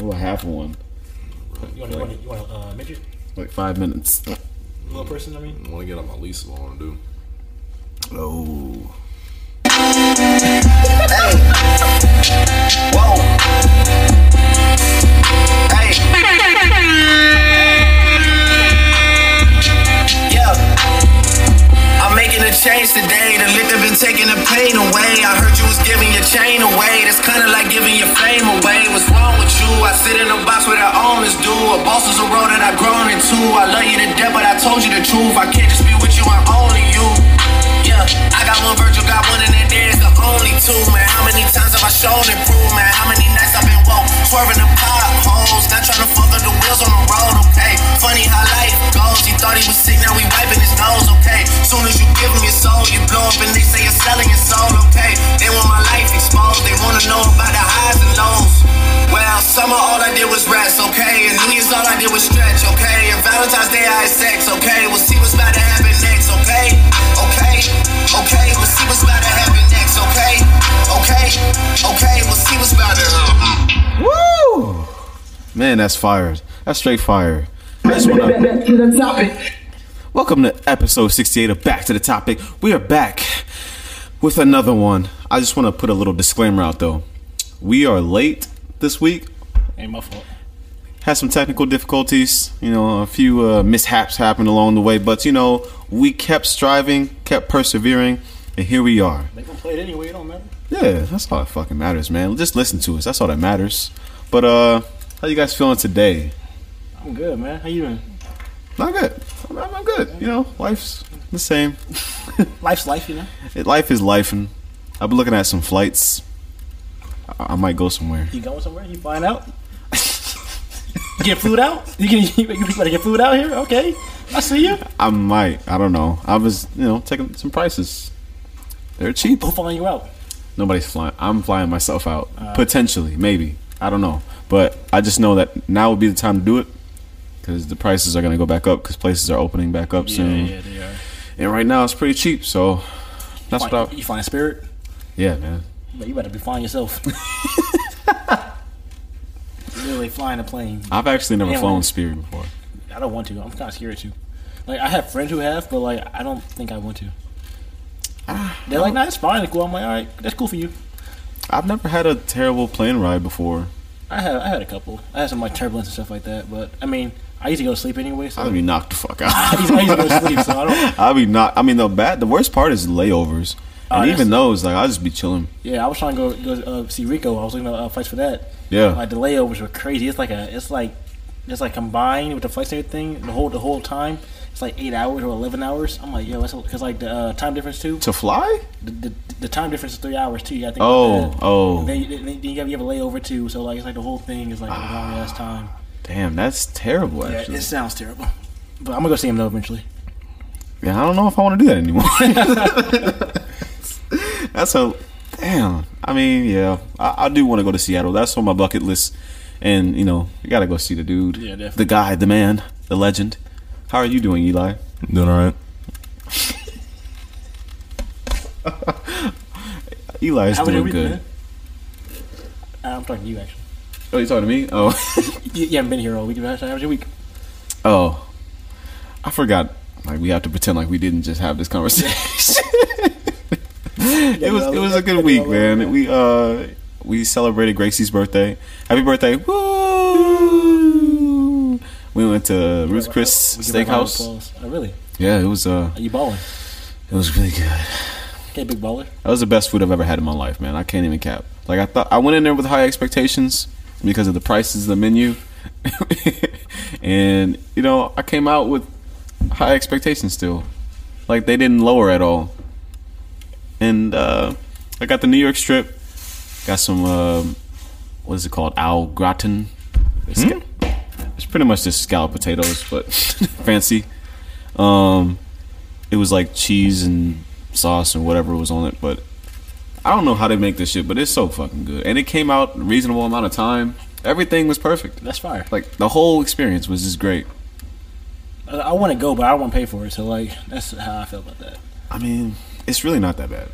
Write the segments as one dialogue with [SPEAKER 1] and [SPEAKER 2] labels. [SPEAKER 1] Oh, I have one.
[SPEAKER 2] You want, you want, you want uh, midget?
[SPEAKER 1] Like five minutes.
[SPEAKER 2] Little person, I mean?
[SPEAKER 3] I want to get on my lease. is What I want to do.
[SPEAKER 1] Oh.
[SPEAKER 4] Hey. Whoa. Hey. Yeah. I'm making a change today. The liquor been taking the pain away. I heard you was giving your chain away. That's kinda like giving your fame away. What's wrong with you? I sit in a box where the owners do. A boss is a road that I've grown into. I love you to death, but I told you the truth. I can't just be with you, I'm only you. Yeah, I got one Virgil, got one in that there is the only two, man. How many times have I shown and proved, man? How many nights I've been woke, swerving the potholes, not trying to fuck up the wheels on the road, okay? Funny how life goes. He thought he was sick, now we wiping his nose, okay? Soon as you give him your soul, you blow up and they say you're selling your soul, okay? They want my life exposed, they wanna know about the highs and lows. Well, summer all I did was rest, okay? And New Year's all I did was stretch, okay? And Valentine's Day I had sex, okay? We'll see what's about to happen next, okay? Okay, okay, we'll see what's about to happen next, okay? Okay, okay, we'll see what's about to happen.
[SPEAKER 1] Woo! Man, that's fire. That's straight fire. I just wanna Welcome to episode 68 of Back to the Topic. We are back with another one. I just want to put a little disclaimer out though. We are late this week.
[SPEAKER 2] Ain't my fault.
[SPEAKER 1] Had some technical difficulties, you know, a few uh, mishaps happened along the way, but you know, we kept striving, kept persevering, and here we are.
[SPEAKER 2] They gonna play it anyway, it don't matter.
[SPEAKER 1] Yeah, that's all that fucking matters, man. Just listen to us. That's all that matters. But uh how you guys feeling today?
[SPEAKER 2] I'm good, man. How you doing?
[SPEAKER 1] Not good. I'm, I'm good. You know, life's the same.
[SPEAKER 2] Life's life, you know?
[SPEAKER 1] It- life is life, and I've been looking at some flights. I, I might go somewhere.
[SPEAKER 2] You going somewhere? You flying out? you get food out? You can you, you better get food out here? Okay. I see you.
[SPEAKER 1] I might. I don't know. I was, you know, taking some prices. They're cheap.
[SPEAKER 2] Who flying you out?
[SPEAKER 1] Nobody's flying. I'm flying myself out. Potentially, maybe. I don't know. But I just know that now would be the time to do it because the prices are going to go back up because places are opening back up soon.
[SPEAKER 2] they are.
[SPEAKER 1] And right now it's pretty cheap, so that's what I.
[SPEAKER 2] you flying spirit?
[SPEAKER 1] Yeah, man.
[SPEAKER 2] But you better be flying yourself. Literally flying a plane.
[SPEAKER 1] I've actually never
[SPEAKER 2] Anyway.
[SPEAKER 1] flown Spirit before.
[SPEAKER 2] I don't want to. I'm kind of scared to. Like I have friends who have, but like I don't think I want to. They're like, nah, it's fine, it's cool. I'm like, all right, that's cool for you.
[SPEAKER 1] I've never had a terrible plane ride before.
[SPEAKER 2] I had I had a couple. I had some like turbulence and stuff like that, but I mean, I used to go to sleep anyway, so
[SPEAKER 1] I'd be knocked the fuck out.
[SPEAKER 2] I used to go to sleep, so I don't.
[SPEAKER 1] I'd be knocked. I mean, the bad, the worst part is layovers,
[SPEAKER 2] Oh,
[SPEAKER 1] and
[SPEAKER 2] that's-
[SPEAKER 1] even those, like, I'll just be chilling.
[SPEAKER 2] Yeah, I was trying to go, go uh, see Rico. I was looking at uh, flights for that.
[SPEAKER 1] Yeah.
[SPEAKER 2] like the layovers were crazy. It's like a, it's like, it's like combined with the flights and everything. The whole the whole time, it's like eight hours or eleven hours. I'm like, yo, that's because like the uh, time difference too.
[SPEAKER 1] To fly?
[SPEAKER 2] The, the, the time difference is three hours too. You gotta think
[SPEAKER 1] Oh,
[SPEAKER 2] about that.
[SPEAKER 1] oh.
[SPEAKER 2] Then, then, then you gotta give a layover too. So like, it's like the whole thing is like a long ass time.
[SPEAKER 1] Damn, that's terrible.
[SPEAKER 2] Yeah,
[SPEAKER 1] Actually,
[SPEAKER 2] it sounds terrible. But I'm gonna go see him though eventually.
[SPEAKER 1] yeah, I don't know if I want to do that anymore. that's a damn. I mean, yeah, I, I do want to go to Seattle. That's on my bucket list, and you know, you gotta go see the dude,
[SPEAKER 2] Yeah, definitely.
[SPEAKER 1] the guy, the man, the legend. How are you doing, Eli?
[SPEAKER 3] Doing all right.
[SPEAKER 1] Eli is
[SPEAKER 2] How was your
[SPEAKER 1] doing
[SPEAKER 2] week,
[SPEAKER 1] good.
[SPEAKER 2] man? Uh, I'm talking to you actually.
[SPEAKER 1] Oh, you talking to me? Oh.
[SPEAKER 2] You, you haven't been here all week. How was your week?
[SPEAKER 1] Oh, I forgot. Like we have to pretend like we didn't just have this conversation. it was it was a good week, man. We uh we celebrated Gracie's birthday. Happy birthday! Woo! We went to Ruth Chris
[SPEAKER 2] We give her a round of
[SPEAKER 1] Steakhouse.
[SPEAKER 2] applause. Oh, really?
[SPEAKER 1] Yeah, it was uh
[SPEAKER 2] Are you balling?
[SPEAKER 1] it was really good.
[SPEAKER 2] Okay, big baller.
[SPEAKER 1] That was the best food I've ever had in my life, man. I can't even cap. Like I thought, I went in there with high expectations because of the prices, of the menu, and you know, I came out with high expectations still. Like they didn't lower at all. And uh, I got the New York strip. Got some um what is it called? Al gratin. It's, it's pretty much just scalloped potatoes, but fancy. Um, it was like cheese and sauce and whatever was on it, but I don't know how they make this shit, but it's so fucking good. And it came out in a reasonable amount of time. Everything was perfect.
[SPEAKER 2] That's fire.
[SPEAKER 1] Like the whole experience was just great.
[SPEAKER 2] I, I want to go, but I don't want to pay for it. So like, that's how I feel about that.
[SPEAKER 1] I mean, it's really not that bad.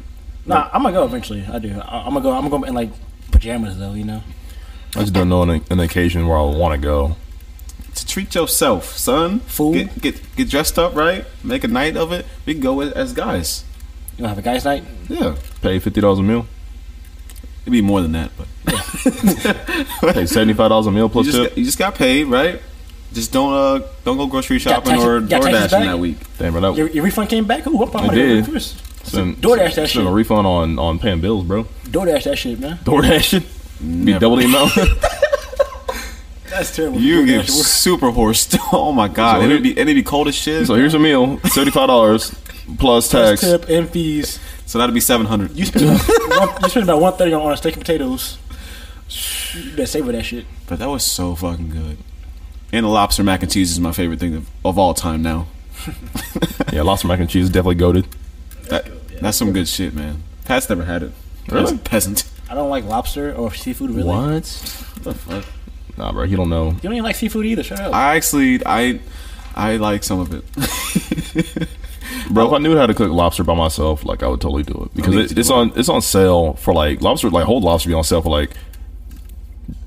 [SPEAKER 2] Nah, I'm gonna go eventually. I do. I, I'm gonna go. I'm gonna go in like pajamas though. You know.
[SPEAKER 3] I just don't know an, an occasion where I want to go.
[SPEAKER 1] to treat yourself, son.
[SPEAKER 2] Fool.
[SPEAKER 1] Get, get get dressed up, right? Make a night of it. We can go as, as guys.
[SPEAKER 2] You want to have a guys' night?
[SPEAKER 1] Yeah,
[SPEAKER 3] Pay fifty dollars a meal.
[SPEAKER 1] it'd be more than that, but
[SPEAKER 3] Pay seventy five dollars a meal
[SPEAKER 1] you
[SPEAKER 3] plus
[SPEAKER 1] just,
[SPEAKER 3] tip.
[SPEAKER 1] got, you just got paid, right? Just don't uh don't go grocery shopping
[SPEAKER 2] taxes-
[SPEAKER 1] or
[SPEAKER 2] got taxes
[SPEAKER 1] DoorDash
[SPEAKER 2] back?
[SPEAKER 1] in that week.
[SPEAKER 3] Damn right,
[SPEAKER 2] Your,
[SPEAKER 3] that
[SPEAKER 2] your refund came back? Ooh, I'm probably
[SPEAKER 3] did.
[SPEAKER 2] First.
[SPEAKER 3] send,
[SPEAKER 2] DoorDash that shit.
[SPEAKER 3] send a refund on on paying bills, bro.
[SPEAKER 2] DoorDash that shit, man.
[SPEAKER 3] DoorDash be
[SPEAKER 1] Never.
[SPEAKER 3] double the amount.
[SPEAKER 2] That's terrible.
[SPEAKER 1] You
[SPEAKER 2] DoorDash
[SPEAKER 1] get
[SPEAKER 2] work.
[SPEAKER 1] super horsed. Oh my god,
[SPEAKER 3] So
[SPEAKER 1] it'd
[SPEAKER 3] it-
[SPEAKER 1] be it'd be cold as shit.
[SPEAKER 3] so
[SPEAKER 1] So,
[SPEAKER 3] here's a meal, seventy five dollars plus
[SPEAKER 2] Plus
[SPEAKER 3] tax.
[SPEAKER 2] tip and fees.
[SPEAKER 1] that'd be seven hundred.
[SPEAKER 2] You spend about, one, you spend about one thirty on steak and potatoes. You better savor that shit.
[SPEAKER 1] But that was so fucking good. And the lobster mac and cheese is my favorite thing of, of all time now.
[SPEAKER 3] Yeah, lots of mac and cheese definitely goaded.
[SPEAKER 1] That, that's some good shit, man. Pat's never had it. That's
[SPEAKER 3] Really?
[SPEAKER 1] a peasant.
[SPEAKER 2] I don't like lobster or seafood really.
[SPEAKER 3] What?
[SPEAKER 1] What the fuck?
[SPEAKER 3] Nah, bro, you don't know.
[SPEAKER 2] You don't even like seafood either. Shut up.
[SPEAKER 1] I actually I I like some of it.
[SPEAKER 3] Bro, if I knew how to cook lobster by myself, like I would totally do it because
[SPEAKER 1] need
[SPEAKER 3] it,
[SPEAKER 1] to
[SPEAKER 3] it's
[SPEAKER 1] do it.
[SPEAKER 3] on it's on sale for like lobster, like whole lobster be on sale for like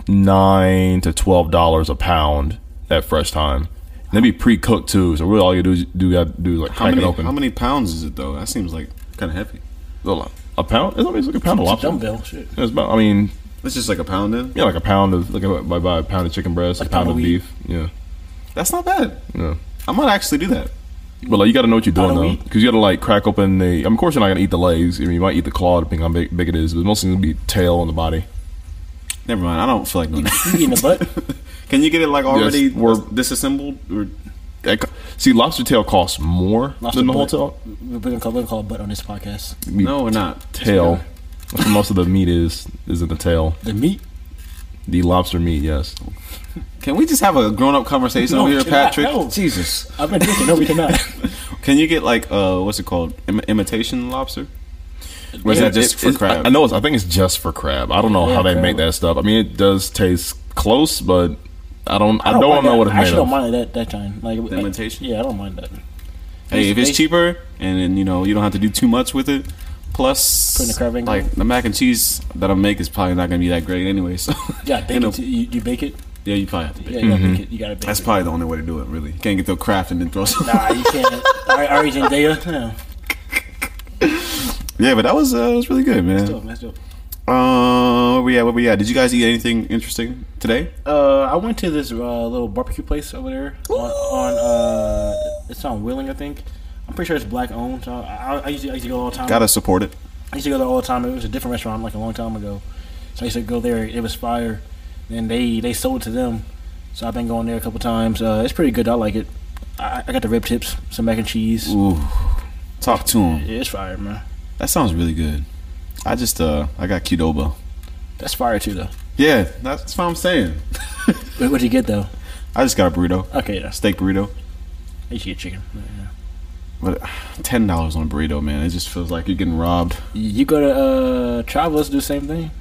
[SPEAKER 3] nine to twelve dollars a pound at fresh time. And they be pre cooked too, so really all you do is do got do is like
[SPEAKER 1] how
[SPEAKER 3] crack
[SPEAKER 1] many
[SPEAKER 3] it open.
[SPEAKER 1] how many pounds is it though? That seems like kind of heavy.
[SPEAKER 3] Well, A pound? It's always like a pound of
[SPEAKER 2] It's a
[SPEAKER 3] lobster.
[SPEAKER 2] dumbbell. Shit.
[SPEAKER 3] It's about, I mean,
[SPEAKER 1] That's just like a pound then.
[SPEAKER 3] yeah, like a pound of like I buy a pound of chicken breast,
[SPEAKER 2] Like
[SPEAKER 3] a pound of
[SPEAKER 2] tumbleweed.
[SPEAKER 3] beef. Yeah,
[SPEAKER 1] That's not bad.
[SPEAKER 3] yeah.
[SPEAKER 1] I might actually do that.
[SPEAKER 3] But like you got to know what you're doing though,
[SPEAKER 2] Tumbleweed?
[SPEAKER 3] because you got to like crack open the. I mean, of course, you're not gonna eat the legs. I mean, you might eat the claw depending on how big, big it is, but mostly it'll be tail on the body.
[SPEAKER 1] Never mind. I don't feel like doing
[SPEAKER 2] You eating
[SPEAKER 1] that.
[SPEAKER 2] the butt?
[SPEAKER 1] Can you get it like already
[SPEAKER 3] we're-
[SPEAKER 1] disassembled? Or
[SPEAKER 3] That co- See, lobster tail costs more
[SPEAKER 2] Lobster
[SPEAKER 3] than the whole
[SPEAKER 2] butt.
[SPEAKER 3] tail.
[SPEAKER 2] We're gonna call, we're gonna call it butt on this podcast.
[SPEAKER 1] no, or not?
[SPEAKER 3] Tail. That's where most of the meat is is in the tail.
[SPEAKER 2] The meat.
[SPEAKER 3] The lobster meat, yes.
[SPEAKER 1] Can we just have a grown-up conversation
[SPEAKER 2] No,
[SPEAKER 1] over here,
[SPEAKER 2] we cannot.
[SPEAKER 1] Patrick?
[SPEAKER 2] No.
[SPEAKER 1] Jesus.
[SPEAKER 2] I've been drinking. No, we cannot.
[SPEAKER 1] Can you get like uh, what's it called? Im- imitation lobster? Or is that just
[SPEAKER 3] It-
[SPEAKER 1] for
[SPEAKER 3] it's-
[SPEAKER 1] crab?
[SPEAKER 3] I, I know. It's, I think it's just for crab. I don't know
[SPEAKER 2] Yeah,
[SPEAKER 3] how they
[SPEAKER 2] crab.
[SPEAKER 3] make that stuff. I mean, it does taste close, but I don't. I, don't,
[SPEAKER 2] mind
[SPEAKER 3] know
[SPEAKER 2] that.
[SPEAKER 3] what it's
[SPEAKER 2] I actually
[SPEAKER 3] made
[SPEAKER 2] don't
[SPEAKER 3] of.
[SPEAKER 2] mind it that that time. Like I-
[SPEAKER 1] imitation?
[SPEAKER 2] Yeah, I don't mind that.
[SPEAKER 1] Hey, if
[SPEAKER 2] They-
[SPEAKER 1] it's cheaper and then you know you don't have to do too much with it, plus
[SPEAKER 2] Put in the crab in.
[SPEAKER 1] like the mac and cheese that I make is probably not gonna be that great anyway. So
[SPEAKER 2] Yeah, bake
[SPEAKER 1] you, know,
[SPEAKER 2] it. You, you bake it.
[SPEAKER 1] yeah, you probably have to bake.
[SPEAKER 2] Yeah,
[SPEAKER 1] it.
[SPEAKER 2] you
[SPEAKER 3] Mm-hmm.
[SPEAKER 2] gotta bake it. You gotta bake
[SPEAKER 1] That's
[SPEAKER 2] it.
[SPEAKER 1] probably the only way to do it. Really, you can't get the craft and then throw some.
[SPEAKER 2] Nah, you can't. All right, Ari Zendaya. No,
[SPEAKER 1] yeah, but that was uh, that was really good, man.
[SPEAKER 2] that's dope. That's dope.
[SPEAKER 1] Uh, where we at? Where we at? Did you guys eat anything interesting today?
[SPEAKER 2] Uh, I went to this uh, little barbecue place over there on, on uh, it's on Wheeling, I think. I'm pretty sure it's black owned. So I, I, I, used to, I used to go all the time.
[SPEAKER 1] Gotta support it.
[SPEAKER 2] I used to go there all the time. It was a different restaurant like a long time ago. So I used to go there. It was fire. And they they sold it to them. So I've been going there a couple times. Uh, it's pretty good. I like it. I, I got the rib tips, some mac and cheese.
[SPEAKER 1] Ooh, talk to him.
[SPEAKER 2] Yeah, it's fire, man.
[SPEAKER 1] That sounds really good. I just uh, I got Qdoba.
[SPEAKER 2] That's fire too, though.
[SPEAKER 1] Yeah, that's what I'm saying.
[SPEAKER 2] Wait, what'd you get though?
[SPEAKER 1] I just got a burrito,
[SPEAKER 2] Okay, that's
[SPEAKER 1] steak burrito.
[SPEAKER 2] I used to get chicken. Yeah.
[SPEAKER 1] But ten dollars on a burrito, man, it just feels like you're getting robbed.
[SPEAKER 2] You go to uh, Travelers, do the same thing.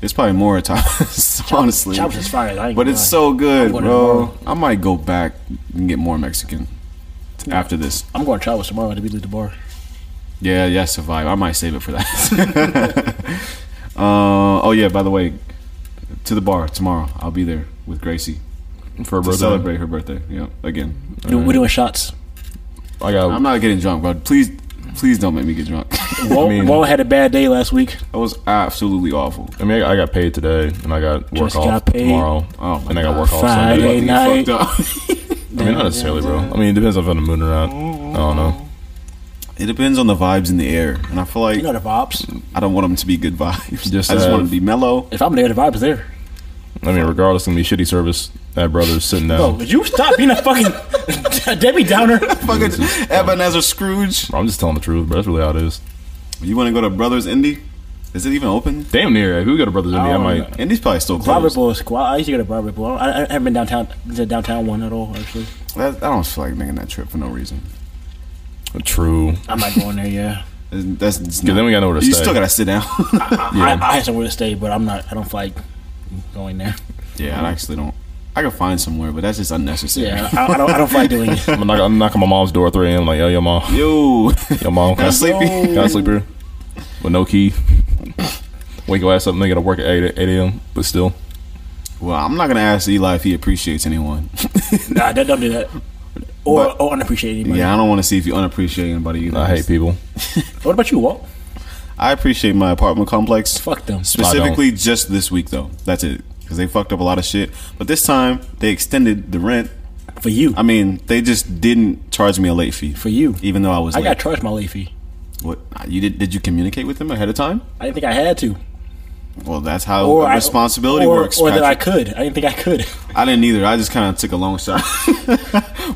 [SPEAKER 1] It's probably more at times, honestly.
[SPEAKER 2] Travelers is fire. I ain't
[SPEAKER 1] But
[SPEAKER 2] gonna
[SPEAKER 1] it's
[SPEAKER 2] lie.
[SPEAKER 1] so good,
[SPEAKER 2] I'm going
[SPEAKER 1] bro.
[SPEAKER 2] tomorrow.
[SPEAKER 1] I might go back and get more Mexican after this.
[SPEAKER 2] I'm going to travel tomorrow to be leave the bar.
[SPEAKER 1] Yeah, yeah, survive. I might save it for that. uh, oh yeah, by the way, to the bar tomorrow. I'll be there with Gracie
[SPEAKER 3] for a
[SPEAKER 1] to
[SPEAKER 3] birthday.
[SPEAKER 1] celebrate her birthday. Yeah, again.
[SPEAKER 2] We're doing- We're doing shots.
[SPEAKER 3] I got.
[SPEAKER 1] I'm not getting drunk, bro. Please, please don't make me get drunk.
[SPEAKER 2] Walt,
[SPEAKER 3] mean-
[SPEAKER 2] Walt had a bad day last week.
[SPEAKER 1] That was absolutely awful.
[SPEAKER 3] I mean, I, I got paid today, and I got work
[SPEAKER 2] Just
[SPEAKER 3] off
[SPEAKER 2] got paid.
[SPEAKER 3] tomorrow,
[SPEAKER 1] Oh my
[SPEAKER 3] and I got
[SPEAKER 1] God.
[SPEAKER 3] work off
[SPEAKER 2] Friday.
[SPEAKER 3] Sunday.
[SPEAKER 2] Hey,
[SPEAKER 1] You
[SPEAKER 2] night.
[SPEAKER 1] fucked up.
[SPEAKER 3] I mean, not necessarily, bro. I mean, it depends if I'm in the mood or not. I don't know.
[SPEAKER 1] It depends on the vibes in the air, and I feel like
[SPEAKER 2] You know the vibes.
[SPEAKER 1] I don't want them to be good vibes.
[SPEAKER 3] Just
[SPEAKER 1] I just uh, want
[SPEAKER 3] have-
[SPEAKER 1] them to be mellow.
[SPEAKER 2] If I'm there, the vibes there.
[SPEAKER 3] I mean, regardless, it's gonna be shitty service at Brothers sitting
[SPEAKER 2] Bro,
[SPEAKER 3] down.
[SPEAKER 2] would you stop being a fucking Debbie Downer?
[SPEAKER 1] Fucking Ebenezer Scrooge.
[SPEAKER 3] I'm just telling the truth, bro. That's really how it is.
[SPEAKER 1] You want to go to Brothers Indy? Is it even open?
[SPEAKER 3] Damn near. If we go to Brothers Indy, I
[SPEAKER 2] don't
[SPEAKER 3] might.
[SPEAKER 1] Indy's probably still
[SPEAKER 2] Barber
[SPEAKER 1] closed.
[SPEAKER 2] Bowl Squad. I used to go to Barber Bowl. I, I haven't been downtown to downtown one at all. Actually,
[SPEAKER 1] That, I don't feel like making that trip for no reason.
[SPEAKER 3] True.
[SPEAKER 2] I'm not going there. Yeah,
[SPEAKER 1] That's, that's
[SPEAKER 3] then we gotta know where to
[SPEAKER 1] You
[SPEAKER 3] stay.
[SPEAKER 1] still gotta sit down.
[SPEAKER 3] Yeah.
[SPEAKER 2] I, I had somewhere to stay, but I'm not. I don't feel like going there.
[SPEAKER 1] yeah, I actually don't. I could find somewhere, but that's just unnecessary.
[SPEAKER 2] Yeah, I, I don't. I don't feel like doing it.
[SPEAKER 3] I'm knocking, I'm knocking my mom's door at 3 a.m. Like, yo, yo, mom,
[SPEAKER 1] Yo,
[SPEAKER 3] yo, mom, can I,
[SPEAKER 1] That's
[SPEAKER 3] sleep?
[SPEAKER 1] sleepy.
[SPEAKER 3] Can I sleep here? With no key. Wake your ass up, nigga, to work at 8, 8 a.m. But still,
[SPEAKER 1] Well, I'm not gonna ask Eli if he appreciates anyone.
[SPEAKER 2] Nah, that don't do that. Or
[SPEAKER 1] But-
[SPEAKER 2] or unappreciated anybody.
[SPEAKER 1] yeah, I don't want to see if you unappreciate anybody. Eli.
[SPEAKER 3] I hate people.
[SPEAKER 2] What about you, Walt?
[SPEAKER 1] I appreciate my apartment complex.
[SPEAKER 2] Fuck them.
[SPEAKER 1] Specifically, just this week though. That's it. Because they fucked up a lot of shit. But this time, they extended the rent.
[SPEAKER 2] For you,
[SPEAKER 1] I mean, they just didn't charge me a late fee.
[SPEAKER 2] for you,
[SPEAKER 1] Even though I was
[SPEAKER 2] I
[SPEAKER 1] late.
[SPEAKER 2] got charged my late fee.
[SPEAKER 1] what you did? Did you communicate with them ahead of time?
[SPEAKER 2] I didn't think I had to,
[SPEAKER 1] Well, that's how
[SPEAKER 2] or I-
[SPEAKER 1] responsibility
[SPEAKER 2] or,
[SPEAKER 1] works.
[SPEAKER 2] or that I
[SPEAKER 1] Patrick.
[SPEAKER 2] could. I didn't think I could.
[SPEAKER 1] I, didn't either. I just kind of took a long shot.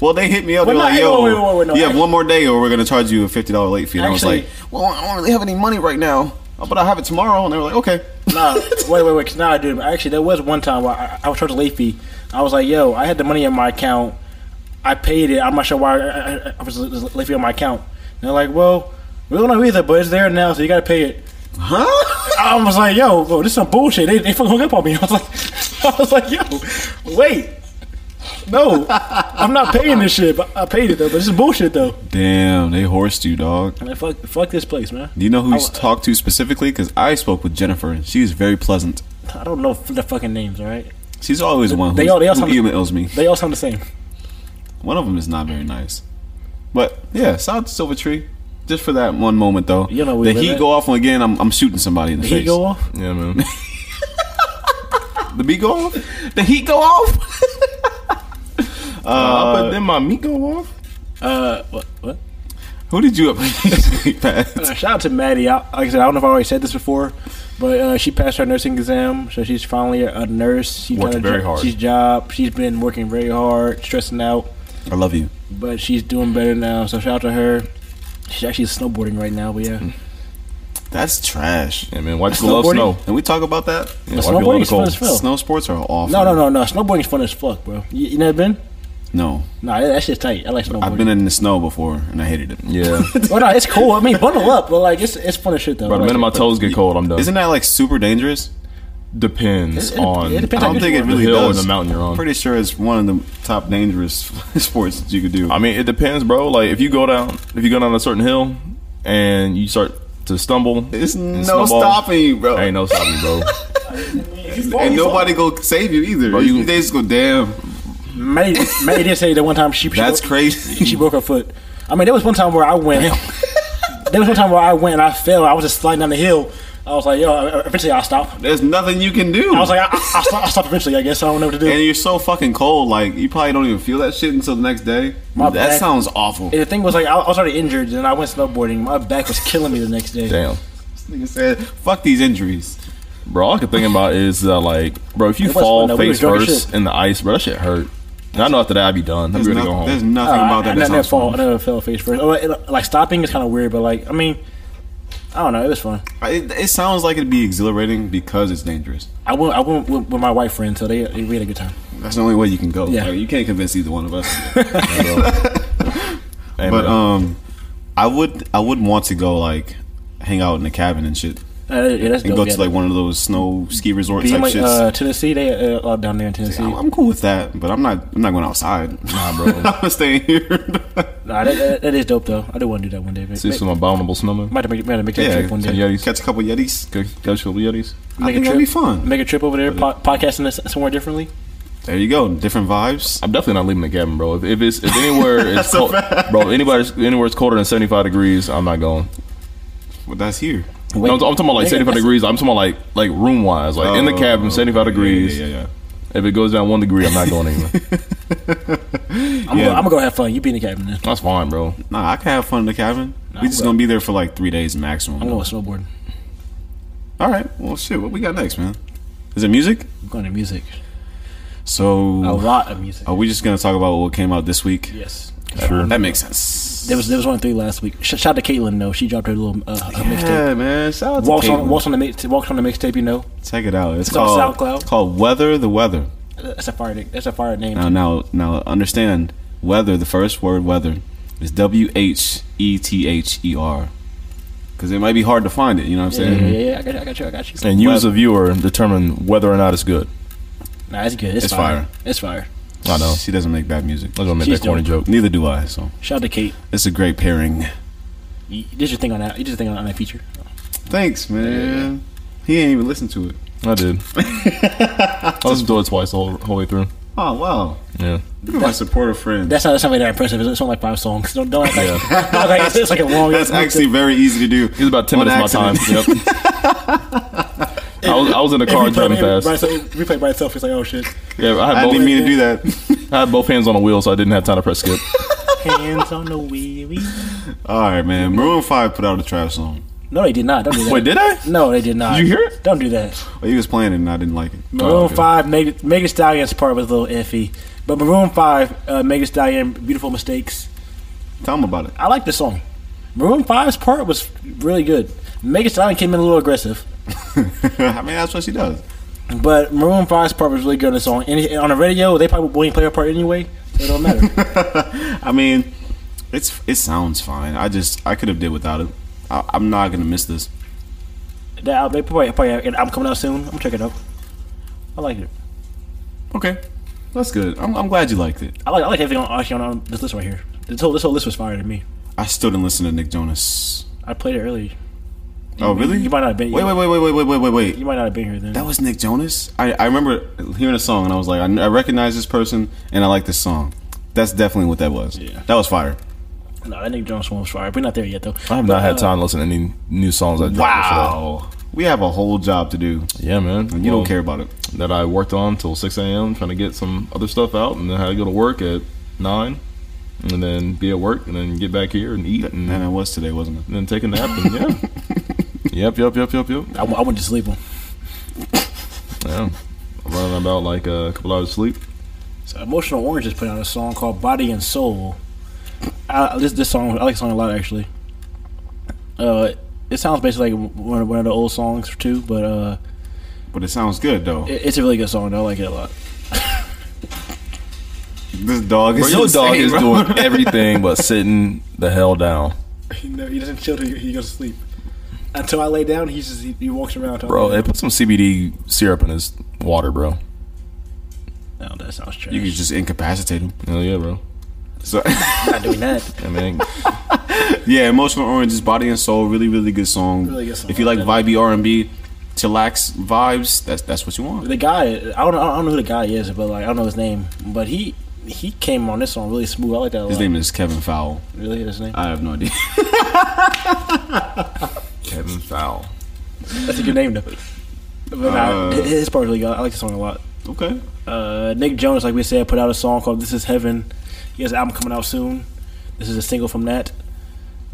[SPEAKER 1] well, they hit me up. They're
[SPEAKER 2] Well, no,
[SPEAKER 1] like,
[SPEAKER 2] hey,
[SPEAKER 1] "Yo,
[SPEAKER 2] wait, wait, wait, wait, no,
[SPEAKER 1] you have
[SPEAKER 2] actually-
[SPEAKER 1] one more day, or we're gonna charge you a fifty dollar late fee." And I was
[SPEAKER 2] Actually-
[SPEAKER 1] like, "Well, I don't really have any money right now, Oh, but I have it tomorrow." And they were like, "Okay."
[SPEAKER 2] nah, wait, wait, wait. 'cause now I do. But Actually, there was one time where I, I was charged a late fee. I was like, yo, I had the money in my account. I paid it. I'm not sure why I, I, I was there's a late fee on my account. And they're like, well, we don't know either, but it's there now, so you gotta pay it.
[SPEAKER 1] Huh?
[SPEAKER 2] I was like, yo, bro, this is some bullshit. They, they fucking hung up on me. I was like, I was like, yo, wait. No, I'm not paying this shit. But I paid it though, but this is bullshit though.
[SPEAKER 1] Damn, they horsed you, dog.
[SPEAKER 2] I'm like, fuck, fuck this place, man.
[SPEAKER 1] Do you know who you
[SPEAKER 2] I-
[SPEAKER 1] talked to specifically? Because I spoke with Jennifer, and she's very pleasant.
[SPEAKER 2] I don't know the fucking names, all right?
[SPEAKER 1] She's always the one who,
[SPEAKER 2] They all- they all
[SPEAKER 1] who
[SPEAKER 2] sound-
[SPEAKER 1] emails me.
[SPEAKER 2] They all sound the same.
[SPEAKER 1] One of them is not very nice. But yeah, shout out to Silver Tree. Just for that one moment though.
[SPEAKER 2] You know we
[SPEAKER 1] the
[SPEAKER 2] live
[SPEAKER 1] heat
[SPEAKER 2] it.
[SPEAKER 1] go off and again, I'm, I'm shooting somebody in the,
[SPEAKER 2] Did
[SPEAKER 1] face.
[SPEAKER 2] he go off?
[SPEAKER 3] Yeah, man.
[SPEAKER 1] The beat go off? The heat go off?
[SPEAKER 3] Uh, but then my meat go off.
[SPEAKER 2] Uh, what? what?
[SPEAKER 1] who did you appreciate, Pat?
[SPEAKER 2] Uh, shout out to Maddie. I, like I said, I don't know if I already said this before, but uh, she passed her nursing exam, so she's finally a, a nurse. She's
[SPEAKER 3] Worked
[SPEAKER 2] got a
[SPEAKER 3] very
[SPEAKER 2] jo-
[SPEAKER 3] hard.
[SPEAKER 2] She's job. She's been working very hard, stressing out.
[SPEAKER 1] I love you.
[SPEAKER 2] but she's doing better now. So shout out to her. She's actually snowboarding right now, but yeah,
[SPEAKER 1] That's trash.
[SPEAKER 3] Yeah, man. White people love
[SPEAKER 2] Snowboarding?
[SPEAKER 3] snow.
[SPEAKER 1] Can we talk about that?
[SPEAKER 3] Yeah, white people love
[SPEAKER 2] snowboarding
[SPEAKER 3] the
[SPEAKER 2] is fun
[SPEAKER 3] cold.
[SPEAKER 2] as fuck. Phil.
[SPEAKER 1] Snow sports are awful.
[SPEAKER 2] No, no, no, no. Snowboarding's fun as fuck, bro. You, you never been?
[SPEAKER 1] No.
[SPEAKER 2] Nah, that, that shit's tight. I like snowboarding.
[SPEAKER 1] I've been in the snow before and I hated it.
[SPEAKER 3] Yeah.
[SPEAKER 2] well, no, it's cool. I mean, bundle up, but like, it's it's fun as shit though.
[SPEAKER 3] Bro, the
[SPEAKER 2] Like,
[SPEAKER 3] minute my toes get cold, I'm done.
[SPEAKER 1] Isn't that like super dangerous?
[SPEAKER 3] depends
[SPEAKER 2] It- it-
[SPEAKER 3] on.
[SPEAKER 2] it depends
[SPEAKER 1] I don't
[SPEAKER 2] Like,
[SPEAKER 1] think it
[SPEAKER 2] the
[SPEAKER 1] really
[SPEAKER 3] hill or
[SPEAKER 1] does.
[SPEAKER 3] the mountain you're on.
[SPEAKER 1] I'm pretty sure it's one of the top dangerous sports that you could do.
[SPEAKER 3] I mean, it depends, bro. Like if you go down, if you go down a certain hill and you start to stumble,
[SPEAKER 1] There's
[SPEAKER 3] and
[SPEAKER 1] no
[SPEAKER 3] snowball,
[SPEAKER 1] stopping you, bro.
[SPEAKER 3] Ain't no stopping, you, bro.
[SPEAKER 1] and nobody gonna save you either.
[SPEAKER 3] Bro, you-
[SPEAKER 1] they just go, damn,
[SPEAKER 2] Maddie, Maddie did say that one time she she
[SPEAKER 1] that's
[SPEAKER 2] broke-
[SPEAKER 1] crazy.
[SPEAKER 2] She broke her foot. I mean, there was one time where I went. there was one time where I went and I fell. I was just sliding down the hill. I was like, yo, e-, eventually I'll stop.
[SPEAKER 1] There's nothing you can do.
[SPEAKER 2] I was like, I, I, I'll, stop, I'll stop eventually, I guess. I don't know what to do.
[SPEAKER 1] and you're so fucking cold, like you probably don't even feel that shit until the next day.
[SPEAKER 2] My
[SPEAKER 1] that
[SPEAKER 2] back-
[SPEAKER 1] sounds awful.
[SPEAKER 2] And the thing was, like, I I was already injured, and I went snowboarding. My back was killing me the next day.
[SPEAKER 3] Damn,
[SPEAKER 1] This nigga said, "Fuck these injuries."
[SPEAKER 3] bro. All I can think about is uh, like, bro, if you
[SPEAKER 2] It was
[SPEAKER 3] fall
[SPEAKER 2] fun, though. We
[SPEAKER 3] face
[SPEAKER 2] were drunk as
[SPEAKER 3] first
[SPEAKER 2] shit.
[SPEAKER 3] in the ice, bro, that shit hurt. And I know after that I'd be done. I'd
[SPEAKER 1] There's,
[SPEAKER 3] be
[SPEAKER 1] noth-
[SPEAKER 3] ready to go home.
[SPEAKER 1] there's nothing
[SPEAKER 2] Uh,
[SPEAKER 1] about that.
[SPEAKER 2] I,
[SPEAKER 1] that
[SPEAKER 2] I never
[SPEAKER 1] sounds
[SPEAKER 2] fall. I
[SPEAKER 1] fun.
[SPEAKER 2] never fell face first. Oh, it, like stopping is kind of weird, but like, I mean, I don't know. It was fun.
[SPEAKER 1] It, it sounds like it'd be exhilarating because it's dangerous.
[SPEAKER 2] I went. I went with, with my white friend, so they, they we had a good time.
[SPEAKER 1] That's the only way you can go.
[SPEAKER 2] Yeah.
[SPEAKER 1] Like, you can't convince either one of us.
[SPEAKER 3] Hey,
[SPEAKER 1] but
[SPEAKER 3] bro.
[SPEAKER 1] um, I would, I would want to go like hang out in the cabin and shit,
[SPEAKER 2] Uh, yeah, that's
[SPEAKER 1] and
[SPEAKER 2] dope.
[SPEAKER 1] go
[SPEAKER 2] yeah.
[SPEAKER 1] to like one of those snow ski resort
[SPEAKER 2] Being
[SPEAKER 1] type
[SPEAKER 2] like
[SPEAKER 1] shits.
[SPEAKER 2] uh, Tennessee, they uh, all down there in Tennessee.
[SPEAKER 1] I'm, I'm cool with that, but I'm not. I'm not going outside.
[SPEAKER 3] Nah, bro.
[SPEAKER 1] I'm gonna stay here.
[SPEAKER 2] Nah, that, that, that is dope though. I do want to do that one day. But,
[SPEAKER 3] see some abominable snowmen.
[SPEAKER 2] might have to make, might have to make that
[SPEAKER 1] Yeah,
[SPEAKER 2] trip one
[SPEAKER 3] Some
[SPEAKER 2] day.
[SPEAKER 3] Yetis.
[SPEAKER 1] Catch a couple yetis.
[SPEAKER 3] Go- go shoot the Yetis.
[SPEAKER 1] I
[SPEAKER 2] Make
[SPEAKER 1] think
[SPEAKER 2] a
[SPEAKER 1] that'd
[SPEAKER 2] trip.
[SPEAKER 1] be fun.
[SPEAKER 2] Make a trip over there, po- podcasting us somewhere differently.
[SPEAKER 1] There you go. Different vibes.
[SPEAKER 3] I'm definitely not leaving the cabin, bro. If, if it's if anywhere it's cold, bro, anywhere anywhere it's colder than 75 degrees, I'm not going.
[SPEAKER 1] Well, that's here.
[SPEAKER 3] No, I'm, I'm talking about like
[SPEAKER 2] Nigga,
[SPEAKER 3] 75
[SPEAKER 2] that's-
[SPEAKER 3] degrees. I'm talking about like like room wise, like in the
[SPEAKER 1] Oh,
[SPEAKER 3] cabin, 75
[SPEAKER 1] yeah,
[SPEAKER 3] degrees.
[SPEAKER 1] Yeah, yeah,
[SPEAKER 3] If it goes down one degree, I'm not going anywhere.
[SPEAKER 2] I'm,
[SPEAKER 1] Yeah.
[SPEAKER 2] gonna, I'm gonna go have fun. You be in the cabin then.
[SPEAKER 3] That's fine, bro.
[SPEAKER 1] yeah. Nah, I can have fun in the cabin. we just
[SPEAKER 2] bro.
[SPEAKER 1] gonna be there for like three days maximum.
[SPEAKER 2] I'm going snowboarding.
[SPEAKER 1] All right. Well, shit. What we got next, man? Is it music?
[SPEAKER 2] I'm going to music. A
[SPEAKER 1] So
[SPEAKER 2] lot of music.
[SPEAKER 1] are we just gonna talk about what came out this week?
[SPEAKER 2] Yes.
[SPEAKER 3] Sure.
[SPEAKER 1] That makes sense.
[SPEAKER 2] There was there was only three last week. Sh- shout out to Caitlyn though. She dropped her little uh, her mixtape.
[SPEAKER 1] yeah, man. Shout out to
[SPEAKER 2] Walks on,
[SPEAKER 1] Caitlyn.
[SPEAKER 2] walks on the mix, walks on the mixtape. You know,
[SPEAKER 1] Check it out. It's,
[SPEAKER 2] on
[SPEAKER 1] called
[SPEAKER 2] SoundCloud.
[SPEAKER 1] It's called Weather the Weather.
[SPEAKER 2] that's a fire. That's a fire name.
[SPEAKER 1] Now, now, now, understand. Weather. The first word, weather, is W H E T H E R. Because it might be hard to find it. You know what I'm
[SPEAKER 2] yeah,
[SPEAKER 1] saying?
[SPEAKER 3] Mm-hmm.
[SPEAKER 2] yeah, yeah, yeah. I got, you, I got you. I got you.
[SPEAKER 3] And you as a viewer determine whether or not it's good.
[SPEAKER 2] Nah, it's good. It's,
[SPEAKER 1] It's
[SPEAKER 2] fire.
[SPEAKER 1] fire.
[SPEAKER 2] It's fire.
[SPEAKER 3] I know.
[SPEAKER 1] She doesn't make bad music.
[SPEAKER 3] I was gonna make
[SPEAKER 2] She's
[SPEAKER 3] that corny
[SPEAKER 2] dope.
[SPEAKER 3] joke.
[SPEAKER 1] Neither do I. So
[SPEAKER 2] Shout out to Kate.
[SPEAKER 1] it's a great pairing.
[SPEAKER 2] You you did your thing on that. You did your thing on that feature.
[SPEAKER 1] Thanks, man. He ain't even listened to it.
[SPEAKER 3] I did. I listened to it twice the whole, whole way through.
[SPEAKER 1] Oh wow!
[SPEAKER 3] Yeah.
[SPEAKER 1] Look at my supportive friends.
[SPEAKER 2] That's not, that's not really that impressive. It's only like five songs. Don't, don't act like, don't act like it's, it's like a long.
[SPEAKER 1] That's actually very easy to do.
[SPEAKER 3] It was about 10
[SPEAKER 1] On
[SPEAKER 3] minutes
[SPEAKER 1] accident.
[SPEAKER 3] of my time. Yep. I, was, I was in the car driving fast.
[SPEAKER 2] We play by itself. It's like oh shit.
[SPEAKER 3] Yeah, I
[SPEAKER 1] I
[SPEAKER 3] had, both,
[SPEAKER 1] didn't mean to do that.
[SPEAKER 3] I had both hands on the wheel, so I didn't have time to press skip.
[SPEAKER 2] Hands on the wheelie.
[SPEAKER 1] All right, man. Maroon Five put out a trap song.
[SPEAKER 2] No, they did not. Don't do that.
[SPEAKER 3] Wait, did I?
[SPEAKER 2] No, they did not.
[SPEAKER 3] Did you hear it? Oh,
[SPEAKER 2] Don't do that.
[SPEAKER 1] Well, he was playing it, and I didn't like it.
[SPEAKER 2] Maroon
[SPEAKER 3] okay.
[SPEAKER 2] Five, Mega, Mega Stallion's part was a little iffy, but Maroon Five, uh, Mega Stallion, Beautiful Mistakes.
[SPEAKER 1] Tell him about it.
[SPEAKER 2] I like the song. Maroon 5's part was really good. Mega Stallion came in a little aggressive,
[SPEAKER 1] I mean, that's what she does.
[SPEAKER 2] but Maroon 5's part was really good in the song. And on the radio, they probably wouldn't play her part anyway. So it don't matter.
[SPEAKER 1] I mean, it's it sounds fine. I just I could have did without it. I, I'm not gonna miss this.
[SPEAKER 2] that, they uh, probably, probably and I'm coming out soon. I'm checking it out. I like it.
[SPEAKER 1] Okay, that's good. I'm, I'm glad you liked it.
[SPEAKER 2] I like I like everything on, actually on, on this list right here. This whole this whole list was fire to me.
[SPEAKER 1] I still didn't listen to Nick Jonas.
[SPEAKER 2] I played it early.
[SPEAKER 1] Oh really?
[SPEAKER 2] Mm-hmm. You might not have been.
[SPEAKER 1] Wait,
[SPEAKER 2] you,
[SPEAKER 1] wait, wait, wait, wait, wait, wait, wait, wait.
[SPEAKER 2] You might not have been here then.
[SPEAKER 1] That was Nick Jonas. I, I remember hearing a song and I was like, I, kn- I recognize this person and I like this song. That's definitely what that was.
[SPEAKER 2] Yeah.
[SPEAKER 1] That was fire.
[SPEAKER 2] no, that Nick Jones one was fire. We're not there yet though.
[SPEAKER 3] I have not had time to listen to any new songs I dropped.
[SPEAKER 1] We have a whole job to do.
[SPEAKER 3] before. Yeah, man.
[SPEAKER 1] You
[SPEAKER 3] Well,
[SPEAKER 1] don't care about it.
[SPEAKER 3] That I worked on till 6 a.m. trying to get some other stuff out, and then had to go to work at 9, and then be at work, and then get back here and eat,
[SPEAKER 2] mm-hmm.
[SPEAKER 3] and
[SPEAKER 1] And it was today, wasn't it?
[SPEAKER 3] then take a nap, and yeah. yep, yep, yep, yep, yep.
[SPEAKER 2] I, w- I went to sleep.
[SPEAKER 3] Yeah. I'm running about like a couple hours of sleep.
[SPEAKER 2] So Emotional Orange is putting out a song called "Body and Soul." I, this this song I like this song a lot actually. Uh, it sounds basically like one of, one of the old songs too, but uh,
[SPEAKER 1] But it sounds good though.
[SPEAKER 2] it, it's a really good song. Though. I like it a lot.
[SPEAKER 1] This dog is
[SPEAKER 3] Bro, your dog
[SPEAKER 1] insane,
[SPEAKER 3] is
[SPEAKER 1] bro.
[SPEAKER 3] doing everything but sitting the hell down.
[SPEAKER 2] He, he doesn't chill till he goes to sleep. Until I lay down, he's just, he, he walks around.
[SPEAKER 3] Bro, hey, put some CBD syrup in his water, bro.
[SPEAKER 2] no, Oh, that sounds trash.
[SPEAKER 1] You could just incapacitate him.
[SPEAKER 3] Hell yeah, bro.
[SPEAKER 1] So
[SPEAKER 2] not doing that.
[SPEAKER 3] I mean,
[SPEAKER 1] yeah, Emotional Orange is Body and Soul, really, really good song.
[SPEAKER 2] Really good song.
[SPEAKER 1] If you like vibey R and B, chillax vibes, that's that's what you want.
[SPEAKER 2] The guy, I don't, I don't know who the guy is, but like I don't know his name. But he he came on this song really smooth. I like that. A
[SPEAKER 1] His
[SPEAKER 2] lot.
[SPEAKER 1] name is Kevin Fowl.
[SPEAKER 2] really his name.
[SPEAKER 1] I have no idea.
[SPEAKER 3] Kevin Fowl.
[SPEAKER 2] That's a good name though. But nah,
[SPEAKER 1] Uh,
[SPEAKER 2] his part really good. I like the song a lot.
[SPEAKER 1] okay.
[SPEAKER 2] Uh, Nick Jonas, like we said, put out a song called "This Is Heaven." He has an album coming out soon. This is a single from that.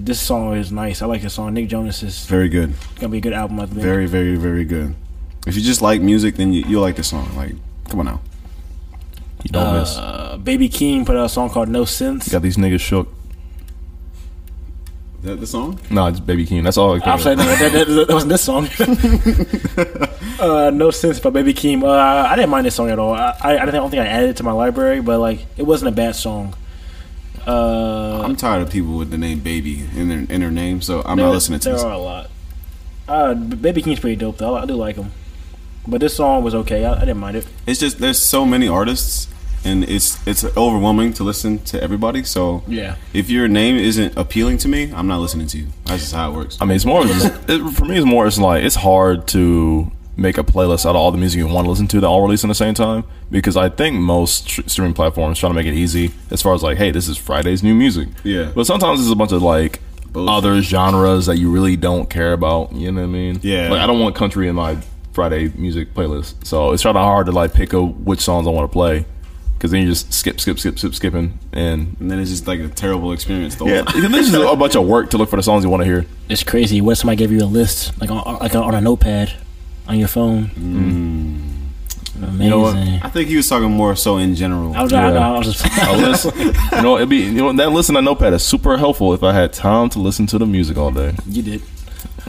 [SPEAKER 2] This song is nice. I like this song. Nick Jonas is
[SPEAKER 1] Very good.
[SPEAKER 2] gonna be a good album. I think.
[SPEAKER 1] Very, very, very good. If you just like music, then you, you'll like this song. Like, come on now.
[SPEAKER 3] You don't miss.
[SPEAKER 2] Uh, Baby Keem put out a song called "No Sense."
[SPEAKER 3] Got these niggas shook.
[SPEAKER 1] Is that the song?
[SPEAKER 3] No, it's Baby Keen. That's all I
[SPEAKER 2] I'm
[SPEAKER 3] can
[SPEAKER 2] saying
[SPEAKER 3] think of.
[SPEAKER 2] that, that, that, that wasn't this song. uh, no sense by Baby Keem. Uh, I didn't mind this song at all. I, I, I didn't- I don't think I added it to my library, but like it wasn't a bad song. Uh,
[SPEAKER 1] I'm tired of people with the name Baby in their in their name, so I'm
[SPEAKER 2] there-
[SPEAKER 1] not listening to
[SPEAKER 2] There
[SPEAKER 1] this.
[SPEAKER 2] are a lot. Uh, B- Baby Keem's pretty dope though. I, I do like him, but this song was okay. I, I didn't mind it.
[SPEAKER 1] It's just there's so many artists, and it's it's overwhelming to listen to everybody. So
[SPEAKER 2] Yeah.
[SPEAKER 1] if your name isn't appealing to me, I'm not listening to you. That's just how it works.
[SPEAKER 3] I mean, it's more of just, it, for me. It's more. It's like it's hard to make a playlist out of all the music you want to listen to that all release in the same time because I think most tr- streaming platforms trying to make it easy as far as like, hey, this is Friday's new music.
[SPEAKER 1] Yeah.
[SPEAKER 3] But sometimes it's a bunch of like
[SPEAKER 1] Both.
[SPEAKER 3] other genres that you really don't care about. You know what I mean?
[SPEAKER 1] Yeah.
[SPEAKER 3] Like I don't want country in my Friday music playlist, so it's kind of hard to like pick up which songs I want to play because then you just skip, skip, skip, skip, skipping and.
[SPEAKER 1] And then it's just like a terrible experience. The
[SPEAKER 3] Yeah,
[SPEAKER 1] yeah.
[SPEAKER 3] this is a bunch of work to look for the songs you want to hear.
[SPEAKER 2] It's crazy. What if somebody gave you a list like on like on a notepad on your phone? Amazing.
[SPEAKER 3] Mm. know what?
[SPEAKER 1] I think he was talking more so in general.
[SPEAKER 2] I was, I,
[SPEAKER 3] Yeah.
[SPEAKER 2] I was just.
[SPEAKER 3] a list. You know, it'd be you know that listen to notepad is super helpful if I had time to listen to the music all day.
[SPEAKER 2] you did.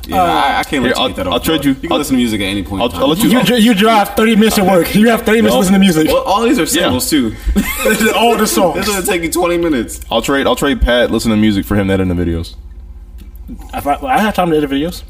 [SPEAKER 1] yeah, I, I can't
[SPEAKER 3] Here,
[SPEAKER 1] let you
[SPEAKER 3] I'll-
[SPEAKER 1] get that off.
[SPEAKER 3] I'll trade
[SPEAKER 1] guard.
[SPEAKER 3] you-
[SPEAKER 1] You can
[SPEAKER 3] I'll-
[SPEAKER 1] listen to music at any point. in
[SPEAKER 3] I'll,
[SPEAKER 1] time.
[SPEAKER 3] I'll let you.
[SPEAKER 2] You, dri- you drive 30 minutes to work. You have 30 minutes to listen to music.
[SPEAKER 1] Well, all these are singles too.
[SPEAKER 2] All the songs.
[SPEAKER 1] This is gonna take you 20 minutes.
[SPEAKER 3] I'll trade. I'll trade Pat listen to music for him that in the videos.
[SPEAKER 2] If I, I have time to edit videos.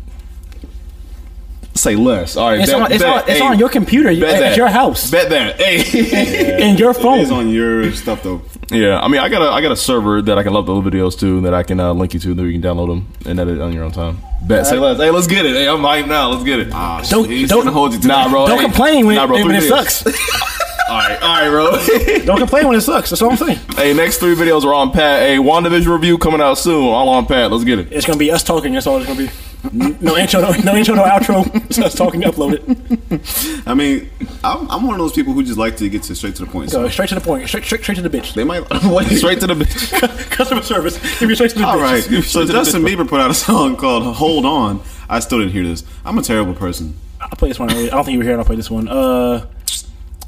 [SPEAKER 3] Say less. All right,
[SPEAKER 2] It's on- it's on- it's on your computer. You- at your house.
[SPEAKER 3] Bet that. Hey.
[SPEAKER 2] and your phone.
[SPEAKER 1] It's on your stuff though.
[SPEAKER 3] yeah, I mean, I got a I got a server that I can upload videos to that I can uh, link you to that you can download them and edit on your own time. Bet. Say less. Hey, let's get it. Hey, I'm hyped now. Let's get it.
[SPEAKER 1] Ah,
[SPEAKER 2] Don't-
[SPEAKER 1] shit, he's
[SPEAKER 2] don't-
[SPEAKER 1] gonna hold you to
[SPEAKER 3] Nah,
[SPEAKER 1] that.
[SPEAKER 3] bro.
[SPEAKER 2] Don't
[SPEAKER 3] hey,
[SPEAKER 2] complain when,
[SPEAKER 3] nah, bro,
[SPEAKER 2] when
[SPEAKER 3] three
[SPEAKER 2] it
[SPEAKER 3] videos.
[SPEAKER 2] sucks.
[SPEAKER 3] All right, all right, bro.
[SPEAKER 2] Don't complain when it sucks. That's all I'm saying.
[SPEAKER 3] Hey, next three videos are on Pat. Hey, WandaVision review coming out soon. All on Pat. Let's get it.
[SPEAKER 2] It's gonna be us talking. That's all it's gonna be. No intro, no, no intro, no outro. It's us talking. Upload it.
[SPEAKER 1] I mean, I'm, I'm one of those people who just like to get to straight to the point. So
[SPEAKER 2] Go straight to the point. Straight, straight, straight to the bitch.
[SPEAKER 1] they might what,
[SPEAKER 3] Straight to the bitch.
[SPEAKER 2] Customer service. Give me straight to the
[SPEAKER 1] All
[SPEAKER 2] bitch.
[SPEAKER 1] right. So
[SPEAKER 3] Straight to the
[SPEAKER 1] Justin
[SPEAKER 3] bitch.
[SPEAKER 1] Bieber put out a song called "Hold On." I still didn't hear this. I'm a terrible person.
[SPEAKER 2] I play this one. Earlier. I don't think you were here. And I played this one. Uh,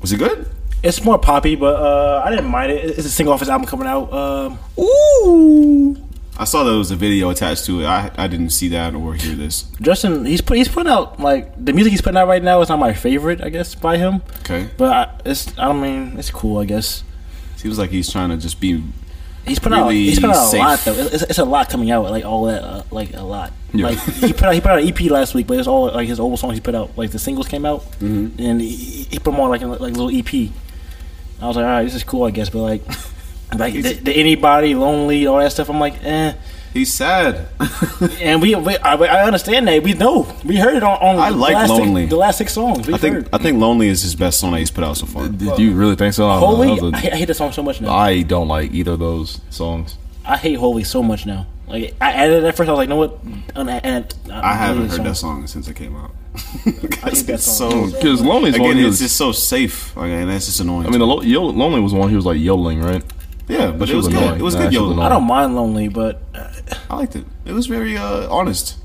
[SPEAKER 1] Was it good?
[SPEAKER 2] it's more poppy, but uh, I didn't mind it. It's a single off his album coming out. Um,
[SPEAKER 1] I saw there was a video attached to it. I, I didn't see that or hear this.
[SPEAKER 2] Justin, he's put, he's putting out like the music he's putting out right now is not my favorite, I guess, by him.
[SPEAKER 1] Okay.
[SPEAKER 2] But I, it's I mean it's cool, I guess.
[SPEAKER 1] Seems like he's trying to just be.
[SPEAKER 2] He's put out
[SPEAKER 1] Really
[SPEAKER 2] he's put out a
[SPEAKER 1] safe.
[SPEAKER 2] lot though. It's, it's a lot coming out, like all that, uh, like a lot.
[SPEAKER 3] Yeah.
[SPEAKER 2] Like he put out he put out an EP last week, but it's all like his old songs he put out. Like the singles came out,
[SPEAKER 1] Mm-hmm.
[SPEAKER 2] and he, he put more like in, like little EP. I was like, all right, this is cool, I guess. But like, like the, the anybody lonely, all that stuff. I'm like, eh.
[SPEAKER 1] He's sad.
[SPEAKER 2] And we, we I, I understand that. We know we heard it on. on
[SPEAKER 1] I
[SPEAKER 2] the
[SPEAKER 1] like
[SPEAKER 2] last six-
[SPEAKER 1] Lonely.
[SPEAKER 2] the last six songs. We
[SPEAKER 1] I think
[SPEAKER 2] heard.
[SPEAKER 1] I think "Lonely" is his best song that he's put out so far.
[SPEAKER 3] Did you really think so? I don't know.
[SPEAKER 2] Holy,
[SPEAKER 3] That was
[SPEAKER 2] I
[SPEAKER 3] a-
[SPEAKER 2] hate- I hate that song so much now.
[SPEAKER 3] I don't like either of those songs.
[SPEAKER 2] I hate Holy so much now. Like I added it at first, I was like, "No, what?" And I, and
[SPEAKER 1] I haven't heard that song since it came out. Because
[SPEAKER 2] that
[SPEAKER 1] it's
[SPEAKER 2] song.
[SPEAKER 1] so
[SPEAKER 3] Because Lonely's one.
[SPEAKER 1] again,
[SPEAKER 3] he
[SPEAKER 1] it's
[SPEAKER 3] was-
[SPEAKER 1] just so safe, like, and that's just annoying.
[SPEAKER 3] I mean, the lo- yo- Lonely was one. He was like yodeling, right?
[SPEAKER 1] yeah, but
[SPEAKER 3] she
[SPEAKER 1] it was
[SPEAKER 3] was
[SPEAKER 1] good.
[SPEAKER 3] annoying.
[SPEAKER 1] It was
[SPEAKER 3] Nah,
[SPEAKER 1] good.
[SPEAKER 3] she was
[SPEAKER 1] Yo,
[SPEAKER 3] annoying.
[SPEAKER 2] I don't mind Lonely, but uh,
[SPEAKER 1] I liked it. It was very uh, honest.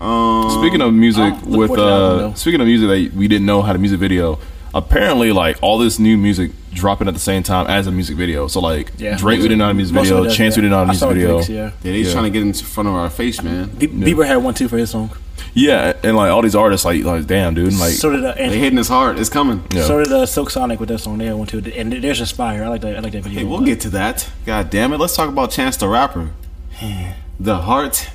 [SPEAKER 1] Um,
[SPEAKER 3] Speaking of music,
[SPEAKER 2] I'm looking
[SPEAKER 3] with
[SPEAKER 2] forward to that album,
[SPEAKER 3] uh,
[SPEAKER 2] though.
[SPEAKER 3] speaking of music that we didn't know had a music video. Apparently, like all this new music dropping at the same time as a music video. So like
[SPEAKER 2] Yeah.
[SPEAKER 3] Drake, we didn't know how a music
[SPEAKER 2] most of
[SPEAKER 3] video.
[SPEAKER 2] it does
[SPEAKER 3] Chance,
[SPEAKER 2] that.
[SPEAKER 3] we didn't know how a
[SPEAKER 2] I
[SPEAKER 3] music
[SPEAKER 2] saw
[SPEAKER 3] video.
[SPEAKER 2] Drake's, yeah.
[SPEAKER 1] yeah, he's
[SPEAKER 3] Yeah.
[SPEAKER 1] trying to get in front of our face, man.
[SPEAKER 2] B- Bieber had one too for his song.
[SPEAKER 3] Yeah, and like all these artists, like like damn, dude, like
[SPEAKER 2] so did uh, and
[SPEAKER 1] They hitting his heart. It's coming.
[SPEAKER 3] Yeah.
[SPEAKER 2] so did uh, Silk Sonic with that song. They had one too, and th- there's Aspire. I like that. I like that video.
[SPEAKER 1] Hey,
[SPEAKER 2] a
[SPEAKER 1] we'll
[SPEAKER 2] lot.
[SPEAKER 1] get to that. God damn it. Let's talk about Chance the Rapper. The heart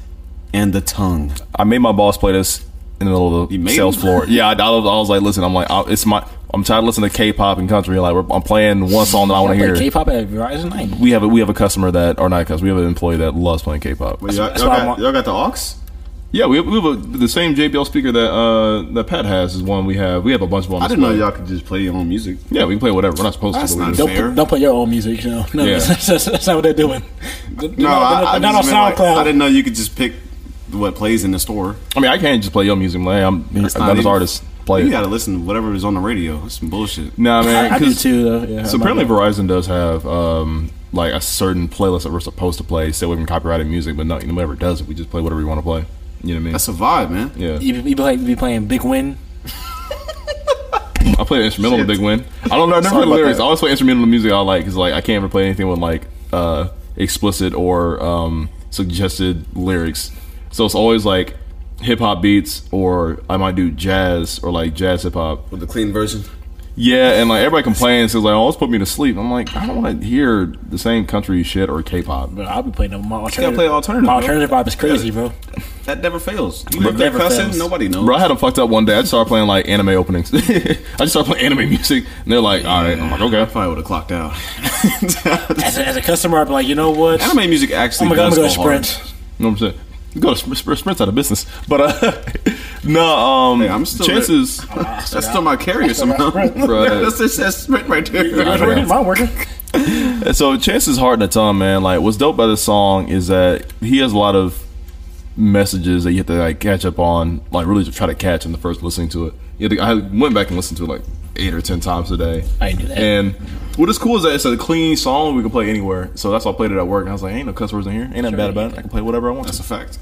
[SPEAKER 1] and the tongue.
[SPEAKER 3] I made my boss play this in the middle of
[SPEAKER 1] You
[SPEAKER 3] the
[SPEAKER 1] made
[SPEAKER 3] sales
[SPEAKER 1] him?
[SPEAKER 3] floor. Yeah, I, I was, I was like, listen, I'm like, I, it's my, I'm tired of listening to K-pop and country. Like, we're, I'm playing one song that I want
[SPEAKER 2] Like
[SPEAKER 3] to hear.
[SPEAKER 2] K-pop at Verizon. I ain't-
[SPEAKER 3] We have a, we have a customer that, or not a customer, we have an employee that loves playing K-pop.
[SPEAKER 1] Wait, y'all,
[SPEAKER 2] that's
[SPEAKER 1] y'all
[SPEAKER 2] why I
[SPEAKER 1] got,
[SPEAKER 2] want-
[SPEAKER 1] y'all got the aux?
[SPEAKER 3] Yeah, we have, we have a, the same JBL speaker that uh that Pat has is one we have. We have a bunch of them. on
[SPEAKER 1] I didn't know
[SPEAKER 3] display.
[SPEAKER 1] y'all could just play your own music.
[SPEAKER 3] Yeah, we can play whatever. We're not supposed
[SPEAKER 1] That's
[SPEAKER 3] to. but we
[SPEAKER 1] not
[SPEAKER 3] do.
[SPEAKER 2] Don't
[SPEAKER 1] Fair.
[SPEAKER 2] put, don't put your own music. You know, no,
[SPEAKER 3] Yeah.
[SPEAKER 2] that's, that's- that's not what they're doing. They're
[SPEAKER 1] No,
[SPEAKER 2] not,
[SPEAKER 1] I,
[SPEAKER 2] they're
[SPEAKER 1] I,
[SPEAKER 2] not on
[SPEAKER 1] just meant, like,
[SPEAKER 2] SoundCloud.
[SPEAKER 1] I didn't know you could just pick what plays in the store.
[SPEAKER 3] I mean, I can't just play your music. Man, I'm
[SPEAKER 1] not
[SPEAKER 3] another
[SPEAKER 1] even-
[SPEAKER 3] artist play.
[SPEAKER 1] You
[SPEAKER 3] it.
[SPEAKER 1] gotta listen to whatever is on the radio. That's some bullshit.
[SPEAKER 3] Nah, man.
[SPEAKER 2] I, I do
[SPEAKER 3] 'cause-
[SPEAKER 2] too, though. Yeah,
[SPEAKER 3] So
[SPEAKER 2] I'm not
[SPEAKER 3] apparently,
[SPEAKER 2] gonna-
[SPEAKER 3] Verizon does have um, like a certain playlist that we're supposed to play, stay away from copyrighted music. But no, nobody ever does it. We just play whatever we want to play. You know what I mean?
[SPEAKER 1] That's a vibe, man.
[SPEAKER 3] yeah,
[SPEAKER 2] you, you, be, like- you be playing Big Win.
[SPEAKER 3] I play the instrumental.
[SPEAKER 1] Shit.
[SPEAKER 3] Big win. I don't know. I
[SPEAKER 1] Sorry
[SPEAKER 3] never play the
[SPEAKER 1] about
[SPEAKER 3] lyrics.
[SPEAKER 1] that.
[SPEAKER 3] I always play instrumental music I like because like I can't ever play anything with like uh, explicit or um, suggested lyrics. So it's always like hip hop beats, or I might do jazz or like jazz hip hop.
[SPEAKER 1] With the clean version.
[SPEAKER 3] Yeah, and like everybody complains, it's like, oh, it's put me to sleep. I'm like, I don't want to hear the same country shit or K-pop.
[SPEAKER 2] Bro, I'll be playing my alternative.
[SPEAKER 1] play alternative,
[SPEAKER 2] My
[SPEAKER 1] bro.
[SPEAKER 2] alternative vibe is crazy, bro.
[SPEAKER 1] That never fails. You look there
[SPEAKER 2] never
[SPEAKER 1] cussing,
[SPEAKER 2] fails.
[SPEAKER 1] nobody knows.
[SPEAKER 3] Bro, I had them fucked up one day. I just started playing like anime openings. I just started playing anime music, and they're like, "All right," I'm like,
[SPEAKER 1] I
[SPEAKER 3] "Okay."
[SPEAKER 1] probably would have clocked out.
[SPEAKER 2] As a, as a customer, I'd be like, you know what?
[SPEAKER 1] Anime music actually
[SPEAKER 2] Oh my god, I'm
[SPEAKER 1] does
[SPEAKER 2] gonna go to
[SPEAKER 1] go hard.
[SPEAKER 2] Sprint.
[SPEAKER 3] You know what I'm saying? You go to Spr- Spr- Sprint's out of business, but uh, no. Um,
[SPEAKER 1] Hey, I'm still
[SPEAKER 3] chances.
[SPEAKER 1] That's still my carrier somehow.
[SPEAKER 3] Right.
[SPEAKER 1] that's, that's, that's Sprint right
[SPEAKER 3] I
[SPEAKER 2] Yours
[SPEAKER 3] know.
[SPEAKER 1] there.
[SPEAKER 2] working? Mine working.
[SPEAKER 3] So chances hard in a ton, man. Like, what's dope about this song is that he has a lot of messages that you have to like catch up on, like really just try to catch in the first listening to it. You have to, I went back and listened to it like eight or ten times a day.
[SPEAKER 2] I knew that.
[SPEAKER 3] And what is cool is that it's a clean song we can play anywhere. So that's why I played it at work. And I was like, ain't no cuss words in here. Ain't nothing bad about it. I can play whatever I want.
[SPEAKER 1] That's a
[SPEAKER 3] To.
[SPEAKER 1] fact.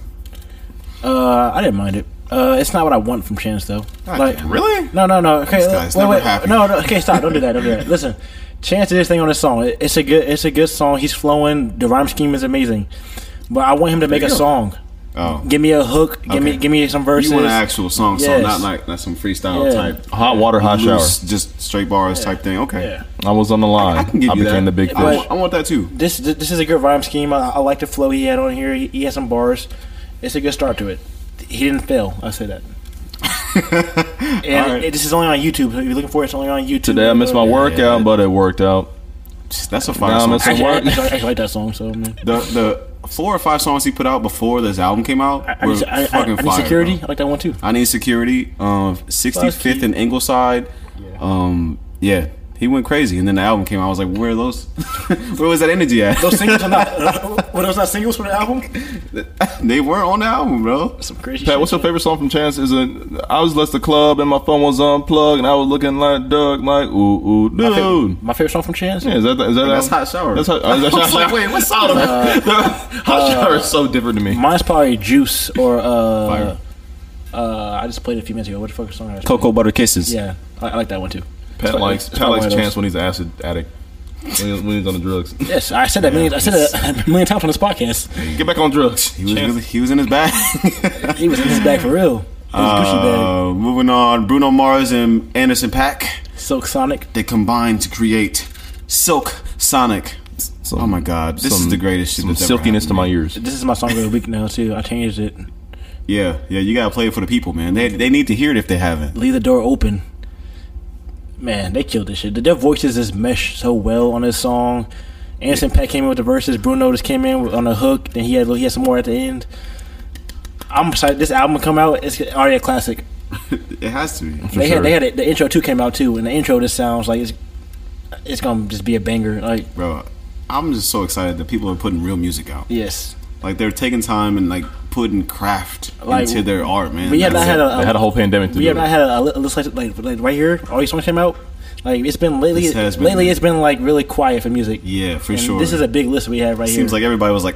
[SPEAKER 2] Uh, I didn't mind it. Uh, it's not what I want from Chance though. Like,
[SPEAKER 1] damn, really?
[SPEAKER 2] No, no, no. Okay, uh,
[SPEAKER 1] guy's
[SPEAKER 2] wait,
[SPEAKER 1] never
[SPEAKER 2] wait.
[SPEAKER 1] happy.
[SPEAKER 2] No, no. Okay, stop. Don't do that. Don't do that. Listen, Chance did his thing on this song. It- It's a good. It's a good song. He's flowing. The rhyme scheme is amazing. But I want him to make a
[SPEAKER 1] you go.
[SPEAKER 2] song.
[SPEAKER 1] Oh.
[SPEAKER 2] Give me a hook. Give me.
[SPEAKER 1] Okay.
[SPEAKER 2] Give me some verses.
[SPEAKER 1] You want an actual song, so
[SPEAKER 2] Yes.
[SPEAKER 1] not like not some freestyle
[SPEAKER 2] Yeah.
[SPEAKER 1] type.
[SPEAKER 3] Hot water, hot
[SPEAKER 1] loose, Just straight bars type thing. Okay.
[SPEAKER 2] Yeah.
[SPEAKER 3] shower. I was on the line.
[SPEAKER 1] I can give you
[SPEAKER 3] became
[SPEAKER 1] that.
[SPEAKER 3] the big
[SPEAKER 1] I
[SPEAKER 3] fish.
[SPEAKER 1] want, I want that too.
[SPEAKER 2] This this is a good rhyme scheme. I, I like the flow he had on here. He, he had some bars. It's a good start to it. He didn't fail. I say that. And
[SPEAKER 1] Alright.
[SPEAKER 2] it- this is only on YouTube. So if you're looking for it, it's only on YouTube.
[SPEAKER 3] Today I missed my
[SPEAKER 2] Uh,
[SPEAKER 3] workout, but it worked out.
[SPEAKER 1] That's a fire
[SPEAKER 3] Nah,
[SPEAKER 1] song.
[SPEAKER 3] that's a-
[SPEAKER 2] Actually, I,
[SPEAKER 3] Work.
[SPEAKER 2] actually, I actually like that song. So man.
[SPEAKER 1] The the four or five songs he put out before this album came out
[SPEAKER 2] I, I,
[SPEAKER 1] were
[SPEAKER 2] need- I, I, I
[SPEAKER 1] fucking
[SPEAKER 2] need
[SPEAKER 1] fire.
[SPEAKER 2] security.
[SPEAKER 1] bro.
[SPEAKER 2] I like that one too.
[SPEAKER 1] I need security. Um, 65th
[SPEAKER 2] Fuck you.
[SPEAKER 1] and Ingleside. Um, yeah, he went crazy, and then the album came out. I was like, where are those? where was that energy at?
[SPEAKER 2] Those singles are not. Were those not singles for the album?
[SPEAKER 1] they were on the album, bro.
[SPEAKER 2] Some crazy.
[SPEAKER 3] Pat,
[SPEAKER 2] shit.
[SPEAKER 3] what's your favorite song from Chance? Is it I was left the club and my phone was unplugged and I was looking like Doug, like ooh ooh
[SPEAKER 2] My favorite-
[SPEAKER 3] dude.
[SPEAKER 2] My favorite song from Chance.
[SPEAKER 3] Yeah, is that is that
[SPEAKER 1] That's
[SPEAKER 3] album?
[SPEAKER 1] hot shower.
[SPEAKER 3] That's hot. oh, is that
[SPEAKER 1] I was
[SPEAKER 3] Hot
[SPEAKER 1] like,
[SPEAKER 3] Shower?
[SPEAKER 1] wait, what song? is that?
[SPEAKER 3] hot shower is so different to me.
[SPEAKER 2] Mine's probably Juice or uh,
[SPEAKER 1] Fire.
[SPEAKER 2] uh, I just played it a few minutes ago. What the fuck song? I just
[SPEAKER 1] Cocoa butter kisses.
[SPEAKER 2] Yeah, I, I like that one too.
[SPEAKER 3] Pat
[SPEAKER 2] It's
[SPEAKER 3] likes
[SPEAKER 2] it's
[SPEAKER 3] Pat
[SPEAKER 2] one
[SPEAKER 3] likes
[SPEAKER 2] of those.
[SPEAKER 3] Chance when he's an acid addict. When he's, when he's on the drugs,
[SPEAKER 2] Yes, I said that. million, I said that a million times on this podcast.
[SPEAKER 3] get back on drugs.
[SPEAKER 1] He was
[SPEAKER 3] Chance-
[SPEAKER 1] really- he was in his bag.
[SPEAKER 2] He was in his bag for real. His Gucci bag.
[SPEAKER 1] Uh, moving on, Bruno Mars and Anderson Pack.
[SPEAKER 2] Silk Sonic.
[SPEAKER 1] They combined to create Silk Sonic.
[SPEAKER 3] Some-
[SPEAKER 1] oh my God, this is
[SPEAKER 3] some-
[SPEAKER 1] the greatest shit.
[SPEAKER 3] Some
[SPEAKER 1] that's ever
[SPEAKER 3] silkiness to
[SPEAKER 1] happened,
[SPEAKER 3] my
[SPEAKER 1] man.
[SPEAKER 3] ears.
[SPEAKER 2] This is my song of the week now too. I changed it.
[SPEAKER 1] Yeah, yeah, you gotta play it for the people, man. They they need to hear it if they haven't.
[SPEAKER 2] Leave the door open. Man, they killed this shit. Their voices just mesh so well on this song. Anderson Pack came in with the verses. Bruno just came in on the hook. Then he had he had some more at the end. I'm excited. This album come out. It's already a classic.
[SPEAKER 1] It has to be.
[SPEAKER 3] For
[SPEAKER 2] they
[SPEAKER 3] sure.
[SPEAKER 2] had they had it, the intro too came out too, and the intro just sounds like it's it's gonna just be a banger. Like
[SPEAKER 1] Bro, I'm just so excited that people are putting real music out.
[SPEAKER 2] yes,
[SPEAKER 1] Like they're taking time and like putting craft
[SPEAKER 2] Like,
[SPEAKER 1] into their art, man.
[SPEAKER 2] we have
[SPEAKER 1] That's
[SPEAKER 2] not had
[SPEAKER 1] it.
[SPEAKER 2] a,
[SPEAKER 3] They had a whole pandemic to
[SPEAKER 2] we
[SPEAKER 3] do.
[SPEAKER 2] have
[SPEAKER 3] it.
[SPEAKER 2] not had a, a list like, like like right here. All these songs came out. Like it's been lately.
[SPEAKER 1] This has been-
[SPEAKER 2] lately, it's been like really quiet for music.
[SPEAKER 1] Yeah, for
[SPEAKER 2] And
[SPEAKER 1] sure.
[SPEAKER 2] This is a big list we have right
[SPEAKER 1] Seems
[SPEAKER 2] here.
[SPEAKER 1] like everybody was like,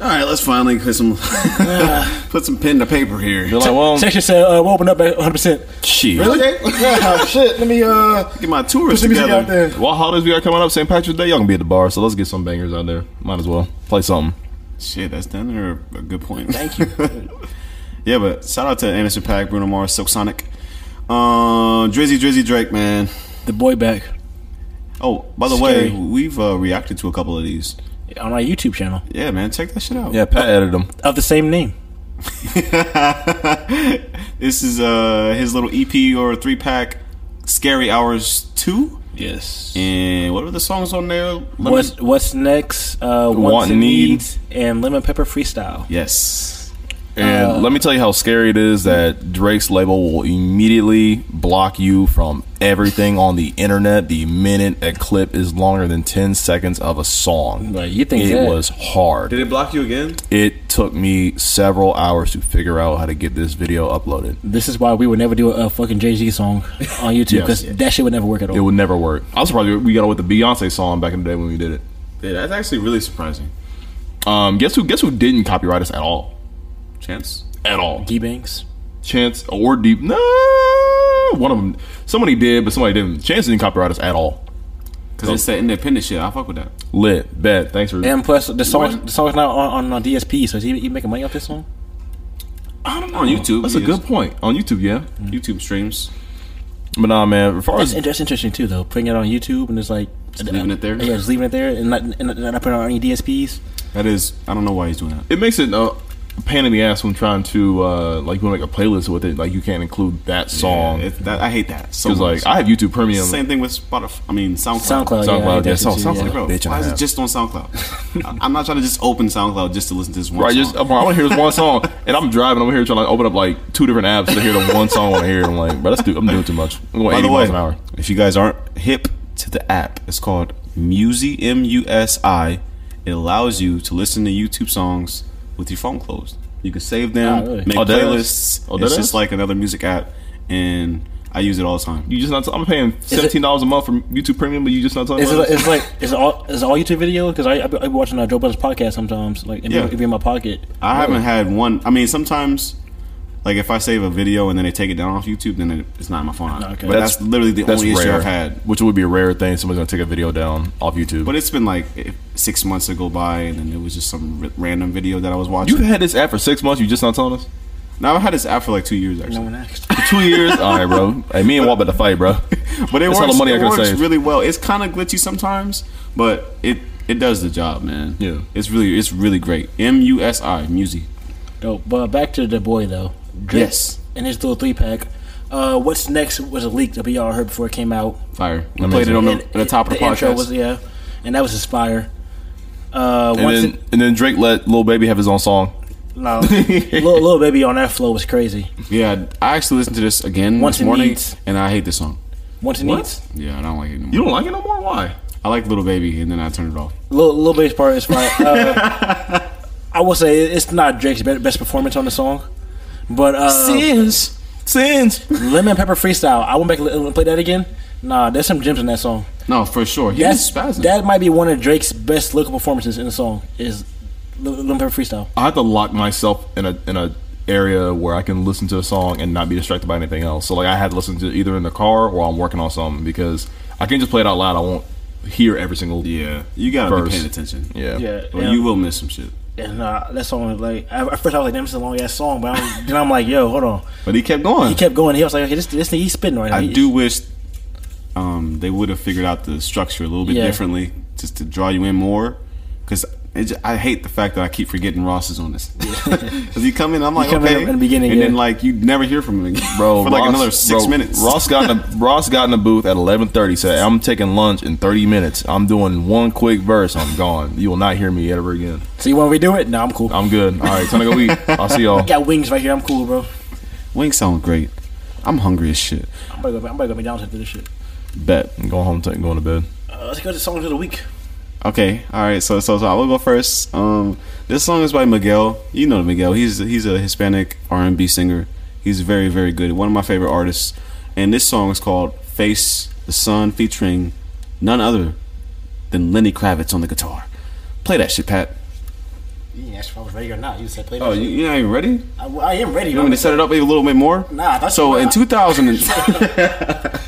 [SPEAKER 1] "All right, let's finally put some put some pen to paper here."
[SPEAKER 3] They're like, well,
[SPEAKER 2] Section said uh, we'll open up at 100. percent
[SPEAKER 1] Shit.
[SPEAKER 2] Okay, yeah, shit. Let me uh
[SPEAKER 1] Get my tourists together.
[SPEAKER 3] what holidays we got coming up? St. Patrick's Day. Y'all gonna be at the bar, so let's get some bangers out there. Might as well play something.
[SPEAKER 1] Shit, that's down there a good point.
[SPEAKER 2] Thank you.
[SPEAKER 1] yeah, but shout out to Anderson Pack, Bruno Mars, Silk Sonic. Uh, Drizzy Drizzy Drake, man.
[SPEAKER 2] The boy back
[SPEAKER 1] Oh, by the
[SPEAKER 2] Scary.
[SPEAKER 1] way, we've uh, reacted to a couple of these.
[SPEAKER 2] on our YouTube channel
[SPEAKER 1] Yeah, man, check that shit out.
[SPEAKER 3] Yeah, Pat edited them.
[SPEAKER 2] of the same name.
[SPEAKER 1] this is uh, his little EP or three pack, Scary Hours 2.
[SPEAKER 2] Yes.
[SPEAKER 1] And what are the songs on there? Let me-
[SPEAKER 2] What's What's next? Uh, Wants
[SPEAKER 3] Want
[SPEAKER 2] and
[SPEAKER 3] Need.
[SPEAKER 2] needs and lemon pepper freestyle.
[SPEAKER 1] yes.
[SPEAKER 3] And let me tell you how scary it is that Drake's label will immediately block you from everything on the internet the minute a clip is longer than 10 seconds of a song.
[SPEAKER 2] Like, you think
[SPEAKER 3] it
[SPEAKER 2] that-
[SPEAKER 3] was hard.
[SPEAKER 1] Did it block you again?
[SPEAKER 3] It took me several hours to figure out how to get this video uploaded.
[SPEAKER 2] This is why we would never do a, fucking Jay Z song on YouTube because that shit would never work at all.
[SPEAKER 3] It would never work. I was surprised we got it with the Beyonce song back in the day when we did it.
[SPEAKER 1] Yeah, that's actually really surprising.
[SPEAKER 3] Um, guess who? Guess who didn't copyright us at all?
[SPEAKER 1] Chance?
[SPEAKER 3] At all?
[SPEAKER 2] D Banks.
[SPEAKER 3] Chance or Deep? No, one of them. Somebody did, but somebody didn't. Chance didn't copyright us at all.
[SPEAKER 1] Because it's that independent shit. I fuck with that.
[SPEAKER 3] Lit, bet. Thanks for.
[SPEAKER 2] And plus, the song the song's not on, on, on DSP, so is he, he making money off this song?
[SPEAKER 3] I don't know
[SPEAKER 1] On YouTube,
[SPEAKER 3] That's a
[SPEAKER 1] yes.
[SPEAKER 3] good point. On YouTube, yeah.
[SPEAKER 1] YouTube streams.
[SPEAKER 3] But nah, man. As far
[SPEAKER 2] That's,
[SPEAKER 3] as
[SPEAKER 2] in- that's interesting too, though. Putting it on YouTube and it's like
[SPEAKER 1] leaving it there?
[SPEAKER 2] Yeah, just leaving it there and not and not- not putting it on any DSPs.
[SPEAKER 1] That is, I don't know why he's doing that.
[SPEAKER 3] it makes it uh, a pain in the ass when trying to uh, like you want to make a playlist with it, like you can't include that song.
[SPEAKER 1] Yeah,
[SPEAKER 3] It's
[SPEAKER 1] it, that, I hate that. So much.
[SPEAKER 3] like I have YouTube Premium.
[SPEAKER 1] Same thing with Spotify. I mean, SoundCloud.
[SPEAKER 2] SoundCloud, yeah, I
[SPEAKER 3] SoundCloud,
[SPEAKER 2] hate that
[SPEAKER 3] yeah,
[SPEAKER 2] shit
[SPEAKER 3] sounds-
[SPEAKER 2] too,
[SPEAKER 3] sounds
[SPEAKER 2] yeah.
[SPEAKER 3] like a
[SPEAKER 1] Bro,
[SPEAKER 3] bitch and
[SPEAKER 1] why
[SPEAKER 3] a
[SPEAKER 1] is it
[SPEAKER 3] half.
[SPEAKER 1] just on SoundCloud? I- I'm not trying to just open SoundCloud just to listen to this one
[SPEAKER 3] Right,
[SPEAKER 1] song.
[SPEAKER 3] just I'm, gonna hear this one song, and I'm driving. I'm here trying to open up like two different apps to hear the one song I want to hear. I'm like, bro, that's too, I'm doing too much. I'm going
[SPEAKER 1] By
[SPEAKER 3] 80
[SPEAKER 1] the way,
[SPEAKER 3] miles an hour.
[SPEAKER 1] if you guys aren't hip to the app, it's called Musi M U S I. It allows you to listen to YouTube songs with your phone closed. You can save them,
[SPEAKER 2] Ah, really?
[SPEAKER 1] make
[SPEAKER 3] Oh, that is-
[SPEAKER 1] playlists.
[SPEAKER 3] oh, that
[SPEAKER 1] it's
[SPEAKER 3] is?
[SPEAKER 1] just like another music app, and I use it all the time.
[SPEAKER 3] You just not. I'm paying
[SPEAKER 2] it-
[SPEAKER 3] seventeen dollars a month for YouTube Premium, but you just not talking
[SPEAKER 2] Is
[SPEAKER 3] about
[SPEAKER 2] it,
[SPEAKER 3] it.
[SPEAKER 2] it's like is it all is it all YouTube video? Because I I be, I be watching uh, Joe Budden's podcast sometimes. Like it'd,
[SPEAKER 1] Yeah.
[SPEAKER 2] be, it be in my pocket.
[SPEAKER 1] I haven't had one. I mean, sometimes, like if I save a video and then they take it down off YouTube, then it, it's not in my phone.
[SPEAKER 2] okay.
[SPEAKER 1] But that's, literally the only issue I've had.
[SPEAKER 3] which would be a rare thing. Somebody's gonna take a video down off YouTube.
[SPEAKER 1] But it's been like eh, six months to go by, and then it was just some r- random video that I was watching.
[SPEAKER 3] You've had this app for six months. You just not telling us.
[SPEAKER 1] now I've had this app for like two years actually.
[SPEAKER 2] No one asked.
[SPEAKER 3] Two years. All right, bro. Hey, me and Walt about to fight, bro.
[SPEAKER 1] But it
[SPEAKER 3] That's
[SPEAKER 1] works.
[SPEAKER 3] all the money I
[SPEAKER 1] it
[SPEAKER 3] could've
[SPEAKER 1] works
[SPEAKER 3] saved.
[SPEAKER 1] really well. It's kind of glitchy sometimes, but it it does the job, man.
[SPEAKER 3] Yeah.
[SPEAKER 1] it's really it's really great. M U S I Musi.
[SPEAKER 2] Dope. But back to the boy though. Drake
[SPEAKER 1] Yes.
[SPEAKER 2] And his little three pack. Uh, What's Next was a leak that we all heard before it came out.
[SPEAKER 1] Fire. We
[SPEAKER 3] Amazing.
[SPEAKER 1] played it on the,
[SPEAKER 2] And
[SPEAKER 1] on the top of the,
[SPEAKER 2] intro
[SPEAKER 1] podcast.
[SPEAKER 2] was yeah, and that was Inspire. Uh,
[SPEAKER 3] And
[SPEAKER 2] once
[SPEAKER 3] then, and then Drake let Lil Baby have his own song.
[SPEAKER 2] it, no, little, little baby on that flow was crazy.
[SPEAKER 1] yeah, I actually listened to this again
[SPEAKER 2] Once
[SPEAKER 1] this
[SPEAKER 2] It
[SPEAKER 1] morning,
[SPEAKER 2] Needs.
[SPEAKER 1] and I hate this song.
[SPEAKER 2] Once it
[SPEAKER 3] What?
[SPEAKER 2] needs,
[SPEAKER 1] Yeah, I don't like it anymore.
[SPEAKER 3] You don't like it no more? Why?
[SPEAKER 1] I like Little Baby, and then I turned it off.
[SPEAKER 2] little, little baby's part is fine. Uh, I will say it- it's not Drake's be- best performance on the song, but uh,
[SPEAKER 3] Sins. Sins.
[SPEAKER 2] Lemon Pepper Freestyle. I went back and played uh, that again. Nah, there's some gems in that song.
[SPEAKER 1] No, for sure. He
[SPEAKER 2] That's
[SPEAKER 1] was spazzing.
[SPEAKER 2] that might be one of Drake's best lyrical performances in the song. Is L- Lemon Pepper Freestyle?
[SPEAKER 3] I have to lock myself in a in a area where I can listen to a song and not be distracted by anything else. So like I had to listen to it either in the car or I'm working on something because I can't just play it out loud. I won't hear every single
[SPEAKER 1] yeah, you gotta be
[SPEAKER 3] Verse.
[SPEAKER 1] paying attention.
[SPEAKER 3] yeah.
[SPEAKER 1] Or you uh, will miss some shit.
[SPEAKER 2] And uh, that song, like at at first I was like, "Damn, this is a long ass song," but I'm, then I'm like, "Yo, hold on."
[SPEAKER 1] But he kept going.
[SPEAKER 2] He kept going. He was like, "Okay, this this thing he's spitting right now."
[SPEAKER 1] I
[SPEAKER 2] He-
[SPEAKER 1] do wish um, they would have figured out the structure a little bit
[SPEAKER 2] Yeah.
[SPEAKER 1] differently, just to draw you in more. Because I hate the fact that I keep forgetting Ross is on this. Because you come in, I'm like,
[SPEAKER 2] come in
[SPEAKER 1] okay,
[SPEAKER 2] in the beginning,
[SPEAKER 1] and
[SPEAKER 2] yeah.
[SPEAKER 1] then like you never hear from him again,
[SPEAKER 3] Bro,
[SPEAKER 1] for like
[SPEAKER 3] Ross-
[SPEAKER 1] another six
[SPEAKER 3] bro,
[SPEAKER 1] minutes.
[SPEAKER 3] Ross got in a, Ross got in the booth at 11:30. Said I'm taking lunch in 30 minutes. I'm doing one quick verse. I'm gone. You will not hear me ever again.
[SPEAKER 2] So you want to redo it? No, I'm cool.
[SPEAKER 3] I'm good. All right, time to go eat. I'll see y'all.
[SPEAKER 2] I got wings right here. I'm cool, bro.
[SPEAKER 1] wings sound great. I'm hungry as shit.
[SPEAKER 2] I'm about to go, I'm about to go McDonald's after this shit.
[SPEAKER 1] Bet.
[SPEAKER 3] I'm going home. Take, going to bed.
[SPEAKER 2] Uh, let's go to songs of the week.
[SPEAKER 1] Okay, all right. So, so, so I will go first. Um, this song is by Miguel. You know Miguel. He's he's a Hispanic R and B singer. He's very very good. One of my favorite artists. And this song is called "Face the Sun," featuring none other than Lenny Kravitz on the guitar. Play that shit, Pat.
[SPEAKER 2] You asked if I was ready or not. You said play.
[SPEAKER 1] Oh, you, you're not even ready. You
[SPEAKER 2] I, I am ready.
[SPEAKER 1] want me to set it up a little bit more?
[SPEAKER 2] Nah, that's
[SPEAKER 1] so in
[SPEAKER 2] not-
[SPEAKER 1] 2000. and-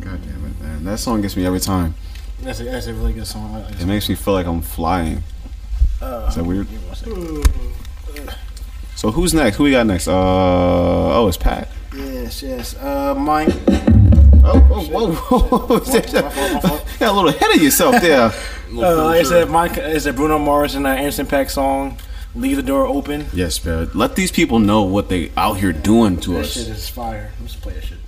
[SPEAKER 1] God damn it, man! That song gets me every time.
[SPEAKER 2] That's a, that's a really good song. I- I just-
[SPEAKER 1] It makes me feel like I'm flying. Is that weird?
[SPEAKER 2] give me one second.
[SPEAKER 1] So who's next? Who we got next? Uh oh, it's Pat.
[SPEAKER 2] Yes, yes. Uh, mine.
[SPEAKER 1] Oh, oh, whoa, whoa, whoa. Got a little ahead of yourself there.
[SPEAKER 2] Uh, it's a mine. It's a Bruno Mars and uh, Anderson Pack song. Leave the door open.
[SPEAKER 1] yes, man. Let these people know what they out here doing to
[SPEAKER 2] That shit
[SPEAKER 1] us.
[SPEAKER 2] is fire. Let's play that shit.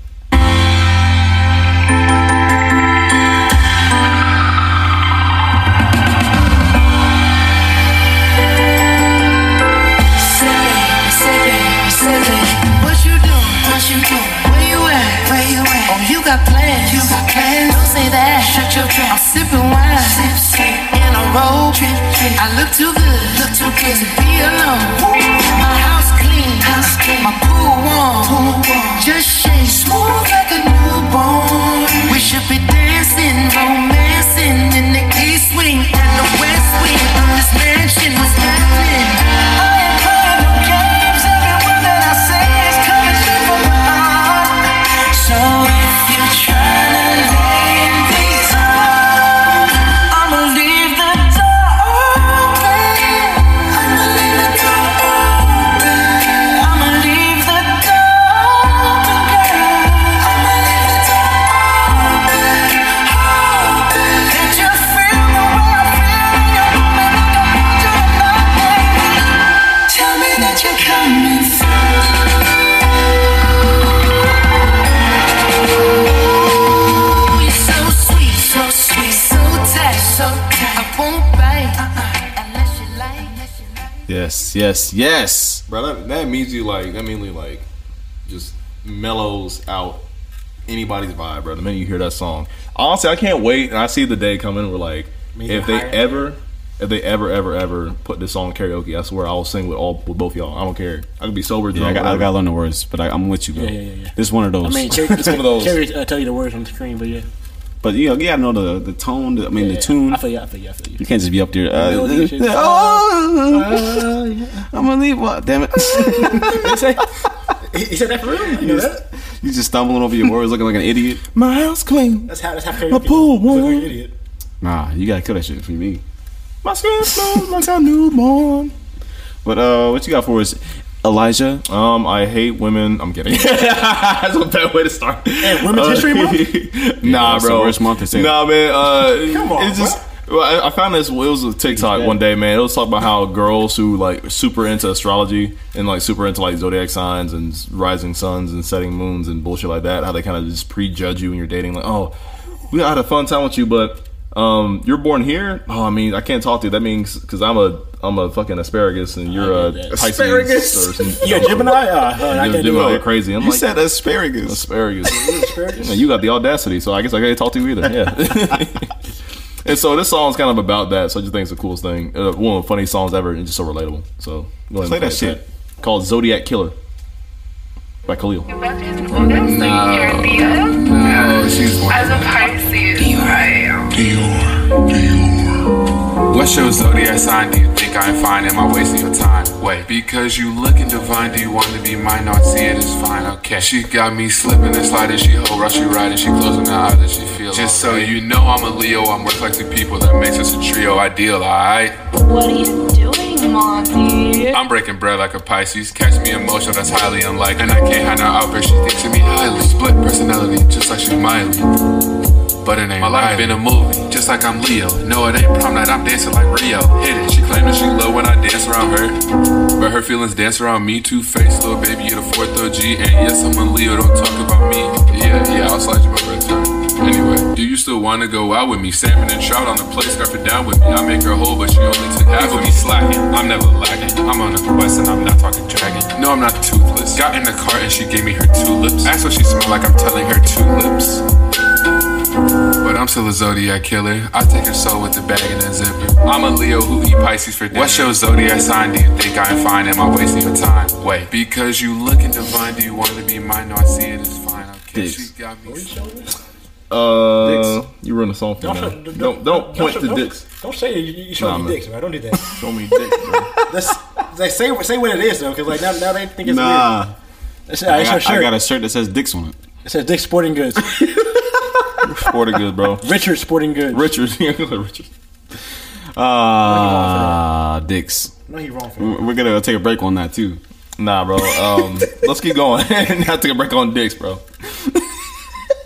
[SPEAKER 5] What you doing? What you doing? Where you at? Where you at? Oh, you got plans. You got plans. Don't say that. Shut your trap. I'm sipping wine. Sip, sip. And I roll. Trip, trip. I look too good. Look too good to be alone. My house clean. House clean. My pool warm. Pool warm. Just shake. Smooth like a newborn. We should be dancing, romancing in the east wing and the west wing of this mansion. What's happening? I am playing no games. Every word that I say is coming straight from my heart. So if you're trying to lay in these arms, I'ma leave the door open. I'ma leave the door open. I'ma leave the door open, girl. I'ma leave the door open.
[SPEAKER 1] Yes, yes, yes.
[SPEAKER 3] Bro, that, that means you like that mainly like just mellows out anybody's vibe, bro. The minute you hear that song, honestly, I can't wait. And I see the day coming where like if they ever, if they ever, ever, ever put this song karaoke, I swear I will sing with all with both y'all. I don't care. I could be sober.
[SPEAKER 1] Yeah, I,
[SPEAKER 3] drunk,
[SPEAKER 1] got, I
[SPEAKER 3] whatever.
[SPEAKER 1] gotta learn the words, but I, I'm with you, bro.
[SPEAKER 2] Yeah, yeah, yeah, yeah.
[SPEAKER 1] This is one of those.
[SPEAKER 2] I mean, Cherry,
[SPEAKER 3] It's one of those.
[SPEAKER 2] Cherry uh, tell you the words on the screen, but yeah.
[SPEAKER 1] but you, know, you gotta know the, the tone. The, I mean,
[SPEAKER 2] yeah,
[SPEAKER 1] the tune.
[SPEAKER 2] I feel you. I feel you. I feel you.
[SPEAKER 1] You can't just be up there. Uh,
[SPEAKER 2] Melody and shit.
[SPEAKER 1] oh, I'm gonna leave. What? Damn it!
[SPEAKER 2] He, said that for real. You know that?
[SPEAKER 1] you just stumbling over your words, looking like an idiot.
[SPEAKER 3] My house clean,
[SPEAKER 2] That's how. That's how.
[SPEAKER 3] my pool warm,
[SPEAKER 2] idiot.
[SPEAKER 1] Nah, you gotta kill that shit for me.
[SPEAKER 3] my skin smells like a newborn.
[SPEAKER 1] But uh, what you got for us, Elijah?
[SPEAKER 3] Um, I hate women. I'm kidding. That's a bad way to start.
[SPEAKER 2] Hey, Women's History
[SPEAKER 3] Month. nah,
[SPEAKER 1] that's
[SPEAKER 3] bro.
[SPEAKER 1] the worst month to say
[SPEAKER 3] Nah, man. Uh,
[SPEAKER 2] Come on,
[SPEAKER 3] it's just. Well, I, I found this. It was a TikTok one day, man. It was talking about how girls who like super into astrology and like super into like zodiac signs and s- rising suns and setting moons and bullshit like that, how they kind of just prejudge you when you're dating. Like, oh, we had a fun time with you, but um, you're born here. Oh, I mean, I can't talk to you. That means because I'm a I'm a fucking asparagus and you're a
[SPEAKER 2] that.
[SPEAKER 3] Pisces
[SPEAKER 1] Asparagus.
[SPEAKER 3] or some-
[SPEAKER 2] You a Gemini? Uh, huh, I
[SPEAKER 3] you
[SPEAKER 2] can't
[SPEAKER 3] do
[SPEAKER 2] do
[SPEAKER 3] it like
[SPEAKER 2] it.
[SPEAKER 3] crazy. I'm
[SPEAKER 1] you
[SPEAKER 3] like
[SPEAKER 1] said asparagus.
[SPEAKER 3] asparagus.
[SPEAKER 2] Asparagus?
[SPEAKER 3] And you got the audacity, so I guess I can't talk to you either. Yeah. and so this song's kind of about that. So I just think it's the coolest thing, uh, one of the funniest songs ever, and just so relatable. So go ahead and
[SPEAKER 1] Play that
[SPEAKER 3] it,
[SPEAKER 1] shit.
[SPEAKER 3] man. Called Zodiac Killer by Khalil.
[SPEAKER 6] No, she's
[SPEAKER 7] As a Pisces, I am.
[SPEAKER 6] What's your zodiac sign? Do you think I'm fine? Am I wasting your time? Wait, because you looking divine, do you want to be mine? No, I see it is fine, okay. She got me slipping and sliding, she hoe rushy riding, she closing her eyes and she feels. Just so you know, I'm a Leo, I'm worth like two people, that makes us a trio ideal, alright?
[SPEAKER 7] What are you doing, Monty?
[SPEAKER 6] I'm breaking bread like a Pisces. Catch me emotional, that's highly unlike. And I can't hide her out, but she thinks of me highly. Split personality, just like she's Miley. But it ain't my life been a movie, just like I'm Leo. No, it ain't prom night, I'm dancing like Rio. Hit it, she claimed that she low when I dance around her. But her feelings dance around me, two faced little baby, you the fourth OG. And yes, I'm a Leo, don't talk about me. Yeah, yeah, I'll slide you my bread too. Anyway, do you still wanna go out with me? Salmon and trout on the plate, scarf it down with me. I make her whole, but she only took half of me. Slacking, I'm never lacking. I'm on the quest and I'm not talking dragon. No, I'm not toothless. Got in the car and she gave me her tulips. Asked what she smelled like, I'm telling her tulips. But I'm still a zodiac killer. I take her soul with the bag and a zipper. I'm a Leo who eat Pisces for dinner. What's your zodiac sign? Do you think I'm fine? Am I wasting your time? Wait, because you looking divine, do you want to be mine? No, I see it as fine. Okay,
[SPEAKER 1] Dicks.
[SPEAKER 6] she got me.
[SPEAKER 3] Uh, you ruined the song for me. man. Don't don't, point to
[SPEAKER 2] don't,
[SPEAKER 3] dicks.
[SPEAKER 2] Don't say you, you showing
[SPEAKER 3] Nah,
[SPEAKER 2] me
[SPEAKER 3] man.
[SPEAKER 2] dicks, man. Don't do that.
[SPEAKER 3] Show me dick. Bro.
[SPEAKER 2] That's like say say what it is though, because like now, now they think it's weird.
[SPEAKER 1] Nah,
[SPEAKER 2] That's,
[SPEAKER 1] I
[SPEAKER 2] that's
[SPEAKER 1] got,
[SPEAKER 2] her
[SPEAKER 1] I
[SPEAKER 2] shirt.
[SPEAKER 1] got a shirt that says dicks on it.
[SPEAKER 2] It says Dick Sporting Goods.
[SPEAKER 3] Sporting good, bro.
[SPEAKER 2] Richard Sporting Goods.
[SPEAKER 3] Richard, Yeah, Richard.
[SPEAKER 1] Ah, dicks.
[SPEAKER 2] No, he wrong for that.
[SPEAKER 1] We're gonna take a break on that too.
[SPEAKER 3] Nah, bro. Um, let's keep going. Not take a break on dicks, bro.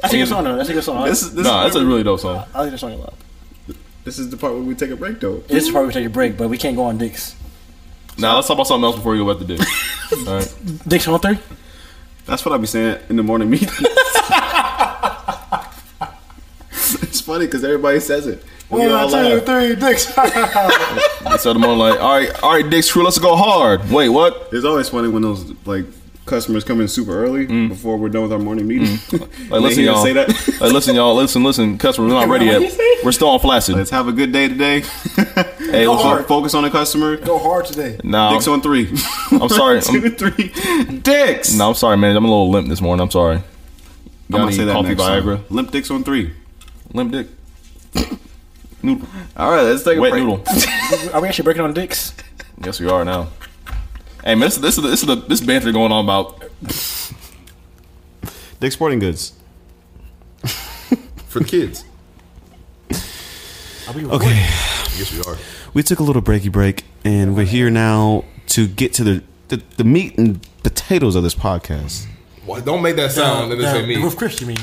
[SPEAKER 2] That's a good song though. That's a good song.
[SPEAKER 1] This is this,
[SPEAKER 3] Nah,
[SPEAKER 1] is,
[SPEAKER 3] that's a really dope song.
[SPEAKER 2] I like that song a lot.
[SPEAKER 1] this is the part where we take a break though.
[SPEAKER 2] This is probably we take a break, but we can't go on dicks.
[SPEAKER 3] Now let's talk about something else before you go back to dicks. All right.
[SPEAKER 2] Dicks on three.
[SPEAKER 1] That's what I be saying in the morning meeting. it's funny because everybody says it. We all laugh.
[SPEAKER 2] three, dicks.
[SPEAKER 3] So the morning, like, all right, all right, Dick's crew, let's go hard. Wait, what?
[SPEAKER 1] It's always funny when those like customers come in super early before we're done with our morning meeting.
[SPEAKER 3] Mm. Like,
[SPEAKER 1] They
[SPEAKER 3] listen,
[SPEAKER 1] hear us
[SPEAKER 3] y'all.
[SPEAKER 1] Say that.
[SPEAKER 3] Like, listen, y'all. Listen, listen. Customer, we're not ready
[SPEAKER 2] What'd
[SPEAKER 3] yet.
[SPEAKER 2] you say?
[SPEAKER 3] We're still on flaccid.
[SPEAKER 1] Let's have a good day today.
[SPEAKER 3] Hey, what's
[SPEAKER 2] hard.
[SPEAKER 3] up?
[SPEAKER 1] Focus on the customer.
[SPEAKER 2] go hard today.
[SPEAKER 3] Nah,
[SPEAKER 1] Dicks on three.
[SPEAKER 3] I'm sorry.
[SPEAKER 1] One, two,
[SPEAKER 3] I'm-
[SPEAKER 1] three. Dicks.
[SPEAKER 3] nah, I'm sorry, man. I'm a little limp this morning. I'm sorry.
[SPEAKER 1] I'm
[SPEAKER 3] Got
[SPEAKER 1] gonna
[SPEAKER 3] any
[SPEAKER 1] say that
[SPEAKER 3] coffee
[SPEAKER 1] next
[SPEAKER 3] Viagra?
[SPEAKER 1] time. Limp dicks on three.
[SPEAKER 3] Limp dick. Noodle.
[SPEAKER 1] All right, let's take a
[SPEAKER 3] Wet
[SPEAKER 1] break.
[SPEAKER 3] noodle.
[SPEAKER 2] Are we actually breaking on dicks?
[SPEAKER 3] Yes, we are now. Hey, man, this, this is the, this is the, this banter going on about
[SPEAKER 1] Dick Sporting Goods for the kids.
[SPEAKER 8] Okay,
[SPEAKER 1] Yes, we are.
[SPEAKER 8] we took a little breaky break, and we're here now to get to the the, the meat and potatoes of this podcast.
[SPEAKER 9] Why- Don't make that sound. That
[SPEAKER 2] the,
[SPEAKER 9] doesn't
[SPEAKER 2] the
[SPEAKER 9] Uh, me.
[SPEAKER 2] roof Chris, you mean?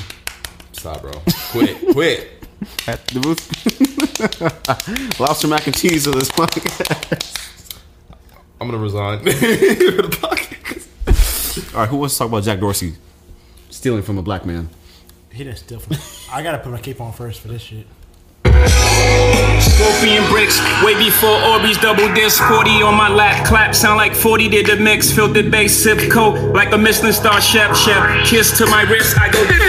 [SPEAKER 9] Stop, bro. Quit. Quit.
[SPEAKER 8] At the roof, lobster mac and cheese of this podcast.
[SPEAKER 9] I'm gonna resign. The podcast.
[SPEAKER 8] All right, who wants to talk about Jack Dorsey stealing from a black man?
[SPEAKER 2] He didn't steal from me. I gotta put my cape on first for this shit.
[SPEAKER 6] Scorpion bricks, way before Orbeez double disc. 40 on my lap, clap sound like 40 did the mix. Filtered bass, sip coat like a Michelin star chef. Chef, kiss to my wrist, I go. Try to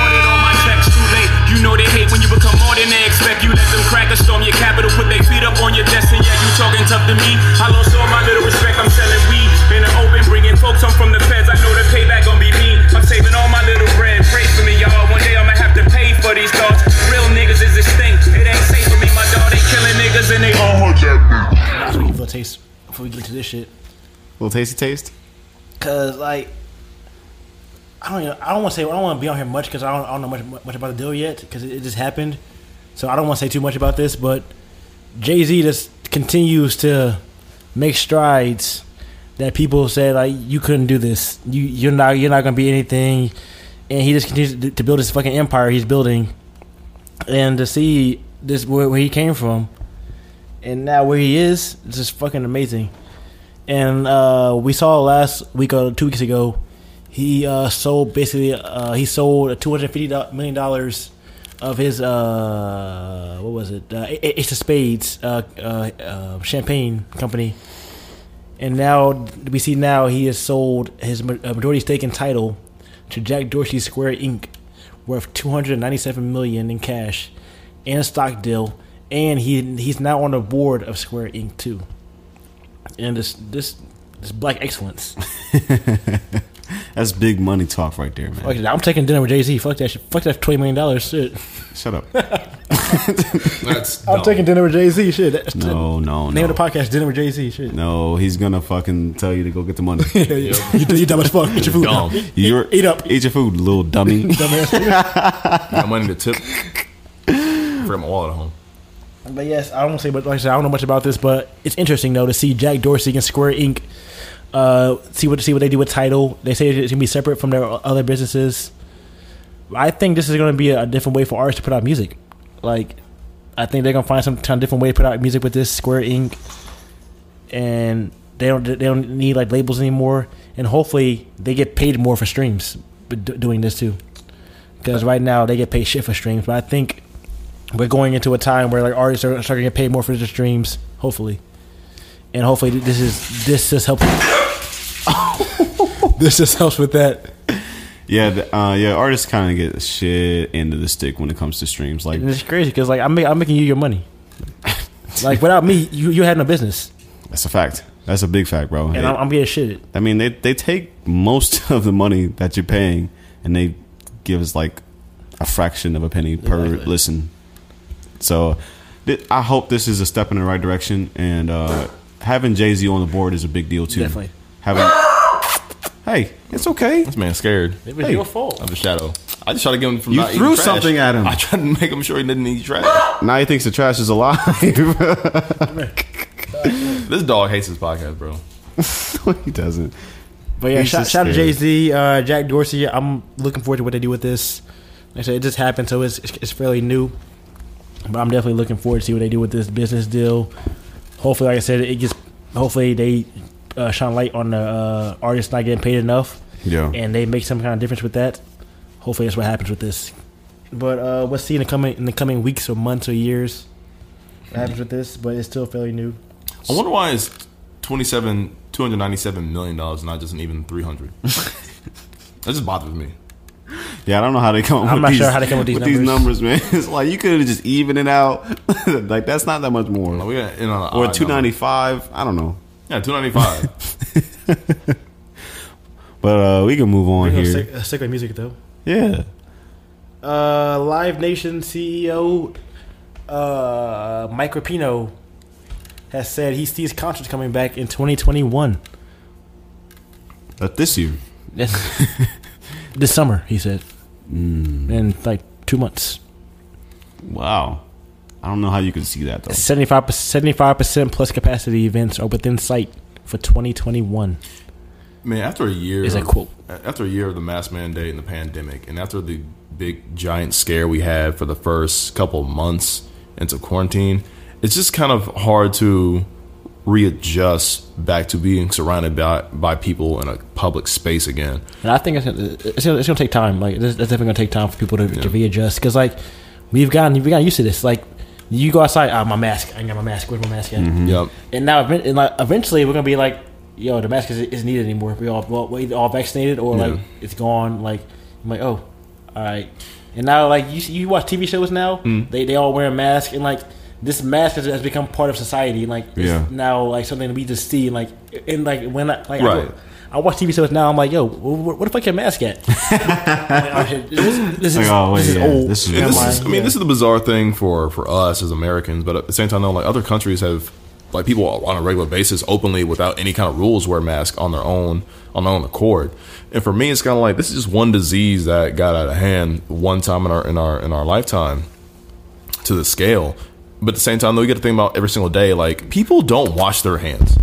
[SPEAKER 6] audit all my checks, too late. You know they hate when you become more than they expect. You let them crack a storm your capital, put their feet up on your desk, and yeah, you talking tough to me. I lost all my little respect. I'm selling weed in the open, bringing folks. I'm from the feds. I know the payback gonna be mean. I'm saving all my little bread. Pray for me, y'all. One day I'ma have to pay for these thoughts. Real niggas is extinct. It ain't safe for me, my dog. They killing niggas and they all heard
[SPEAKER 2] Let's give a taste before we get into this shit.
[SPEAKER 8] Little tasty taste.
[SPEAKER 2] Cause like I don't even, I don't want to say I don't want to be on here much because I don't, I don't know much much about the deal yet because it, it just happened. So I don't want to say too much about this, but Jay Z just continues to make strides that people say like you couldn't do this. You you're not you're not gonna be anything, and he just continues to- to build this fucking empire he's building, and to see this where, where he came from, and now where he is, it's just fucking amazing. And uh, we saw last week or two weeks ago, he uh, sold basically uh, he sold two hundred fifty million dollars of his uh, what was it? Uh, A- A- Ace of Spades uh, uh, uh, champagne company, and now we see now he has sold his ma- uh, majority stake in title to Jack Dorsey Square Inc. worth two hundred ninety seven million in cash and a stock deal, and he he's now on the board of Square Inc. too and this this this black excellence.
[SPEAKER 8] That's big money talk right there, man.
[SPEAKER 2] Fuck it, I'm taking dinner with Jay Z. Fuck that shit. Fuck that twenty million dollars shit.
[SPEAKER 8] Shut up.
[SPEAKER 10] That's
[SPEAKER 2] I'm
[SPEAKER 10] dumb.
[SPEAKER 2] taking dinner with Jay Z. Shit. That's
[SPEAKER 8] No, no,
[SPEAKER 2] Name
[SPEAKER 8] no.
[SPEAKER 2] of the podcast: Dinner with Jay Z. Shit.
[SPEAKER 8] No, he's gonna fucking tell you to go get the money.
[SPEAKER 2] you you dumb as fuck. Eat your food.
[SPEAKER 8] Dumb.
[SPEAKER 2] Eat-
[SPEAKER 8] You're,
[SPEAKER 2] eat up.
[SPEAKER 8] Eat your food, little dummy.
[SPEAKER 2] Dumbass.
[SPEAKER 3] Got money to tip. Forgot my wallet at home.
[SPEAKER 2] but yes, I don't want to say, but like I said, I don't know much about this, but it's interesting though to see Jack Dorsey and Square Inc. Uh, see what see what they do with title. They say it's gonna be separate from their other businesses. I think this is gonna be a different way for artists to put out music. Like, I think they're gonna find some kind of different way to put out music with this Square Inc. and they don't they don't need like labels anymore. And hopefully they get paid more for streams b- do- doing this too, because right now they get paid shit for streams. But I think we're going into a time where like artists are starting to get paid more for their streams. Hopefully, and hopefully th- this is this just helps. this just helps with that.
[SPEAKER 8] yeah, the, uh, yeah. Artists kind of get shit end of the stick when it comes to streams. Like,
[SPEAKER 2] And it's crazy because like I'm ma- I'm making you your money. like without me, you you had no business,
[SPEAKER 8] that's a fact. That's a big fact, bro.
[SPEAKER 2] and I'm, I'm getting shitted.
[SPEAKER 8] I mean, they they take most of the money that you're paying, and they give us like a fraction of a penny per listen. So, th- I hope this is a step in the right direction. And uh, having Jay Z on the board is a big deal too.
[SPEAKER 2] Definitely.
[SPEAKER 8] Having, hey, it's okay.
[SPEAKER 3] This man scared
[SPEAKER 2] It was
[SPEAKER 8] Hey.
[SPEAKER 2] your fault.
[SPEAKER 3] of the shadow. I just tried to get him from.
[SPEAKER 8] You
[SPEAKER 3] not eating
[SPEAKER 8] threw
[SPEAKER 3] trash.
[SPEAKER 8] something at him.
[SPEAKER 3] I tried to make him sure he didn't eat trash.
[SPEAKER 8] Now he thinks the trash is alive.
[SPEAKER 3] this dog hates his podcast, bro.
[SPEAKER 8] No, he doesn't.
[SPEAKER 2] But yeah,
[SPEAKER 8] He's
[SPEAKER 2] shout,
[SPEAKER 8] just
[SPEAKER 2] shout out to
[SPEAKER 8] scared.
[SPEAKER 2] Jay Z, uh, Jack Dorsey. I'm looking forward to what they do with this. Like I said, it just happened, so it's it's it's fairly new. But I'm definitely looking forward to see what they do with this business deal. Hopefully, like I said, it gets. Hopefully, they uh, shine light on the uh, artists not getting paid enough,
[SPEAKER 8] Yeah.
[SPEAKER 2] and they make some kind of difference with that. Hopefully, that's what happens with this. But uh, we'll see in the coming in the coming weeks or months or years what happens with this. But it's still fairly new.
[SPEAKER 3] I wonder why it's 27 297 million dollars, not just an even three hundred. that just bothers me.
[SPEAKER 8] Yeah, I don't know how they come.
[SPEAKER 2] I'm
[SPEAKER 8] with
[SPEAKER 2] not
[SPEAKER 8] these,
[SPEAKER 2] sure how they come with these
[SPEAKER 8] numbers, man. It's like you could have just even it out. like that's not that much more.
[SPEAKER 3] Like we got in on an
[SPEAKER 8] or
[SPEAKER 3] odd
[SPEAKER 8] two ninety five. I don't know.
[SPEAKER 3] number. Yeah, two ninety five.
[SPEAKER 8] But uh, we can move on here.
[SPEAKER 2] Sick, uh, sick with music though.
[SPEAKER 8] Yeah.
[SPEAKER 2] uh, Live Nation CEO uh, Mike Rapino has said he sees concerts coming back in 2021.
[SPEAKER 8] But this year.
[SPEAKER 2] this summer, he said.
[SPEAKER 8] Hmm.
[SPEAKER 2] In like two months.
[SPEAKER 8] Wow. I don't know how you can see that though.
[SPEAKER 2] 75, 75% plus capacity events are within sight for 2021.
[SPEAKER 3] man, after a year
[SPEAKER 2] Is that
[SPEAKER 3] of-
[SPEAKER 2] cool?
[SPEAKER 3] After a year of the mask mandate and the pandemic, and after the big giant scare we had for the first couple of months into quarantine, it's just kind of hard to readjust back to being surrounded by by people in a public space again.
[SPEAKER 2] And I think it's, it's, gonna- it's going to take time. Like, it's, it's definitely going to take time for people to, to readjust. Because, like, We've gotten we have gotten used to this. Like you go outside, ah, my mask. I ain't got my mask. Where's my mask at?
[SPEAKER 11] Yep.
[SPEAKER 2] And now, event- and like, eventually, we're gonna be like, yo, the mask is, isn't needed anymore. We all well, we either all vaccinated or like it's gone. Like I'm like, oh, all right. And now, like you, see- you watch TV shows now,
[SPEAKER 8] Hmm.
[SPEAKER 2] they they all wear masks and like this mask has, has become part of society. And, like it's
[SPEAKER 8] Yeah.
[SPEAKER 2] now, like something we just see. Like and like when I like I
[SPEAKER 3] Right.
[SPEAKER 2] go- I, watch TV shows now. I'm like, yo, what, what if I get a mask at? oh, this, is- this is,
[SPEAKER 8] Like, oh,
[SPEAKER 2] this is
[SPEAKER 8] yeah,
[SPEAKER 2] old.
[SPEAKER 8] this is-
[SPEAKER 3] And
[SPEAKER 2] Never
[SPEAKER 3] this
[SPEAKER 2] mind.
[SPEAKER 3] is, I mean, this is the bizarre thing for for us as Americans, but at the same time, though, like other countries have like people on a regular basis, openly without any kind of rules, wear masks on their own on their own accord. And for me, it's kind of like this is just one disease that got out of hand one time in our in our in our lifetime to the scale. But at the same time, though, you got to think about every single day. Like people don't wash their hands.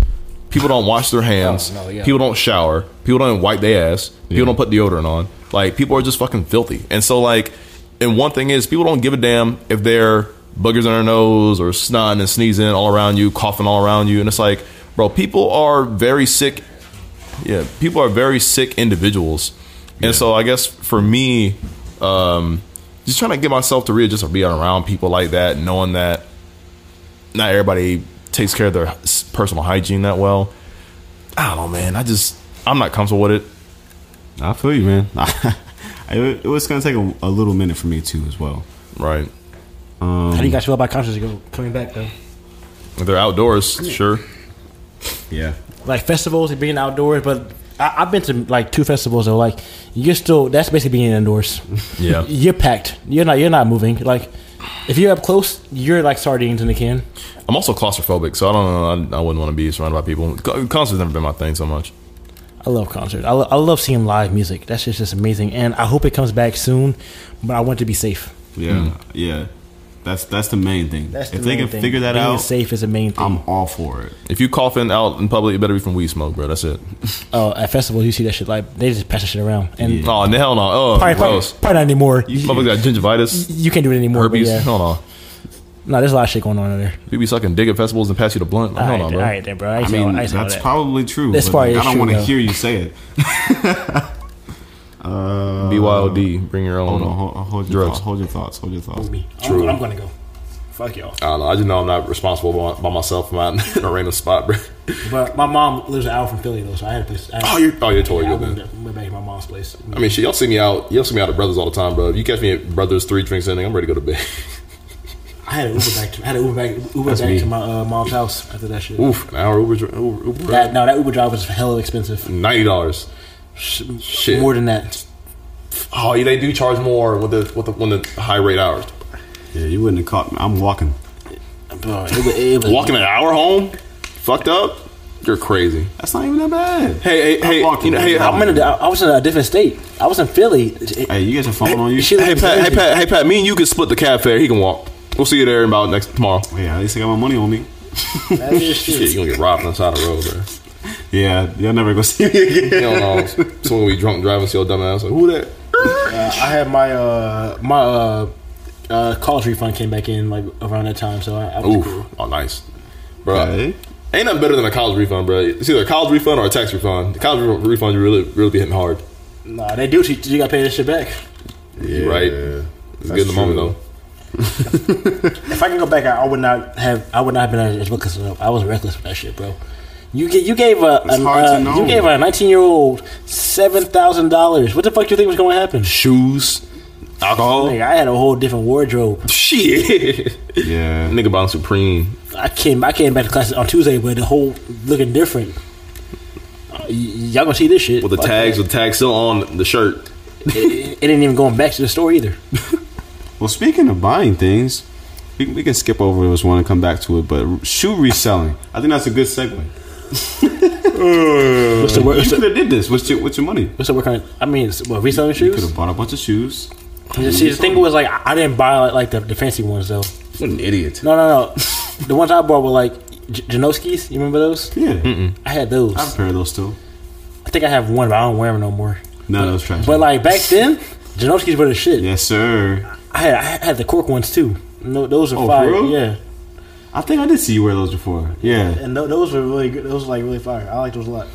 [SPEAKER 3] People don't wash their hands.
[SPEAKER 2] no, yeah.
[SPEAKER 3] People don't shower. People don't wipe their ass. People don't put deodorant on. Like people are just fucking filthy. And so like, and one thing is people don't give a damn if they're buggers in their nose or snotting and sneezing all around you, coughing all around you. And it's like, bro, people are very sick yeah, people are very sick individuals, and so I guess for me, um, just trying to get myself to readjust or be around people like that, knowing that not everybody takes care of their s- personal hygiene that well. I don't know, man. I just I'm not comfortable with it.
[SPEAKER 8] I feel you, man. it, it was gonna take a, a little minute for me too, as well.
[SPEAKER 3] Right?
[SPEAKER 2] How do you guys feel about concerts ago coming back though?
[SPEAKER 3] If they're outdoors, sure.
[SPEAKER 8] Yeah,
[SPEAKER 2] like festivals and being outdoors, but I, I've been to like two festivals though. Like you're still that's basically being indoors.
[SPEAKER 3] Yeah.
[SPEAKER 2] you're packed. You're not. You're not moving. Like if you're up close, you're like sardines in a can.
[SPEAKER 3] I'm also claustrophobic, so I don't know. I, I wouldn't want to be surrounded by people. Co- Concerts never been my thing so much.
[SPEAKER 2] I love concerts. I, lo- I love seeing live music. That's just just amazing, and I hope it comes back soon. But I want it to be safe.
[SPEAKER 8] yeah, Mm. yeah. That's that's the main thing.
[SPEAKER 2] That's the
[SPEAKER 8] if they
[SPEAKER 2] main
[SPEAKER 8] can
[SPEAKER 2] thing.
[SPEAKER 8] figure that
[SPEAKER 2] Being
[SPEAKER 8] out,
[SPEAKER 2] safe is the main thing.
[SPEAKER 8] I'm all for it.
[SPEAKER 3] If you coughing out in public, it better be from weed smoke, bro. That's it.
[SPEAKER 2] Oh, at festivals you see that shit. Like they just pass that shit around, and
[SPEAKER 3] Oh, and hell no. Oh,
[SPEAKER 2] probably, probably,
[SPEAKER 3] gross.
[SPEAKER 2] probably not anymore. You,
[SPEAKER 3] Motherfucker got gingivitis,
[SPEAKER 2] you can't do it anymore. but
[SPEAKER 3] herpes.
[SPEAKER 2] Yeah.
[SPEAKER 3] Hell no.
[SPEAKER 2] No, there's a lot of shit going on in there.
[SPEAKER 3] People be sucking dick at festivals and pass you the blunt. Like,
[SPEAKER 2] All
[SPEAKER 3] hold
[SPEAKER 2] right,
[SPEAKER 3] on,
[SPEAKER 2] all
[SPEAKER 3] bro.
[SPEAKER 2] right, then, bro. I,
[SPEAKER 8] I
[SPEAKER 2] ain't saying-
[SPEAKER 8] mean,
[SPEAKER 2] I ain't saying all
[SPEAKER 8] that's
[SPEAKER 2] that.
[SPEAKER 8] probably true.
[SPEAKER 2] That's
[SPEAKER 8] but
[SPEAKER 2] probably
[SPEAKER 8] I don't
[SPEAKER 2] true,
[SPEAKER 8] want to
[SPEAKER 2] though.
[SPEAKER 8] hear you say it. uh,
[SPEAKER 3] BYOD. Bring your own.
[SPEAKER 8] Hold on, hold, hold your
[SPEAKER 3] Drugs.
[SPEAKER 8] thoughts. Hold your thoughts. Hold your thoughts.
[SPEAKER 2] True. I'm, I'm gonna go. Fuck y'all.
[SPEAKER 3] I don't know. I just know I'm not responsible by, by myself. I'm out in a random spot, bro.
[SPEAKER 2] But my mom lives an hour from Philly though, so I had a place. I had,
[SPEAKER 3] Oh, you're, oh, you're totally
[SPEAKER 2] I
[SPEAKER 3] good,
[SPEAKER 2] went
[SPEAKER 3] man.
[SPEAKER 2] back- went back to my mom's place.
[SPEAKER 3] I mean, shit, y'all see me out. Y'all see me out at Brothers all the time, bro. If you catch me at Brothers three drinks in, I'm ready to go to bed.
[SPEAKER 2] I had an Uber back to I had an Uber back Uber back
[SPEAKER 3] me.
[SPEAKER 2] to my uh, mom's house after that shit.
[SPEAKER 3] Oof, an hour Uber, dri- Uber, Uber
[SPEAKER 2] That no, that Uber drive was hella expensive.
[SPEAKER 3] ninety dollars. Shit.
[SPEAKER 2] More than that.
[SPEAKER 3] Oh, yeah, they do charge more with the with the, when the high rate hours.
[SPEAKER 8] Yeah, you wouldn't have caught me. I'm walking.
[SPEAKER 2] Bro, it was, it was
[SPEAKER 3] Walking an hour home, fucked up. You're crazy.
[SPEAKER 8] That's not even that bad.
[SPEAKER 3] Hey, hey,
[SPEAKER 8] I'm
[SPEAKER 3] hey,
[SPEAKER 8] walking.
[SPEAKER 3] you know, hey,
[SPEAKER 2] I'm in a, I was in a different state. I was in Philly. It-
[SPEAKER 8] Hey, you got your phone on you?
[SPEAKER 2] she
[SPEAKER 3] Hey
[SPEAKER 2] lives in
[SPEAKER 3] Pat, hey
[SPEAKER 2] Jersey.
[SPEAKER 3] Pat, hey Pat. Me and you can split the cab fare. He can walk. We'll see you there in about next tomorrow.
[SPEAKER 8] Yeah, at least I got my money on me.
[SPEAKER 2] That is true.
[SPEAKER 3] Shit, you gonna get robbed on the side of the road, bro.
[SPEAKER 8] Yeah, y'all never gonna see me again.
[SPEAKER 3] You don't know. Someone gonna be drunk driving, see your dumb ass. Like, who that?
[SPEAKER 2] I had my uh my uh, uh college refund came back in like around that time, so I, I was cool.
[SPEAKER 3] Oof. Oh, nice, bro.
[SPEAKER 8] Okay.
[SPEAKER 3] Ain't nothing better than a college refund, bro. It's either a college refund or a tax refund. The college re- refund, you really, really be hitting hard.
[SPEAKER 2] Nah, they do. You, you got to pay that shit back.
[SPEAKER 8] Yeah,
[SPEAKER 3] Right. It's good in the moment though.
[SPEAKER 2] If I could go back, I, I would not have. I would not have been as reckless. Enough. I was reckless with that shit, bro. You get. You gave a.
[SPEAKER 8] It's
[SPEAKER 2] an-
[SPEAKER 8] hard to
[SPEAKER 2] uh,
[SPEAKER 8] know.
[SPEAKER 2] You gave a 19 year old seven thousand dollars. What the fuck do you think was going to happen?
[SPEAKER 3] Shoes, alcohol,
[SPEAKER 2] Like, I had a whole different wardrobe.
[SPEAKER 3] shit.
[SPEAKER 8] Yeah.
[SPEAKER 3] Nigga buying Supreme.
[SPEAKER 2] I came. I came back to class on Tuesday, but the whole looking different. Uh, y- y'all gonna see this shit
[SPEAKER 3] With the
[SPEAKER 2] Fuck
[SPEAKER 3] tags,
[SPEAKER 2] that.
[SPEAKER 3] with the tags still on the shirt.
[SPEAKER 2] It, it ain't even going back to the store either.
[SPEAKER 8] Well, speaking of buying things, we, we can skip over this one and come back to it. But shoe reselling, I think that's a good segue.
[SPEAKER 2] What's the
[SPEAKER 8] You
[SPEAKER 2] work?
[SPEAKER 8] could have did this. What's your what's your money?
[SPEAKER 2] What's the work on? I mean, it's- what reselling
[SPEAKER 8] You could
[SPEAKER 2] shoes?
[SPEAKER 8] have bought a bunch of shoes.
[SPEAKER 2] See, the thing was like I I didn't buy like, like the, the fancy ones though.
[SPEAKER 8] What an idiot!
[SPEAKER 2] No, no, no. the ones I bought were like J- Janoskis. You remember those?
[SPEAKER 8] Yeah,
[SPEAKER 2] I had those.
[SPEAKER 8] I have a pair of those still.
[SPEAKER 2] I think I have one, but I don't wear them no more.
[SPEAKER 8] No, those trash.
[SPEAKER 2] But like back then, Janoskis were the shit.
[SPEAKER 8] yes, sir.
[SPEAKER 2] I had I had the cork ones too. No, those are
[SPEAKER 8] Oh, for
[SPEAKER 2] fire.
[SPEAKER 8] real?
[SPEAKER 2] Yeah,
[SPEAKER 8] I think I did see you wear those before. Yeah,
[SPEAKER 2] and tho- those were really good. Those were like really fire. I like those a lot.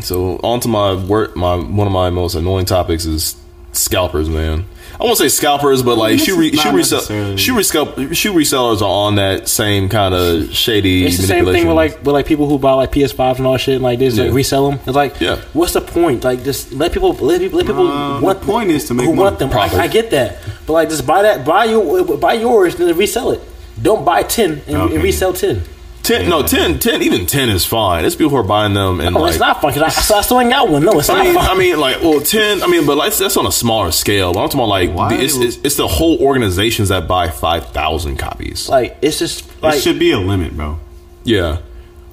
[SPEAKER 3] So on to my work. My one of my most annoying topics is scalpers, man. I won't say scalpers, but like shoe re-
[SPEAKER 8] Not
[SPEAKER 3] shoe resell
[SPEAKER 8] necessarily.
[SPEAKER 3] shoe, resell- shoe resellers are on that same kind of shady.
[SPEAKER 2] It's the same thing with like with like people who buy like PS5s and all shit. And, like they just
[SPEAKER 3] Yeah.
[SPEAKER 2] like resell them. It's like,
[SPEAKER 3] Yeah.
[SPEAKER 2] what's the point? Like just let people let people, let people
[SPEAKER 8] Uh,
[SPEAKER 2] want
[SPEAKER 8] the point is to make
[SPEAKER 2] who want
[SPEAKER 8] money.
[SPEAKER 2] them. I,
[SPEAKER 3] Profit.
[SPEAKER 2] I get that, but like just buy that, buy your buy yours, and then resell it. Don't buy ten and,
[SPEAKER 8] Okay.
[SPEAKER 2] and resell ten.
[SPEAKER 3] ten, no 10, 10, even ten is fine. It's people who are buying them and
[SPEAKER 2] No,
[SPEAKER 3] like
[SPEAKER 2] Oh, it's not fun because I, I, still- I still ain't got one. No, it's
[SPEAKER 3] I
[SPEAKER 2] not
[SPEAKER 3] mean,
[SPEAKER 2] fun.
[SPEAKER 3] I mean, like, well, ten. I mean, but like, that's on a smaller scale. But I'm talking about like,
[SPEAKER 8] Why?
[SPEAKER 3] the, it's, it's, it's the whole organizations that buy five thousand copies.
[SPEAKER 2] Like it's just like
[SPEAKER 8] it should be a limit, bro.
[SPEAKER 3] yeah,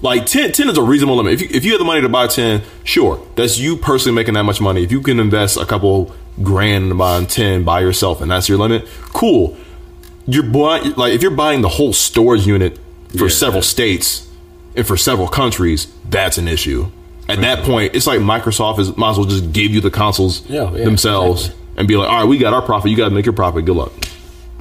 [SPEAKER 3] like 10, 10 is a reasonable limit. If you, if you have the money to buy ten, sure, that's you personally making that much money. If you can invest a couple grand into buying ten by yourself, and that's your limit, cool. You're buying like if you're buying the whole storage unit for several states and for several countries, that's an issue. At that point, it's like Microsoft is might as well just give you the consoles
[SPEAKER 2] Yeah, yeah,
[SPEAKER 3] themselves and be like, all right, we got our profit. You got to make your profit. Good luck.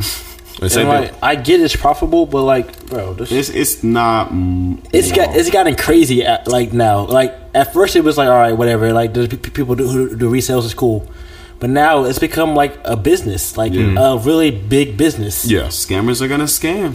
[SPEAKER 3] And same
[SPEAKER 2] and, like,
[SPEAKER 3] thing.
[SPEAKER 2] I get it's profitable, but like, bro, this,
[SPEAKER 8] It's it's not. Mm,
[SPEAKER 2] It's
[SPEAKER 8] you
[SPEAKER 2] got
[SPEAKER 8] know.
[SPEAKER 2] it's gotten crazy at, like now. Like at first it was like all right, whatever. Like the pe- people do, who do resales is cool, but now it's become like a business, like a really big business.
[SPEAKER 3] yeah.
[SPEAKER 8] scammers are gonna scam.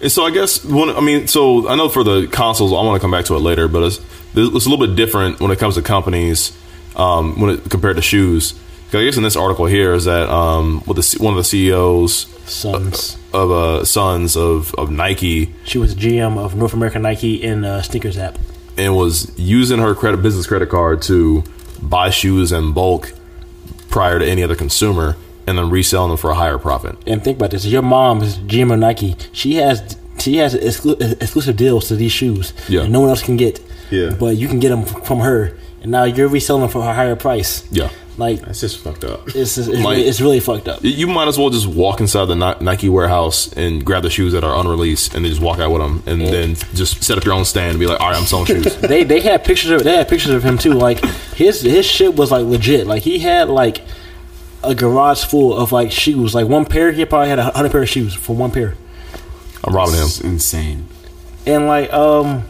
[SPEAKER 3] And so I guess one. I mean, so I know for the consoles, I want to come back to it later, but it's, it's a little bit different when it comes to companies um, when it compared to shoes. 'Cause I guess in this article here is that um, with the, C- one of the CEOs
[SPEAKER 2] Sons.
[SPEAKER 3] of uh, sons of, of Nike
[SPEAKER 2] She was GM of North American Nike in uh, sneakers app.
[SPEAKER 3] and was using her credit business credit card to buy shoes in bulk prior to any other consumer and then reselling them for a higher profit.
[SPEAKER 2] And think about this: your mom is GM of Nike. She has she has exclu- exclusive deals to these shoes
[SPEAKER 3] Yeah.
[SPEAKER 2] that no one else can get.
[SPEAKER 8] Yeah.
[SPEAKER 2] but you can get them from her, and now you're reselling them for a higher price.
[SPEAKER 3] Yeah.
[SPEAKER 2] like
[SPEAKER 8] That's just fucked up.
[SPEAKER 2] it's it's,
[SPEAKER 3] Like-
[SPEAKER 2] really, it's really fucked up.
[SPEAKER 3] You might as well just walk inside the Ni- Nike warehouse and grab the shoes that are unreleased and then just walk out with them and then just set up your own stand and be like, all right, I'm selling shoes.
[SPEAKER 2] they they had pictures of they had pictures of him too. Like his his shit was like legit. Like he had like a garage full of like shoes. Like one pair, he probably had a hundred pair of shoes for one pair.
[SPEAKER 3] I'm robbing him.
[SPEAKER 8] It's insane.
[SPEAKER 2] And like um,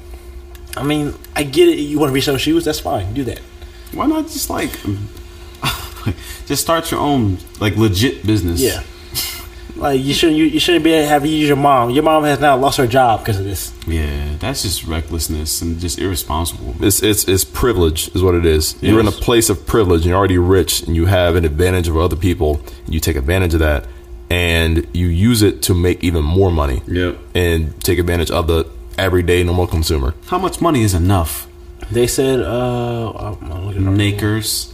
[SPEAKER 2] I mean, I get it. You want to resell shoes? That's fine. Do that.
[SPEAKER 8] Why not just like, um, just start your own like legit business?
[SPEAKER 2] Yeah. Like you shouldn't you, you shouldn't be having to use your mom. Your mom has now lost her job because of this.
[SPEAKER 8] yeah. That's just recklessness and just irresponsible.
[SPEAKER 3] It's, it's, it's privilege is what it is. You're in a
[SPEAKER 8] Yes.
[SPEAKER 3] place of privilege and you're already rich and you have an advantage over other people. You take advantage of that and you use it to make even more money.
[SPEAKER 8] Yep.
[SPEAKER 3] And take advantage of the everyday normal consumer.
[SPEAKER 8] How much money is enough?
[SPEAKER 2] They said uh, I'm- I'm looking at-
[SPEAKER 8] Nakers.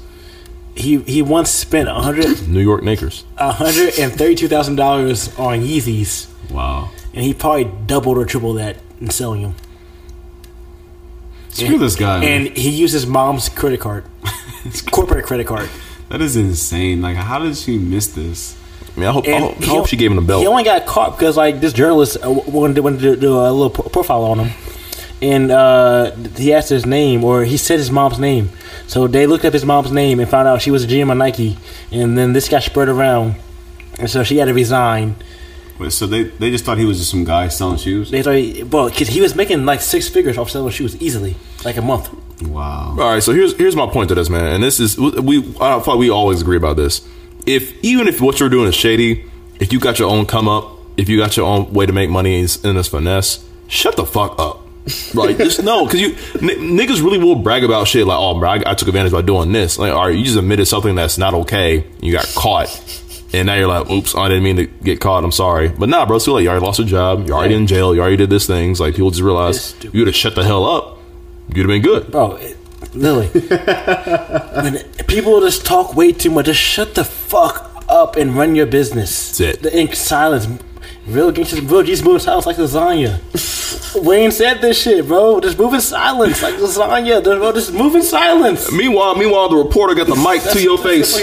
[SPEAKER 2] he he once spent a hundred
[SPEAKER 3] New York Knickers.
[SPEAKER 2] a hundred and thirty two thousand dollars on Yeezys.
[SPEAKER 8] Wow.
[SPEAKER 2] and he probably doubled or tripled that in selling them.
[SPEAKER 8] Screw this guy. man.
[SPEAKER 2] And he used his mom's credit card, corporate credit card.
[SPEAKER 8] that is insane. Like, how did she miss this?
[SPEAKER 3] I mean, I hope, I
[SPEAKER 2] And
[SPEAKER 3] hope, I
[SPEAKER 2] he
[SPEAKER 3] hope
[SPEAKER 2] on-
[SPEAKER 3] she gave him a belt.
[SPEAKER 2] He only got caught because like this journalist uh, w- wanted to, wanted to do a little pro- profile on him, and uh, he asked his name or he said his mom's name. So they looked up his mom's name and found out she was a GM of Nike, and then this got spread around, and so she had to resign.
[SPEAKER 8] Wait, so they they just thought he was just some guy selling shoes.
[SPEAKER 2] They thought, well, because he was making like six figures off selling shoes easily, like a month.
[SPEAKER 8] Wow.
[SPEAKER 3] All right, so here's here's my point to this, man, and this is we I feel like we always agree about this. If even if what you're doing is shady, if you got your own come up, if you got your own way to make money in this finesse, shut the fuck up. Like just no, because you n- niggas really will brag about shit like, oh, bro, I, I took advantage by doing this. Like, all right, you just admitted something that's not okay. and You got caught. And now you're like, oops, I didn't mean to get caught. I'm sorry. But nah, bro, it's too late. You already lost your job. You're already in jail. You already did this things. Like, people just
[SPEAKER 2] It's
[SPEAKER 3] realize
[SPEAKER 2] stupid.
[SPEAKER 3] you would have shut the hell up. You'd have been good.
[SPEAKER 2] Bro, it- Lily, when people just talk way too much, just shut the fuck up and run your business.
[SPEAKER 3] That's it.
[SPEAKER 2] The ink silence. Real gangsters, real G's move in silence like lasagna. Wayne said this shit, bro. Just move in silence like lasagna. Bro, just move in silence.
[SPEAKER 3] Meanwhile, meanwhile, the reporter got the mic to your face.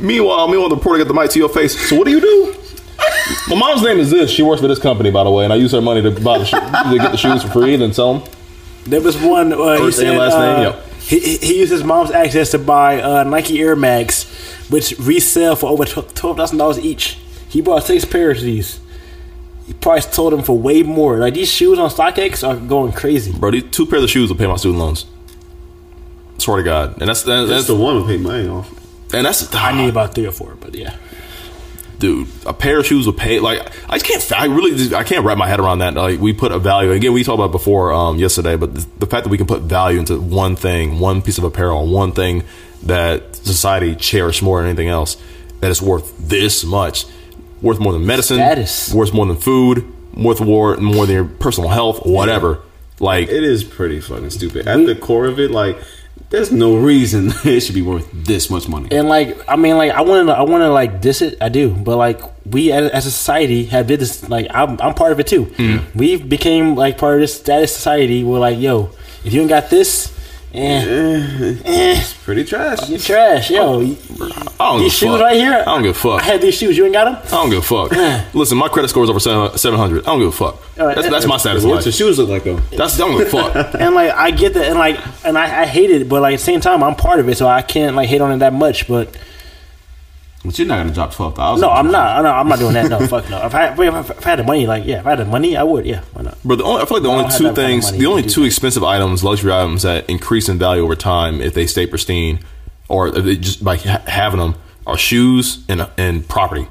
[SPEAKER 3] Meanwhile, meanwhile, the reporter got the mic to your face. So what do you do? My mom's name is this. She works for this company, by the way, and I use her money to buy the sho- to get the shoes for free and then sell them.
[SPEAKER 2] There was one. Uh, he
[SPEAKER 3] First name,
[SPEAKER 2] said,
[SPEAKER 3] last
[SPEAKER 2] uh,
[SPEAKER 3] name, yep.
[SPEAKER 2] He, he- he used his mom's access to buy uh, Nike Air Max, which resell for over twelve thousand dollars each. He bought six pairs of these. He probably sold them for way more. Like these shoes on StockX are going crazy.
[SPEAKER 3] Bro, these two pairs of shoes will pay my student loans. Swear to God, and that's that's,
[SPEAKER 8] That's the one who paid mine off.
[SPEAKER 3] And that's
[SPEAKER 2] I need about three or four, but yeah.
[SPEAKER 3] dude, a pair of shoes would pay. Like I just can't. I really, just, I can't wrap my head around that. Like we put a value again. We talked about it before um, yesterday, but the, the fact that we can put value into one thing, one piece of apparel, one thing that society cherished more than anything else, that is worth this much, worth more than medicine,
[SPEAKER 2] Status.
[SPEAKER 3] worth more than food, worth war, more than your personal health, whatever. Like
[SPEAKER 8] It is pretty fucking stupid. At the core of it, like, there's no reason it should be worth this much money.
[SPEAKER 2] And like, I mean, like, I want to, I want to like diss it. I do, but like, we as, as a society have did this. Like, I'm, I'm part of it too.
[SPEAKER 3] Hmm.
[SPEAKER 2] We became like part of this status society. We're like, yo, if you ain't got this, eh, eh,
[SPEAKER 8] Pretty trash.
[SPEAKER 2] you're trash, yo.
[SPEAKER 3] I don't
[SPEAKER 2] These
[SPEAKER 3] give a
[SPEAKER 2] shoes
[SPEAKER 3] fuck.
[SPEAKER 2] right here.
[SPEAKER 3] I don't give a fuck.
[SPEAKER 2] I had these shoes. You ain't got them.
[SPEAKER 3] I don't give a fuck. Listen, my credit score is over seven hundred. I don't give a fuck.
[SPEAKER 2] All right.
[SPEAKER 3] That's, that's my status. in
[SPEAKER 8] What's your
[SPEAKER 3] life.
[SPEAKER 8] shoes look like though?
[SPEAKER 3] That's I don't give a fuck.
[SPEAKER 2] And like, I get that, and like, and I, I hate it, but like at the same time, I'm part of it, so I can't like hate on it that much. But
[SPEAKER 8] But you're not gonna drop twelve thousand.
[SPEAKER 2] no, I'm not. No, I'm not doing that. No, fuck no. If I, if I had the money, like, yeah, if I had the money, I would. Yeah, why not?
[SPEAKER 3] But the only, I feel like the only
[SPEAKER 2] don't have
[SPEAKER 3] two
[SPEAKER 2] that kind of
[SPEAKER 3] things,
[SPEAKER 2] money
[SPEAKER 3] the
[SPEAKER 2] to
[SPEAKER 3] only
[SPEAKER 2] do
[SPEAKER 3] two
[SPEAKER 2] that.
[SPEAKER 3] expensive items, luxury items that increase in value over time if they stay pristine, or if they just by ha- having them, are shoes and and property.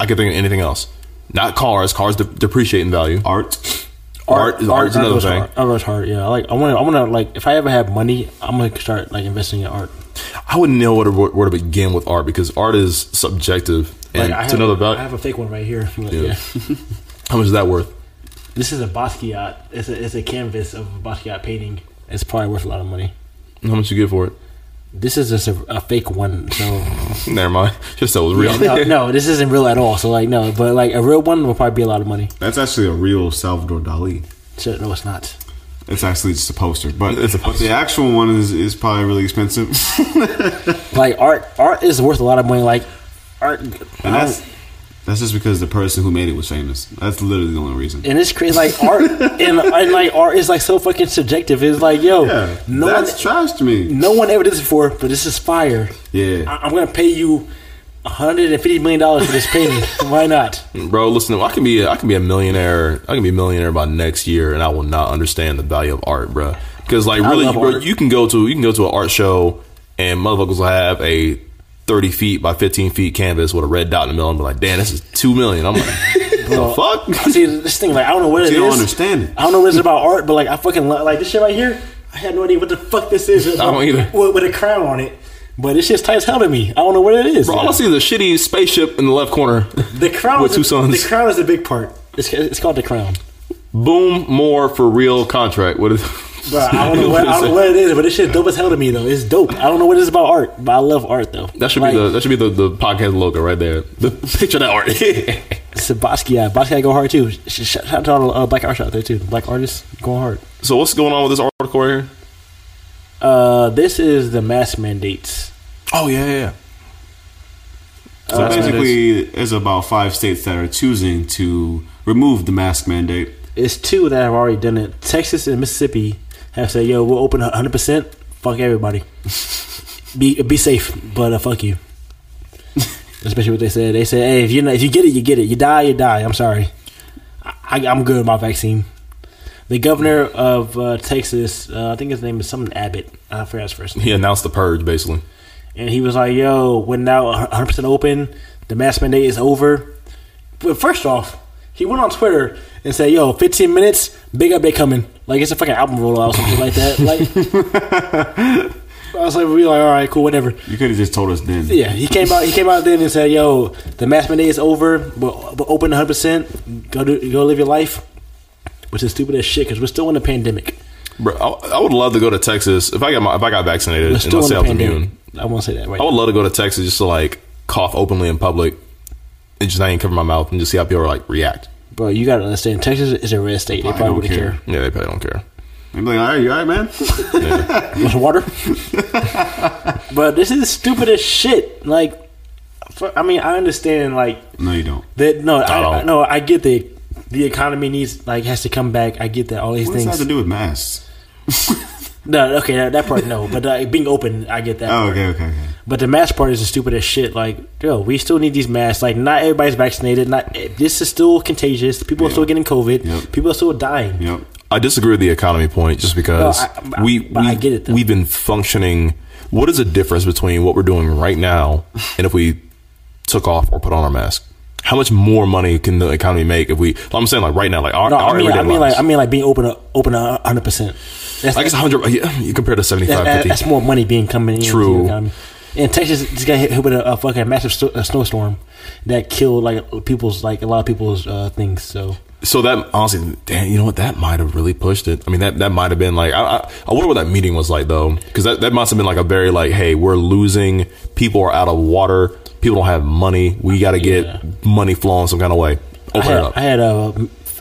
[SPEAKER 3] I can think of anything else. Not cars. Cars de- depreciate in value.
[SPEAKER 8] art.
[SPEAKER 3] Art, art, is another
[SPEAKER 2] goes
[SPEAKER 3] thing.
[SPEAKER 2] Hard. Art goes hard. Yeah, I like I want to. I want to like if I ever have money, I'm gonna start like investing in art.
[SPEAKER 3] I wouldn't know where to, where to begin with art because art is subjective
[SPEAKER 2] Like,
[SPEAKER 3] and
[SPEAKER 2] I,
[SPEAKER 3] to
[SPEAKER 2] have,
[SPEAKER 3] know the
[SPEAKER 2] I have
[SPEAKER 3] value.
[SPEAKER 2] a fake one right here. but
[SPEAKER 3] Yeah.
[SPEAKER 2] yeah.
[SPEAKER 3] How much is that worth?
[SPEAKER 2] this is a Basquiat. It's a it's a canvas of a Basquiat painting. It's probably worth a lot of money.
[SPEAKER 3] How much you get for it?
[SPEAKER 2] This is just a, a fake one. So
[SPEAKER 3] Never mind. Just that was real.
[SPEAKER 2] yeah, no, no, this isn't real at all. So like no, but like a real one will probably be a lot of money.
[SPEAKER 8] That's actually a real Salvador Dali.
[SPEAKER 2] So, no, it's not.
[SPEAKER 8] It's actually just a poster, but
[SPEAKER 3] It's a
[SPEAKER 8] but the actual one is, is probably really expensive.
[SPEAKER 2] Like art, art is worth a lot of money. Like art,
[SPEAKER 8] And
[SPEAKER 2] I
[SPEAKER 8] that's
[SPEAKER 2] don't-
[SPEAKER 8] that's just because the person who made it was famous. That's literally the only reason.
[SPEAKER 2] and it's crazy. Like art, and, and like art is like so fucking subjective. It's like yo,
[SPEAKER 8] yeah,
[SPEAKER 2] no one
[SPEAKER 8] that's trash to me.
[SPEAKER 2] No one ever did this before, but this is fire. I-
[SPEAKER 8] Yeah,
[SPEAKER 2] I'm gonna pay you 150 million dollars for this painting. Why not?
[SPEAKER 3] Bro, listen, I can be I can be a millionaire. I can be a millionaire by next year, and I will not understand the value of art, bro. Because like really,
[SPEAKER 2] love
[SPEAKER 3] bro,
[SPEAKER 2] art.
[SPEAKER 3] you can go to you can go to an art show, and motherfuckers will have a thirty feet by fifteen feet canvas with a red dot in the middle, and be like, "Damn, this is two million. I'm like, "What the
[SPEAKER 2] I
[SPEAKER 3] fuck?"
[SPEAKER 2] see this thing. Like I don't know what it is.
[SPEAKER 8] you don't understand it.
[SPEAKER 2] I don't know what it's about art, but like I fucking love like this shit right here. I had no idea what the fuck this is. It's
[SPEAKER 3] I don't
[SPEAKER 2] like-
[SPEAKER 3] either.
[SPEAKER 2] With, with a crown on it, but it's just tight as hell to me. I don't know what it is.
[SPEAKER 3] Bro, all I see is a shitty spaceship in the left corner.
[SPEAKER 2] the crown
[SPEAKER 3] with
[SPEAKER 2] is
[SPEAKER 3] two
[SPEAKER 2] the,
[SPEAKER 3] sons.
[SPEAKER 2] The crown is the big part. It's, it's called the crown.
[SPEAKER 3] Boom, more for real contract. What is?
[SPEAKER 2] Bro, I don't know what, I don't know what it is, but it's shit dope as hell to me though. It's dope. I don't know what it is about art, but I love art though.
[SPEAKER 3] That should
[SPEAKER 2] Like,
[SPEAKER 3] be the that should be the, the podcast logo right there. The picture of that art.
[SPEAKER 2] It's a Basquiat. Basquiat go hard too. Sh- sh- Shout out to all the uh, black artists out there too. Black artists going hard.
[SPEAKER 3] so what's going on with this article right here?
[SPEAKER 2] Uh, this is the mask mandates.
[SPEAKER 3] Oh yeah, yeah. yeah.
[SPEAKER 8] So basically, there's about five states that are choosing to remove the mask mandate.
[SPEAKER 2] It's two that have already done it. Texas and Mississippi have said, "Yo, we'll open 100. percent Fuck everybody. be be safe, but uh, fuck you." Especially what they said. They said, "Hey, if you if you get it, you get it. You die, you die." I'm sorry. I, I'm good with my vaccine. The governor of uh, Texas, uh, I think his name is something Abbott. I forgot his first name.
[SPEAKER 3] He announced the purge basically.
[SPEAKER 2] and he was like, "Yo, we're now 100 percent open. The mask mandate is over." But first off, he went on Twitter and said, "Yo, 15 minutes, big update coming. Like it's a fucking album rollout or something like that." Like, I was like, "We like, all right, cool, whatever."
[SPEAKER 8] You could have just told us then.
[SPEAKER 2] Yeah, he came out. He came out then and said, "Yo, the mask mandate is over. We're, we're open 100. percent Go do, go live your life." Which is stupid as shit because we're still in a pandemic.
[SPEAKER 3] Bro, I, I would love to go to Texas if I got my, if I got vaccinated
[SPEAKER 2] We're
[SPEAKER 3] and
[SPEAKER 2] still in
[SPEAKER 3] let's say I
[SPEAKER 2] a
[SPEAKER 3] was
[SPEAKER 2] pandemic.
[SPEAKER 3] immune.
[SPEAKER 2] I won't say that right.
[SPEAKER 3] I would love to go to Texas just to like cough openly in public and just not even cover my mouth and just see how people like react.
[SPEAKER 2] Bro, you gotta understand, Texas is a red state. They
[SPEAKER 8] I
[SPEAKER 2] probably
[SPEAKER 8] don't
[SPEAKER 2] wouldn't
[SPEAKER 8] care.
[SPEAKER 2] care.
[SPEAKER 3] Yeah, they probably don't care.
[SPEAKER 8] I'd be like, all right, you all right, man?
[SPEAKER 2] You want some water? but this is stupid as shit. Like, fu- I mean, I understand. Like
[SPEAKER 8] no, you don't.
[SPEAKER 2] that. No, I,
[SPEAKER 3] don't.
[SPEAKER 2] I no, I get the the economy needs like has to come back. I get that all these
[SPEAKER 8] What does that
[SPEAKER 2] things.
[SPEAKER 8] have to do with masks?
[SPEAKER 2] no, okay, that, that part no. But uh, being open, I get that.
[SPEAKER 8] Oh, okay, okay, okay.
[SPEAKER 2] But the mask part is the stupid as shit. Like, yo, we still need these masks. Like, not everybody's vaccinated. Not this is still contagious. People are still getting COVID.
[SPEAKER 8] Yep.
[SPEAKER 2] People are still dying.
[SPEAKER 8] Yep.
[SPEAKER 3] I disagree with the economy point just because
[SPEAKER 2] No, I- I-
[SPEAKER 3] we,
[SPEAKER 2] but
[SPEAKER 3] we
[SPEAKER 2] I get it, though.
[SPEAKER 3] we've been functioning What is the difference between what we're doing right now and if we took off or put on our mask? How much more money can the economy make if we? I'm saying like right now, like our,
[SPEAKER 2] No,
[SPEAKER 3] our
[SPEAKER 2] I mean,
[SPEAKER 3] everyday
[SPEAKER 2] I mean,
[SPEAKER 3] lives.
[SPEAKER 2] like, I mean, like being open, up, open a hundred percent. That's-
[SPEAKER 3] I guess 100. Yeah, you compare to 75,
[SPEAKER 2] That's,
[SPEAKER 3] 50.
[SPEAKER 2] that's more money being coming in.
[SPEAKER 3] True.
[SPEAKER 2] And Texas just got hit, hit with a, a fucking massive sto- a snowstorm that killed like people's like a lot of people's uh, things. So
[SPEAKER 3] So that honestly, damn, you know what? That might have really pushed it. I mean, that that might have been like, I, I, I wonder what that meeting was like though, because that, that must have been like a very like, hey, we're losing, people are out of water, people don't have money, we got to get money flowing some kind of way.
[SPEAKER 2] I
[SPEAKER 3] Open
[SPEAKER 2] had,
[SPEAKER 3] it up.
[SPEAKER 2] I had a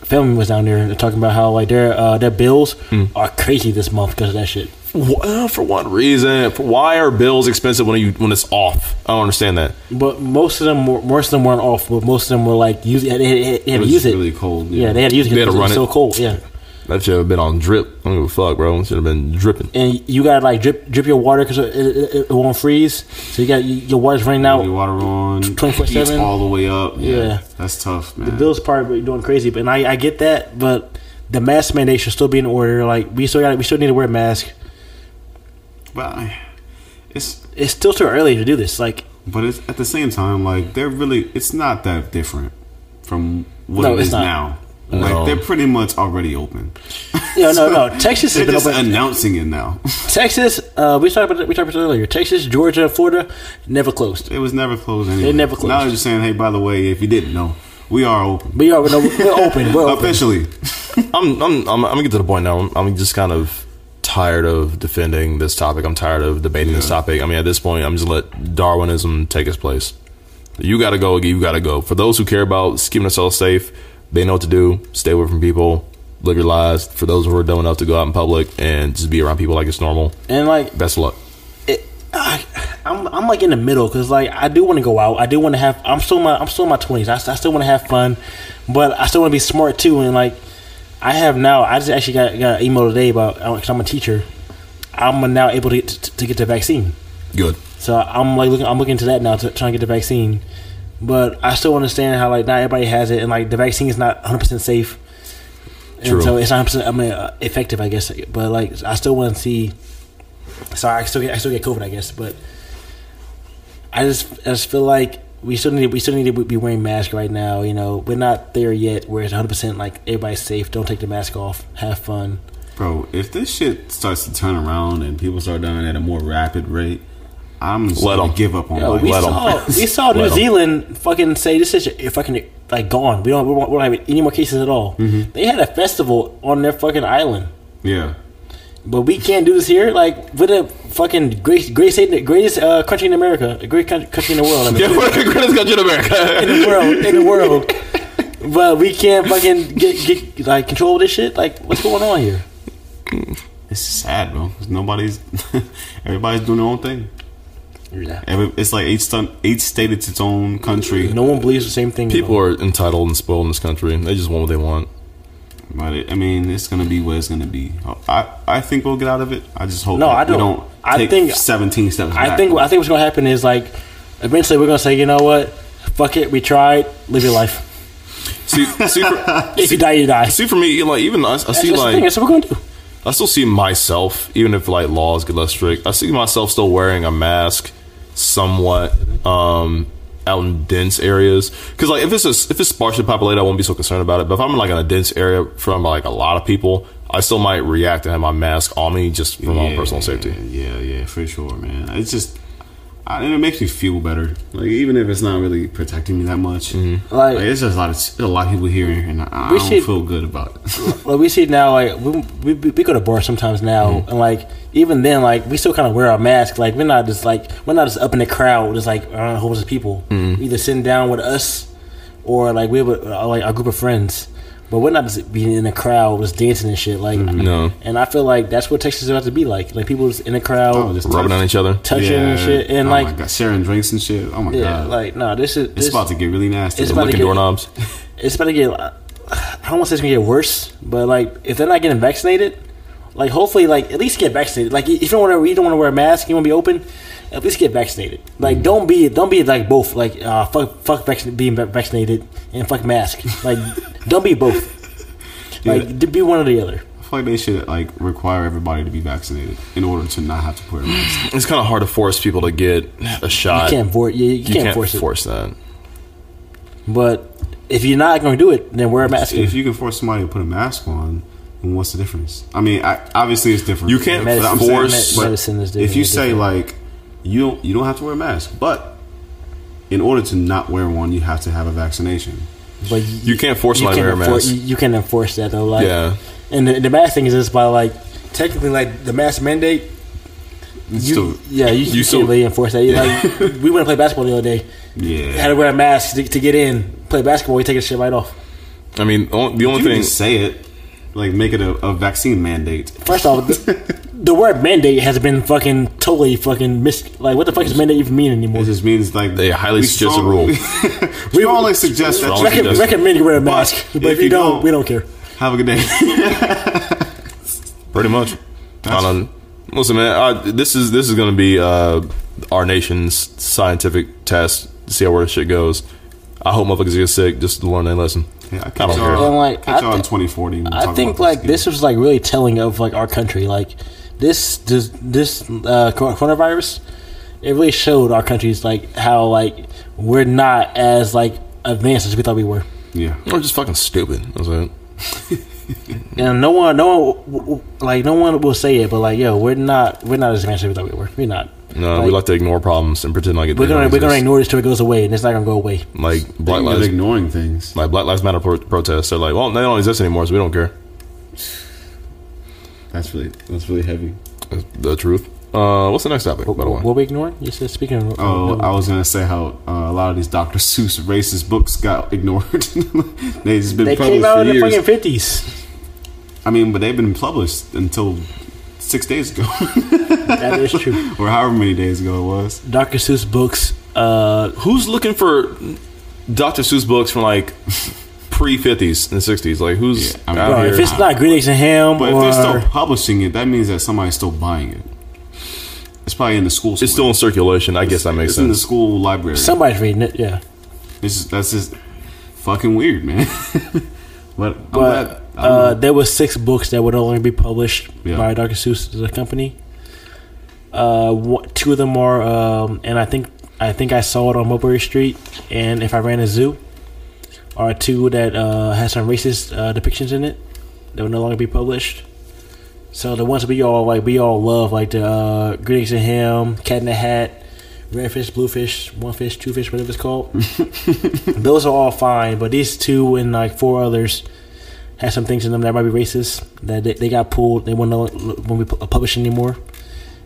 [SPEAKER 2] family was down there and talking about how like their uh, their bills
[SPEAKER 3] Mm.
[SPEAKER 2] are crazy this month because of that shit.
[SPEAKER 3] Wha- for what reason? For why are bills expensive when you when it's off? I don't understand that.
[SPEAKER 2] But most of them, were, most of them weren't off. But most of them were like using. They, they, they had
[SPEAKER 3] It
[SPEAKER 2] to
[SPEAKER 3] was
[SPEAKER 2] use it.
[SPEAKER 3] really cold,
[SPEAKER 2] Yeah.
[SPEAKER 3] yeah.
[SPEAKER 2] they had to use it.
[SPEAKER 3] They had to
[SPEAKER 2] because it
[SPEAKER 3] run
[SPEAKER 2] was
[SPEAKER 3] it.
[SPEAKER 2] so cold. Yeah,
[SPEAKER 3] That should have been on drip. I don't give a fuck, bro. Should have been dripping.
[SPEAKER 2] and you gotta like drip drip your water because it, it, it won't freeze. So you got you, your water's running out.
[SPEAKER 8] water on
[SPEAKER 2] twenty four
[SPEAKER 8] Heats
[SPEAKER 2] Oh. seven
[SPEAKER 8] all the way up. Yeah,
[SPEAKER 2] Yeah.
[SPEAKER 8] that's tough,
[SPEAKER 2] The
[SPEAKER 8] man.
[SPEAKER 2] bills part, but doing crazy. But and I, I get that, but the mask mandate should still be in order. Like we still got, we still need to wear a mask.
[SPEAKER 8] Well, it's
[SPEAKER 2] it's still too early to do this. Like,
[SPEAKER 8] but it's at the same time, like they're really, it's not that different from what
[SPEAKER 2] No,
[SPEAKER 8] it
[SPEAKER 2] it's
[SPEAKER 8] is
[SPEAKER 2] not.
[SPEAKER 8] now.
[SPEAKER 2] No.
[SPEAKER 8] Like they're pretty much already open.
[SPEAKER 2] Yeah, no, no. Texas has
[SPEAKER 8] they're
[SPEAKER 2] been
[SPEAKER 8] just
[SPEAKER 2] open.
[SPEAKER 8] announcing it now.
[SPEAKER 2] Texas, uh, we talked about it- we talked about it earlier. Texas, Georgia, and Florida never closed.
[SPEAKER 8] It was never closed. Anyway.
[SPEAKER 2] They never closed.
[SPEAKER 8] Now they're just saying, hey, by the way, if you didn't know, we are open.
[SPEAKER 2] We are no, we're open. We're open.
[SPEAKER 8] Officially,
[SPEAKER 3] I'm, I'm, I'm, I'm gonna get to the point now. I'm, I'm just kind of tired of defending this topic. I'm tired of debating this topic. I mean, at this point, I'm just gonna let Darwinism take its place. You gotta go. You gotta go. For those who care about keeping themselves safe, they know what to do. Stay away from people. Live your lives. For those who are dumb enough to go out in public and just be around people like it's normal,
[SPEAKER 2] And like,
[SPEAKER 3] best of luck.
[SPEAKER 2] I'm, I'm like in the middle because like I do want to go out. I do want to have. I'm still in my I'm still in my twenties. I, I still want to have fun, but I still want to be smart too. And like I have now, I just actually got got an email today about because I'm a teacher. I'm now able to get to, to get the vaccine.
[SPEAKER 3] Good.
[SPEAKER 2] So I'm like looking I'm looking into that now to trying to get the vaccine, but I still understand how like not everybody has it and like the vaccine is not 100 percent safe. And
[SPEAKER 3] True.
[SPEAKER 2] so it's not 100%, I mean, uh, effective, I guess. But like, I still want to see. So I still get, I still get COVID, I guess. But I just, I just feel like we still need, we still need to be wearing masks right now. You know, we're not there yet where it's 100 percent like everybody's safe. Don't take the mask off. Have fun.
[SPEAKER 8] bro, if this shit starts to turn around and people start dying at a more rapid rate, I'm just
[SPEAKER 3] Let
[SPEAKER 8] gonna
[SPEAKER 3] 'em.
[SPEAKER 8] give up on
[SPEAKER 3] Yo,
[SPEAKER 8] life.
[SPEAKER 2] we saw, we saw New
[SPEAKER 8] Let 'em.
[SPEAKER 2] Zealand fucking say this is fucking like gone. We don't, we don't, we don't have any more cases at all.
[SPEAKER 8] Mhm.
[SPEAKER 2] They had a festival on their fucking island,
[SPEAKER 8] Yeah.
[SPEAKER 2] but we can't do this here. Like with a fucking great, great state, greatest uh, country in America, a great coun- country in the world. I mean,
[SPEAKER 3] Yeah, we're the greatest country in America.
[SPEAKER 2] in the world, in the world. But we can't fucking get, get like control this shit. Like what's going on here?
[SPEAKER 8] It's sad, bro. 'cause Nobody's, everybody's doing their own thing.
[SPEAKER 2] Yeah.
[SPEAKER 8] Every, it's like each stu- each state it's its own country.
[SPEAKER 2] No one believes the same thing.
[SPEAKER 3] People are entitled and spoiled in this country. They just want what they want.
[SPEAKER 8] But it, I mean, it's gonna be what it's gonna be. I I think we'll get out of it. I just hope
[SPEAKER 2] No,
[SPEAKER 8] that
[SPEAKER 2] I
[SPEAKER 8] We
[SPEAKER 2] don't.
[SPEAKER 8] don't
[SPEAKER 2] I
[SPEAKER 8] take
[SPEAKER 2] think-
[SPEAKER 8] seventeen steps.
[SPEAKER 2] I
[SPEAKER 8] back.
[SPEAKER 2] think I think what's gonna happen is like eventually we're gonna say, you know what, fuck it, we tried, live your life.
[SPEAKER 3] See, see, for,
[SPEAKER 2] if you die, you die.
[SPEAKER 3] See, for me, like even I, I
[SPEAKER 2] That's just
[SPEAKER 3] see
[SPEAKER 2] the
[SPEAKER 3] like
[SPEAKER 2] thing, that's what we're gonna do.
[SPEAKER 3] I still see myself, even if like laws get less strict, I see myself still wearing a mask, somewhat um, out in dense areas. Because like if it's a, if it's sparsely populated, I won't be so concerned about it. But if I'm like in a dense area from like a lot of people, I still might react and have my mask on me just for my own
[SPEAKER 8] Yeah,
[SPEAKER 3] personal safety.
[SPEAKER 8] Yeah, yeah, for sure, man. It's just, I, and it makes me feel better. Like even if it's not really protecting me that much,
[SPEAKER 2] Like-
[SPEAKER 3] Mm-hmm.
[SPEAKER 8] like, it's just a lot of a lot of people here, and I, I
[SPEAKER 2] We
[SPEAKER 8] don't
[SPEAKER 2] should-
[SPEAKER 8] feel good about it.
[SPEAKER 2] Like we see now, like we, we, we go to bars sometimes now,
[SPEAKER 8] Mm-hmm.
[SPEAKER 2] and like even then, like we still kind of wear our masks. Like we're not just like we're not just up in the crowd, just like around homeless people.
[SPEAKER 8] Mm-hmm.
[SPEAKER 3] Mhm.
[SPEAKER 2] Either sitting down with us, or like we with uh, like a group of friends. But we're not just being in a crowd, just dancing and shit. Like
[SPEAKER 8] Mm-hmm.
[SPEAKER 3] No.
[SPEAKER 2] and I feel like that's what Texas is about to be like. Like people just in the crowd,
[SPEAKER 3] Rubbing on each other,
[SPEAKER 2] touching and shit, and
[SPEAKER 8] oh
[SPEAKER 2] like
[SPEAKER 8] my God, sharing drinks and shit. Oh my
[SPEAKER 2] yeah,
[SPEAKER 8] god,
[SPEAKER 2] like no, this is
[SPEAKER 8] it's
[SPEAKER 2] this,
[SPEAKER 8] about to get really nasty.
[SPEAKER 2] it's about to
[SPEAKER 3] licking
[SPEAKER 2] get-
[SPEAKER 3] doorknobs.
[SPEAKER 2] it's about to get. I don't want to say it's gonna get worse, but like if they're not getting vaccinated, like hopefully, like at least get vaccinated. Like if you don't want to, you don't want to wear a mask, you want to be open. At least get vaccinated.
[SPEAKER 8] Mm.
[SPEAKER 2] Like don't be, don't be like both. Like uh, fuck, fuck vac- being va- vaccinated and fuck mask. Like don't be both. Like d- be one or the other.
[SPEAKER 8] I feel like they should like require everybody to be vaccinated in order to not have to put it.
[SPEAKER 3] It's kind of hard to force people to get a shot.
[SPEAKER 2] can't for- yeah, you can't force it.
[SPEAKER 3] that.
[SPEAKER 2] But if you're not going to do it, then wear a mask.
[SPEAKER 8] If you can force somebody to put a mask on, then what's the difference? I mean, I, obviously it's different.
[SPEAKER 3] You can't
[SPEAKER 8] But I'm
[SPEAKER 3] force-
[SPEAKER 8] saying- but
[SPEAKER 3] medicine is
[SPEAKER 8] If you
[SPEAKER 3] different,
[SPEAKER 8] say
[SPEAKER 3] different.
[SPEAKER 8] like you don't, you don't have to wear a mask, but in order to not wear one, you have to have a vaccination.
[SPEAKER 2] But
[SPEAKER 3] You can't force
[SPEAKER 2] you
[SPEAKER 3] somebody to
[SPEAKER 2] can
[SPEAKER 3] wear a
[SPEAKER 2] enforce,
[SPEAKER 3] mask.
[SPEAKER 2] you, you can enforce that though. Like,
[SPEAKER 3] Yeah.
[SPEAKER 2] And the, the mask thing is just by like technically like the mask mandate. You,
[SPEAKER 3] still-
[SPEAKER 2] yeah, you,
[SPEAKER 3] you
[SPEAKER 2] you
[SPEAKER 3] still-
[SPEAKER 2] can't really enforce that.
[SPEAKER 3] Yeah.
[SPEAKER 2] Like we went to play basketball the other day.
[SPEAKER 8] Yeah,
[SPEAKER 2] had to wear a mask to, to get in. Play basketball, you take the shit right off.
[SPEAKER 3] I mean, the only,
[SPEAKER 8] you thing say it like make it a, a vaccine mandate.
[SPEAKER 2] First off, the, the word mandate has been fucking totally fucking mis. Like, what the fuck does mandate even mean anymore? It
[SPEAKER 8] just means like
[SPEAKER 3] they highly suggest a rule.
[SPEAKER 8] we only suggest that you
[SPEAKER 2] Recommend, recommend you wear a mask, but, if you, don't, we don't care.
[SPEAKER 8] Have a good day.
[SPEAKER 3] Pretty much. I don't- listen, man. I, this is this is going to be uh, our nation's scientific test to see how where this shit goes. I hope motherfuckers get sick just to learn their lesson.
[SPEAKER 8] Yeah, I,
[SPEAKER 3] don't care.
[SPEAKER 2] And, like, I
[SPEAKER 8] y'all in
[SPEAKER 2] thi-
[SPEAKER 8] 2040. when we
[SPEAKER 2] I
[SPEAKER 8] talk
[SPEAKER 2] think
[SPEAKER 8] about
[SPEAKER 2] like this was like really telling of like our country. Like this this this uh, cor- coronavirus, it really showed our country's like how like we're not as like advanced as we thought we were.
[SPEAKER 8] Yeah,
[SPEAKER 3] we're just fucking stupid. That's it.
[SPEAKER 2] And no one, no one, w- w- like no one will say it, but like yo, we're not we're not as advanced as we thought we were. We're not.
[SPEAKER 8] Mm-hmm.
[SPEAKER 3] No, we like to ignore problems and pretend like it.
[SPEAKER 2] We're
[SPEAKER 3] they don't
[SPEAKER 2] gonna we're gonna
[SPEAKER 3] exist.
[SPEAKER 2] ignore this till it goes away, and it's not gonna go away.
[SPEAKER 3] like black
[SPEAKER 2] of
[SPEAKER 3] lives
[SPEAKER 8] ignoring things
[SPEAKER 3] like Black Lives Matter pro- protests. They're like, well, they don't exist anymore, so we don't care.
[SPEAKER 8] That's really that's really heavy.
[SPEAKER 3] The truth. Uh, what's the next topic? by the way,
[SPEAKER 2] What we ignoring? You said speaking. Of,
[SPEAKER 8] Oh, I was gonna say how uh, a lot of these Dr. Seuss racist books got ignored. they just been
[SPEAKER 2] they
[SPEAKER 8] published
[SPEAKER 2] came out
[SPEAKER 8] for
[SPEAKER 2] in the
[SPEAKER 8] years.
[SPEAKER 2] fucking fifties.
[SPEAKER 8] I mean, but they've been published until six days ago,
[SPEAKER 2] That is true.
[SPEAKER 8] or however many days ago it was.
[SPEAKER 2] Dr. Seuss books. Uh,
[SPEAKER 3] who's looking for Dr. Seuss books from like pre fifties and sixties? Like, who's out
[SPEAKER 2] Bro,
[SPEAKER 3] here?
[SPEAKER 2] if it's not green eggs and ham,
[SPEAKER 8] But if
[SPEAKER 2] or
[SPEAKER 8] they're still
[SPEAKER 1] Uh,
[SPEAKER 8] publishing it, that means that somebody's still buying it. It's probably in the school.
[SPEAKER 3] it's still in circulation. I guess that makes
[SPEAKER 8] It's in the
[SPEAKER 3] sense.
[SPEAKER 8] school library.
[SPEAKER 2] somebody's reading it, yeah.
[SPEAKER 8] It's just, that's just fucking weird, man. but I'm glad-
[SPEAKER 2] But
[SPEAKER 8] I'm-
[SPEAKER 2] uh, there was six books that would only be published
[SPEAKER 8] Yeah.
[SPEAKER 2] by Dr. Seuss as a company. Uh, wha- two of them are, um, and I think I think I saw it on Mulberry Street, and if I ran a zoo, are two that uh, has some racist uh, depictions in it that will no longer be published. So the ones we all like, we all love, like the uh, Green Eggs and Ham, Cat in the Hat, Red Fish, Blue Fish, One Fish, Two Fish, whatever it's called. Those are all fine, but these two and like four others had some things in them that might be racist that they, they got pulled. They won't know when we pu- publish anymore,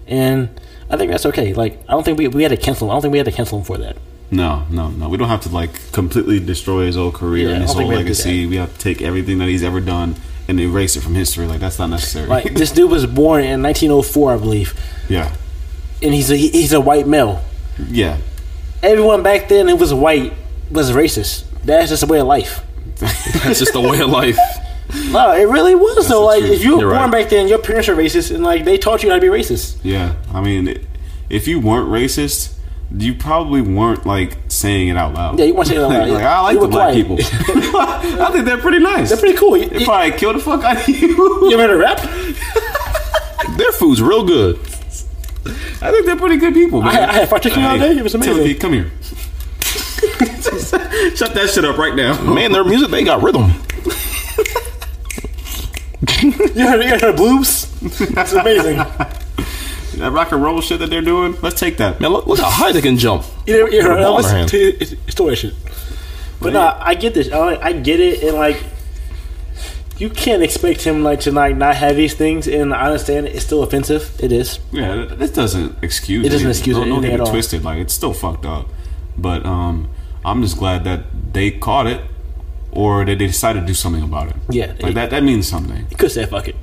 [SPEAKER 2] and I think that's okay. Like I don't think we we had to cancel. Them. I don't think we had to cancel them for that.
[SPEAKER 8] No, no, no. We don't have to like completely destroy his whole career
[SPEAKER 2] Yeah, I
[SPEAKER 8] and his
[SPEAKER 2] don't think
[SPEAKER 8] whole
[SPEAKER 2] we have to do
[SPEAKER 8] legacy. We have to take everything that he's ever done and erase it from history. Like that's not necessary.
[SPEAKER 2] Like this dude was born in 1904, I believe,
[SPEAKER 8] yeah,
[SPEAKER 2] and he's a, he- he's a white male.
[SPEAKER 8] yeah.
[SPEAKER 2] Everyone back then who was white was racist. That's just a way of life.
[SPEAKER 3] That's just the way of life.
[SPEAKER 2] No, it really was though. Like if you were
[SPEAKER 8] You're
[SPEAKER 2] born
[SPEAKER 8] right.
[SPEAKER 2] back then, your parents were racist, and like they taught you how to be racist.
[SPEAKER 8] Yeah, I mean, it, if you weren't racist, you probably weren't like saying it out loud.
[SPEAKER 2] Yeah, you weren't saying it out
[SPEAKER 8] Like-
[SPEAKER 2] loud, yeah.
[SPEAKER 8] like, I like
[SPEAKER 2] You
[SPEAKER 8] the
[SPEAKER 2] were
[SPEAKER 8] black
[SPEAKER 2] quiet.
[SPEAKER 8] people. I think they're pretty nice.
[SPEAKER 2] They're pretty cool. You,
[SPEAKER 8] They probably kill the fuck out of you.
[SPEAKER 2] you ready to rap?
[SPEAKER 3] Their food's real good.
[SPEAKER 8] I think they're pretty good people. Man.
[SPEAKER 2] I, I had fried chicken all day. It was amazing.
[SPEAKER 8] Timothy, come here. Shut that shit up right now.
[SPEAKER 3] Man, their music they got rhythm.
[SPEAKER 2] You heard, you heard bloobs? It's amazing.
[SPEAKER 8] That rock and roll shit that they're doing, let's take that.
[SPEAKER 3] Man, look, look how high they can jump.
[SPEAKER 2] You never you
[SPEAKER 3] Put a
[SPEAKER 2] heard
[SPEAKER 3] ball in her hand.
[SPEAKER 2] Elvis? It's- it's Still that shit. But nah, I get this. I, I get it, and like, you can't expect him like to like not have these things. And I understand it's still offensive. It is.
[SPEAKER 8] Yeah, th- this doesn't excuse.
[SPEAKER 2] It doesn't
[SPEAKER 8] anything.
[SPEAKER 2] excuse
[SPEAKER 8] Don't, don't
[SPEAKER 2] anything
[SPEAKER 8] get
[SPEAKER 2] at
[SPEAKER 8] it
[SPEAKER 2] all.
[SPEAKER 8] twisted. Like it's still fucked up. But um, I'm just glad that they caught it, or that they decided to do something about it.
[SPEAKER 2] Yeah,
[SPEAKER 8] like
[SPEAKER 2] it-
[SPEAKER 8] that. That means something.
[SPEAKER 2] You could say fuck it.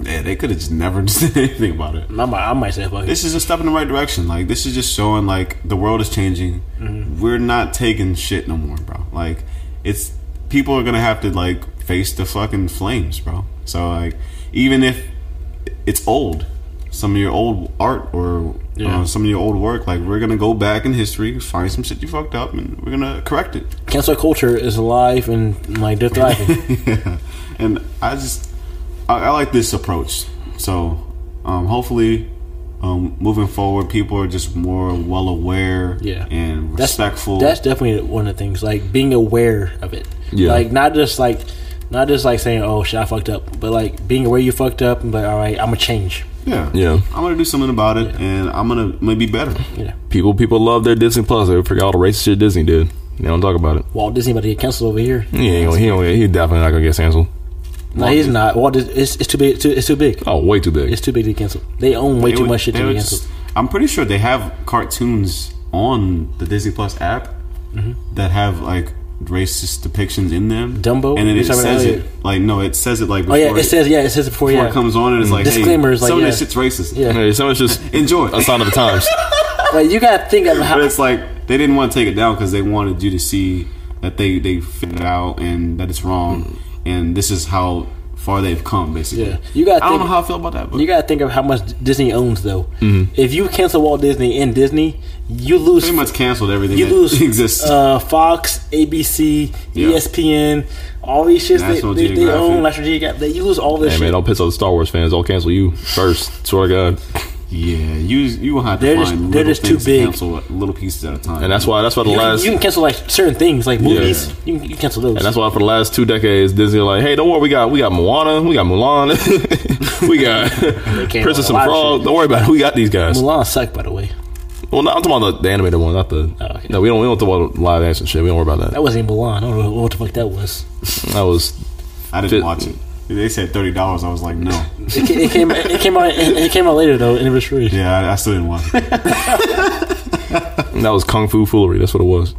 [SPEAKER 8] Yeah, they could have just never did anything about it.
[SPEAKER 2] I might, I might say fuck it.
[SPEAKER 8] This is a step in the right direction. Like this is just showing like the world is changing. We're not taking shit no more, bro. Like it's people are gonna have to like face the fucking flames, bro. So like even if it's old, some of your old art or
[SPEAKER 2] Yeah.
[SPEAKER 8] uh, some of your old work, like we're gonna go back in history, find some shit you fucked up, and we're gonna correct it.
[SPEAKER 2] Cancel culture is alive and like they're thriving.
[SPEAKER 8] and I just I, I like this approach. So, um, hopefully, um, moving forward, people are just more well aware
[SPEAKER 2] Yeah.
[SPEAKER 8] and
[SPEAKER 2] That's-
[SPEAKER 8] respectful.
[SPEAKER 2] That's definitely one of the things, like being aware of it.
[SPEAKER 8] Yeah.
[SPEAKER 2] Like not just like not just like saying, "Oh shit, I fucked up," but like being aware you fucked up and be like, "All right, I'm gonna change."
[SPEAKER 8] yeah, I'm gonna do something about it, and I'm gonna maybe be better.
[SPEAKER 2] Yeah.
[SPEAKER 3] People people love their Disney Plus. They forget all the racist shit Disney did. They don't talk about it.
[SPEAKER 2] Walt Disney about to get canceled over here.
[SPEAKER 3] He ain't gonna, he, ain't gonna, he definitely not gonna get canceled.
[SPEAKER 2] No, he's not. Walt Dis it's, it's too big. It's too, it's too big.
[SPEAKER 3] Oh, way too big.
[SPEAKER 2] It's too big to cancel. They own way
[SPEAKER 8] They
[SPEAKER 2] too
[SPEAKER 8] would-
[SPEAKER 2] much shit
[SPEAKER 8] they
[SPEAKER 2] to be
[SPEAKER 8] would
[SPEAKER 2] canceled.
[SPEAKER 8] just- I'm pretty sure they have cartoons on the Disney Plus app
[SPEAKER 2] Mhm.
[SPEAKER 8] that have like racist depictions in them.
[SPEAKER 2] Dumbo?
[SPEAKER 8] and then
[SPEAKER 2] You
[SPEAKER 8] it
[SPEAKER 2] talking about
[SPEAKER 8] says
[SPEAKER 2] Elliot?
[SPEAKER 8] it like no, it says it like
[SPEAKER 2] Oh,
[SPEAKER 8] before
[SPEAKER 2] yeah, it says- yeah, it says it before, yeah.
[SPEAKER 8] it comes on, and it's like
[SPEAKER 2] Disclaimer
[SPEAKER 8] hey,
[SPEAKER 2] is like,
[SPEAKER 8] some
[SPEAKER 2] yeah.
[SPEAKER 8] of this shit's racist.
[SPEAKER 2] Yeah.
[SPEAKER 3] Hey, some of it's just
[SPEAKER 8] enjoy
[SPEAKER 3] a sign of the times.
[SPEAKER 2] Like you gotta think of how.
[SPEAKER 8] but it's like they didn't want to take it down because they wanted you to see that they they fit it out and that it's wrong, and this is how far they've come. Basically,
[SPEAKER 2] Mm-hmm. Yeah, you gotta. Think,
[SPEAKER 8] I don't know how I feel about that.
[SPEAKER 2] You gotta think of how much Disney owns, though. If you cancel Walt Disney and Disney, you lose.
[SPEAKER 8] Pretty much canceled everything
[SPEAKER 2] You
[SPEAKER 8] that
[SPEAKER 2] lose
[SPEAKER 8] exists.
[SPEAKER 2] Uh, Fox, ABC,
[SPEAKER 8] Yeah.
[SPEAKER 2] ESPN, all these shits they,
[SPEAKER 3] National
[SPEAKER 2] they, they
[SPEAKER 3] Geographic.
[SPEAKER 2] own. National Geographic. They, you lose all this
[SPEAKER 3] Hey,
[SPEAKER 2] shit.
[SPEAKER 3] man, don't piss off the Star Wars fans. I'll cancel you first. Swear to God.
[SPEAKER 8] Yeah, you you will have
[SPEAKER 2] They're just- find they're little just too things to big.
[SPEAKER 8] cancel little pieces at a time.
[SPEAKER 3] And that's why that's why the
[SPEAKER 2] you,
[SPEAKER 3] last
[SPEAKER 2] you can cancel like certain things, like movies. You, can, you can cancel those.
[SPEAKER 3] And that's why for the last two decades, Disney like, hey, don't worry, we got we got Moana, we got Mulan, we got
[SPEAKER 2] came
[SPEAKER 3] Princess
[SPEAKER 2] out with a
[SPEAKER 3] and
[SPEAKER 2] lot of
[SPEAKER 3] Frog. Don't worry about it. We got these guys.
[SPEAKER 2] Mulan sucked, by the way.
[SPEAKER 3] Well, no, I'm talking about the, the animated one, not
[SPEAKER 2] Oh,
[SPEAKER 3] the. No, we don't we don't talk about live action shit. We don't worry about that.
[SPEAKER 2] That wasn't Mulan. I don't know what the fuck that was.
[SPEAKER 3] That was.
[SPEAKER 8] I didn't watch it. They said thirty dollars. I was like, no.
[SPEAKER 2] It, ca- it came. It came out. It, it came out later though, and it was free.
[SPEAKER 8] Yeah, I, I still didn't watch it.
[SPEAKER 3] That was Kung Fu Foolery. That's what it was.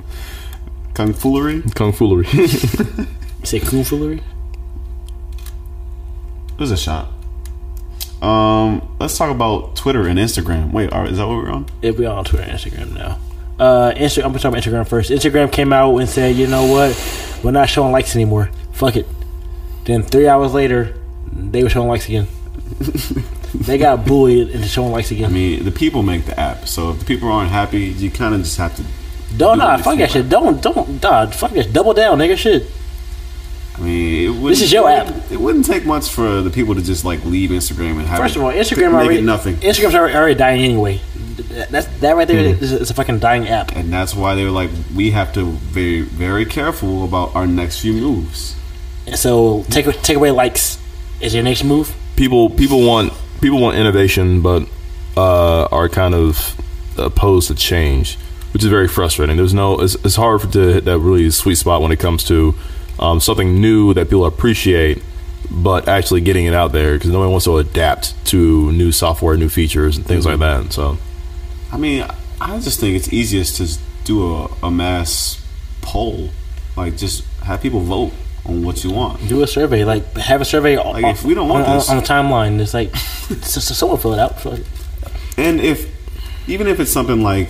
[SPEAKER 8] Kung Foolery.
[SPEAKER 3] Kung Foolery.
[SPEAKER 2] Say Kung Foolery.
[SPEAKER 8] It was a shot. Um, let's talk about Twitter and Instagram. Wait, are, is that what we're on?
[SPEAKER 2] If we on Twitter and Instagram now. Uh, Insta- I'm gonna talk about Instagram first. Instagram came out and said, you know what, we're not showing likes anymore. Fuck it. Then three hours later, they were showing likes again. they got bullied into showing likes again.
[SPEAKER 8] I mean, the people make the app, so if the people aren't happy, you kind of just have to.
[SPEAKER 2] don't nah, fuck that shit. Don't don't nah, fuck that. Double down, nigga. Shit.
[SPEAKER 8] I mean, it wouldn't-
[SPEAKER 2] This is your app.
[SPEAKER 8] It wouldn't take much for the people to just like leave Instagram and have.
[SPEAKER 2] First
[SPEAKER 8] it-
[SPEAKER 2] of all,
[SPEAKER 8] make
[SPEAKER 2] Instagram
[SPEAKER 8] it
[SPEAKER 2] already
[SPEAKER 8] nothing,
[SPEAKER 2] Instagram's already, already dying anyway. That- That's that right there
[SPEAKER 8] Hmm.
[SPEAKER 2] is is a fucking dying app.
[SPEAKER 8] and that's why they were like, we have to be very careful about our next few moves.
[SPEAKER 2] So take take away likes. Is your next move?
[SPEAKER 3] people people want people want innovation, but uh, are kind of opposed to change, which is very frustrating. There's no it's, it's hard to hit that really sweet spot when it comes to um, something new that people appreciate, but actually getting it out there because nobody wants to adapt to new software, new features, and things like that. So
[SPEAKER 8] I mean, I just think it's easiest to do a, a mass poll, like just have people vote on what you want.
[SPEAKER 2] Do a survey, like have a survey. Like
[SPEAKER 8] if we don't want
[SPEAKER 2] on,
[SPEAKER 8] this-
[SPEAKER 2] on, on a timeline, it's like so, so someone fill it out. Fuck it.
[SPEAKER 8] And if even if it's something like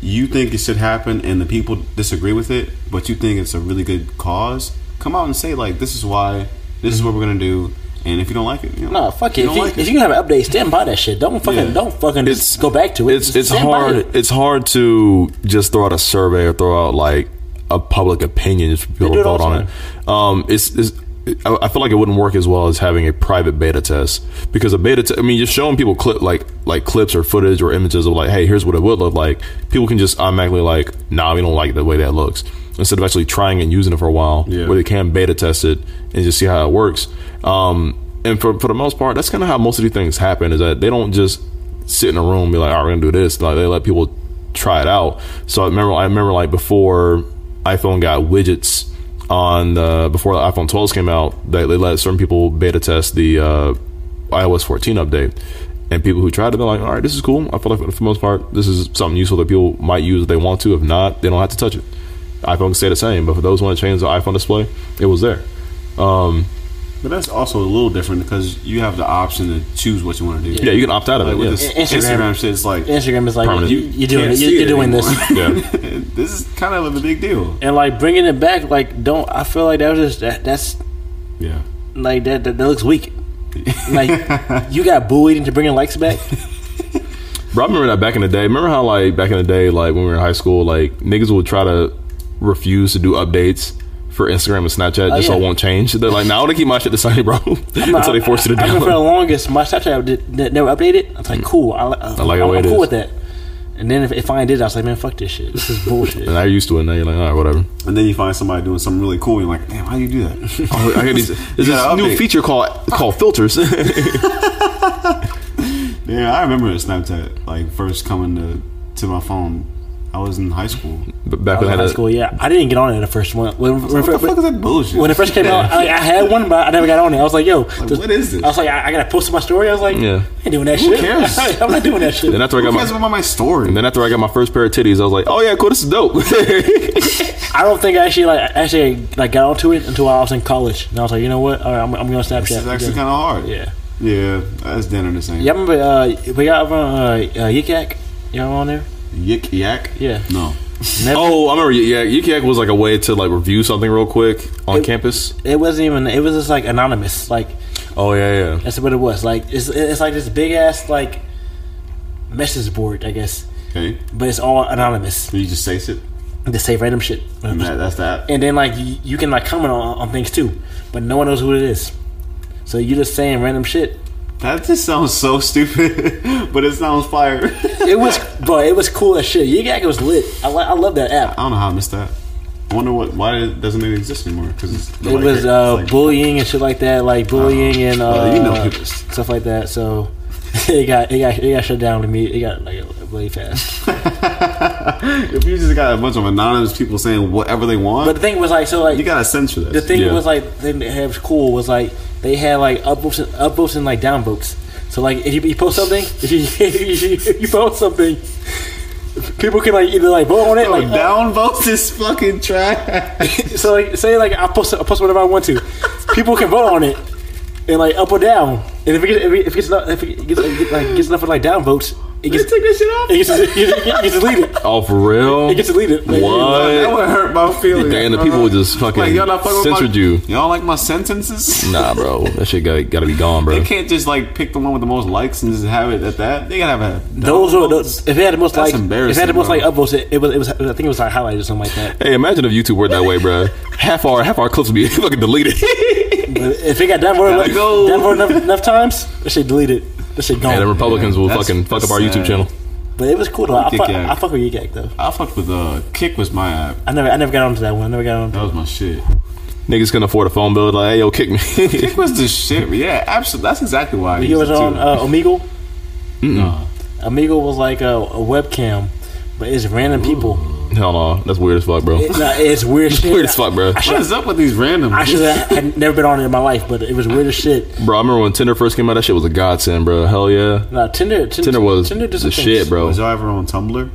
[SPEAKER 8] you think it should happen and the people disagree with it, but you think it's a really good cause, come out and say like this is why, this is what we're gonna do, and if you don't like it, you know,
[SPEAKER 2] No, fuck it.
[SPEAKER 8] You
[SPEAKER 2] If
[SPEAKER 8] don't
[SPEAKER 2] you,
[SPEAKER 8] like
[SPEAKER 2] if you can have an update, stand by that shit. Don't fucking
[SPEAKER 3] Yeah.
[SPEAKER 2] don't fucking just go back to it.
[SPEAKER 3] it's it's
[SPEAKER 2] Stand by
[SPEAKER 3] hard
[SPEAKER 2] it.
[SPEAKER 3] it's hard to just throw out a survey or throw out like a public opinion just for people
[SPEAKER 2] do
[SPEAKER 3] to
[SPEAKER 2] it all
[SPEAKER 3] vote
[SPEAKER 2] the
[SPEAKER 3] on it. Um, it's, it's I I feel like it wouldn't work as well as having a private beta test because a beta. Te- I mean, you're showing people clip like like clips or footage or images of like, hey, here's what it would look like. People can just automatically like, nah, we don't like the way that looks. Instead of actually trying and using it for a while, where they can beta test it and just see how it works. Um, and for for the most part, that's kind of how most of these things happen. Is that they don't just sit in a room and be like, all right, we're gonna do this. Like they let people try it out. So I remember I remember like before iPhone got widgets on the before the iPhone 12s came out, they, they let certain people beta test the uh, iOS 14 update. And people who tried it, they're like, all right, this is cool. I feel like for the most part, this is something useful that people might use if they want to. If not, they don't have to touch it. iPhone can stay the same, but for those who want to change the iPhone display, it was there. Um,
[SPEAKER 8] But that's also a little different because you have the option to choose what you want to do.
[SPEAKER 3] Yeah, you can opt out of
[SPEAKER 8] Like
[SPEAKER 3] it,
[SPEAKER 8] with
[SPEAKER 3] yeah.
[SPEAKER 8] this
[SPEAKER 2] Instagram-
[SPEAKER 8] Instagram, shit, it's like
[SPEAKER 2] Instagram is like,
[SPEAKER 8] permanent.
[SPEAKER 2] you- you're doing
[SPEAKER 8] can't
[SPEAKER 2] it, you're-
[SPEAKER 8] see
[SPEAKER 2] you're doing this.
[SPEAKER 3] Yeah.
[SPEAKER 8] this is kind of a big deal.
[SPEAKER 2] and like bringing it back. Like don't. I feel like that was just that, that's
[SPEAKER 8] Yeah.
[SPEAKER 2] like that, that that looks weak. Like you got bullied into bringing likes back.
[SPEAKER 3] Bro, I remember that back in the day. Remember how like back in the day, like when we were in high school, like niggas would try to refuse to do updates for Instagram and Snapchat
[SPEAKER 2] Oh,
[SPEAKER 3] just so
[SPEAKER 2] yeah.
[SPEAKER 3] it won't change. They're like, now nah, I want to keep my shit the same, bro.
[SPEAKER 2] I'm not-
[SPEAKER 3] Until they force you to
[SPEAKER 2] I remember for the
[SPEAKER 3] download.
[SPEAKER 2] longest, my Snapchat did, did- never updated. I was like, cool. I, li-
[SPEAKER 3] I like the
[SPEAKER 2] I'm,
[SPEAKER 3] way
[SPEAKER 2] I'm
[SPEAKER 3] it
[SPEAKER 2] cool
[SPEAKER 3] is.
[SPEAKER 2] with that. And then if it finally did, I was like, man, fuck this shit. This is bullshit.
[SPEAKER 3] And I used to it. Now you're like, all right, whatever.
[SPEAKER 8] And then you find somebody doing something really cool. And you're like, damn, how do you do that?
[SPEAKER 3] Oh, I got these. There's
[SPEAKER 8] You
[SPEAKER 3] this
[SPEAKER 8] gotta
[SPEAKER 3] new
[SPEAKER 8] update.
[SPEAKER 3] feature called called filters.
[SPEAKER 8] Yeah, I remember Snapchat like first coming to to my phone. I was in high school.
[SPEAKER 3] But back
[SPEAKER 2] I was in high school, yeah. I didn't get on it the first one. When, when,
[SPEAKER 8] What the fuck is that bullshit?
[SPEAKER 2] when it first came out, I, I had one, but I never got on it. I was like, yo, what
[SPEAKER 8] is this?
[SPEAKER 2] I was like, I, I gotta post my story. I was like,
[SPEAKER 3] Yeah.
[SPEAKER 2] I ain't doing that
[SPEAKER 8] Who
[SPEAKER 2] shit.
[SPEAKER 8] cares?
[SPEAKER 2] I'm not doing that shit.
[SPEAKER 3] Then after I got
[SPEAKER 8] Who
[SPEAKER 3] my
[SPEAKER 8] cares about my story?
[SPEAKER 3] and then after I got my first pair of titties, I was like, oh yeah, cool, this is dope.
[SPEAKER 2] I don't think I actually like actually like got onto it until I was in college, and I was like, you know what? All right, I'm, I'm going to Snapchat.
[SPEAKER 8] This is actually kind of hard.
[SPEAKER 2] Yeah.
[SPEAKER 8] Yeah, that's dinner the same.
[SPEAKER 2] Yeah, I remember uh, we got on uh, uh, Yik Yak. You all on there?
[SPEAKER 8] Yik yak.
[SPEAKER 2] Yeah.
[SPEAKER 8] No.
[SPEAKER 3] Oh, I remember. Yeah, Yik Yak was like a way to like review something real quick on campus.
[SPEAKER 2] It wasn't even. It was just like anonymous. Like
[SPEAKER 3] Oh yeah, yeah.
[SPEAKER 2] that's what it was. Like it's it's like this big ass like message board, I guess,
[SPEAKER 8] Okay.
[SPEAKER 2] but it's all anonymous.
[SPEAKER 8] You just say it,
[SPEAKER 2] They say random shit,
[SPEAKER 8] and that, that's that.
[SPEAKER 2] and then like you, you can like comment on, on things too, but no one knows who it is. So you're just saying random shit.
[SPEAKER 8] That just sounds so stupid, but it sounds fire. I
[SPEAKER 2] It was, bro. It was cool as shit. Yik Yak was lit. I li- I love that app.
[SPEAKER 8] don't know how I missed that. I wonder what why it doesn't it exist anymore? Because
[SPEAKER 2] It was uh, bullying and shit like that, like bullying and uh,
[SPEAKER 8] Uh-huh. well, you know it was-
[SPEAKER 2] stuff like that. So it got it got it got shut down to me. It got like really fast.
[SPEAKER 8] if you just got a bunch of anonymous people saying whatever they want,
[SPEAKER 2] But the thing was like so like
[SPEAKER 8] you gotta censor that.
[SPEAKER 2] the thing
[SPEAKER 3] yeah.
[SPEAKER 2] was like they had was cool was like they had like upvotes and upvotes and like downvotes. So like if you, you post something, if you, if you if you post something, people can like either like vote on it,
[SPEAKER 8] Yo,
[SPEAKER 2] like uh,
[SPEAKER 8] downvote this fucking trash.
[SPEAKER 2] So like, say like I post I post whatever I want to, people can vote on it, and like up or down. And if it gets if it, if it gets enough if it gets, like, like gets enough like down votes, it gets
[SPEAKER 8] Take this shit off.
[SPEAKER 2] it gets, it gets, it gets deleted.
[SPEAKER 3] Oh, for real?
[SPEAKER 2] It gets deleted. Like,
[SPEAKER 8] That
[SPEAKER 3] What?
[SPEAKER 8] would hurt my feelings.
[SPEAKER 3] Damn, the
[SPEAKER 8] bro.
[SPEAKER 3] people would just fucking
[SPEAKER 8] Like, y'all not fucking with my-
[SPEAKER 3] censored you.
[SPEAKER 8] Y'all like my sentences?
[SPEAKER 3] Nah, bro, that shit got got to be gone,
[SPEAKER 8] They
[SPEAKER 3] bro.
[SPEAKER 8] can't just like pick the one with the most likes and just have it at that. They gotta have it.
[SPEAKER 2] Those were those, if it had the most
[SPEAKER 8] That's
[SPEAKER 2] like if it
[SPEAKER 8] embarrassing,
[SPEAKER 2] had the most
[SPEAKER 8] bro.
[SPEAKER 2] like upvotes, it, it was it was I think it was like highlighted or something like that.
[SPEAKER 3] Hey, imagine if YouTube were that way, bro. Half our half our clips would be fucking deleted.
[SPEAKER 2] But if it got downvoted
[SPEAKER 8] Gotta
[SPEAKER 2] enough,
[SPEAKER 8] go.
[SPEAKER 2] downvoted enough, enough times, that shit deleted. That shit
[SPEAKER 3] and the
[SPEAKER 2] gone.
[SPEAKER 3] Republicans will
[SPEAKER 8] That's-
[SPEAKER 3] fucking fuck up
[SPEAKER 8] that's
[SPEAKER 3] our YouTube
[SPEAKER 8] sad.
[SPEAKER 3] channel.
[SPEAKER 2] But it was cool. Though. I,
[SPEAKER 8] Kick
[SPEAKER 2] fuck,
[SPEAKER 8] Yak.
[SPEAKER 2] I fuck with Yigak though.
[SPEAKER 8] I fucked with uh, Kick was my app.
[SPEAKER 2] I never I never got onto that one. I never got onto.
[SPEAKER 8] That was my shit.
[SPEAKER 3] Niggas can afford a phone bill. Like, hey, yo, kick me.
[SPEAKER 8] Kick was the shit. Yeah, absolutely. That's exactly why. I
[SPEAKER 2] He
[SPEAKER 8] used
[SPEAKER 2] was
[SPEAKER 8] it,
[SPEAKER 2] on
[SPEAKER 8] too.
[SPEAKER 2] uh, Omegle.
[SPEAKER 8] Nah.
[SPEAKER 2] Amigo was like a, a webcam, but it's random people.
[SPEAKER 3] Hell no, that's weird as fuck, bro.
[SPEAKER 2] It- nah, it's weird shit.
[SPEAKER 3] Weird as fuck, bro.
[SPEAKER 8] What is up with these random?
[SPEAKER 2] I should have had never been on it in my life, but it was weird as shit.
[SPEAKER 3] Bro, I remember when Tinder first came out. That shit was a godsend, bro. Hell yeah.
[SPEAKER 2] Nah, Tinder, Tinder,
[SPEAKER 3] Tinder was
[SPEAKER 2] Tinder did some
[SPEAKER 3] the
[SPEAKER 2] things.
[SPEAKER 3] shit, bro.
[SPEAKER 8] was y'all ever on Tumblr?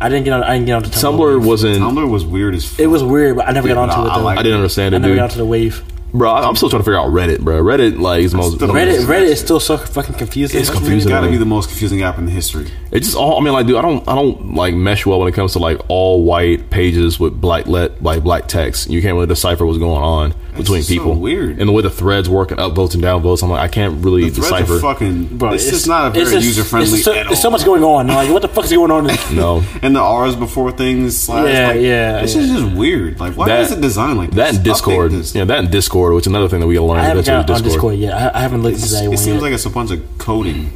[SPEAKER 2] I didn't get on. I didn't get on to
[SPEAKER 3] Tumblr wasn't.
[SPEAKER 8] Tumblr was weird as. Fuck.
[SPEAKER 2] It was weird, but I never got
[SPEAKER 8] nah,
[SPEAKER 2] onto it.
[SPEAKER 8] I
[SPEAKER 2] Though.
[SPEAKER 8] like-
[SPEAKER 3] I didn't understand
[SPEAKER 2] I
[SPEAKER 3] it,
[SPEAKER 2] never got
[SPEAKER 3] dude.
[SPEAKER 2] onto the wave.
[SPEAKER 3] Bro, I- I'm still trying to figure out Reddit, bro. Reddit like is most.
[SPEAKER 8] the
[SPEAKER 2] Reddit, Reddit is still so fucking confusing.
[SPEAKER 3] It's
[SPEAKER 2] That's
[SPEAKER 3] confusing.
[SPEAKER 8] It's gotta
[SPEAKER 3] bro.
[SPEAKER 8] be the most confusing app in history.
[SPEAKER 3] It just all. I mean, like, dude, I don't, I don't like mesh well when it comes to like all white pages with black let, like black text. You can't really decipher what's going on between
[SPEAKER 8] just so
[SPEAKER 3] people.
[SPEAKER 8] weird.
[SPEAKER 3] And the way the threads work and upvotes and downvotes, I'm like, I can't really
[SPEAKER 8] The threads
[SPEAKER 3] decipher.
[SPEAKER 8] are fucking.
[SPEAKER 2] Bro,
[SPEAKER 8] it's, just not a very
[SPEAKER 2] it's just-
[SPEAKER 8] user friendly
[SPEAKER 2] it's so-
[SPEAKER 8] at all.
[SPEAKER 2] There's so much going on. Like, what the fuck is going on?
[SPEAKER 3] no,
[SPEAKER 8] and the R's before things. Slash,
[SPEAKER 2] Yeah,
[SPEAKER 8] like,
[SPEAKER 2] yeah,
[SPEAKER 8] This
[SPEAKER 2] yeah.
[SPEAKER 8] is just weird. Like, why
[SPEAKER 3] That-
[SPEAKER 8] is it designed like
[SPEAKER 3] that
[SPEAKER 8] this?
[SPEAKER 3] and
[SPEAKER 8] Update
[SPEAKER 3] Discord,
[SPEAKER 8] this.
[SPEAKER 3] yeah, that and Discord, which is another thing that we
[SPEAKER 2] I
[SPEAKER 3] learned
[SPEAKER 2] haven't
[SPEAKER 3] eventually.
[SPEAKER 2] got on
[SPEAKER 3] Discord.
[SPEAKER 2] Discord yet. I, I haven't looked into that
[SPEAKER 8] It
[SPEAKER 2] one
[SPEAKER 8] seems
[SPEAKER 2] yet.
[SPEAKER 8] like it's a bunch of coding.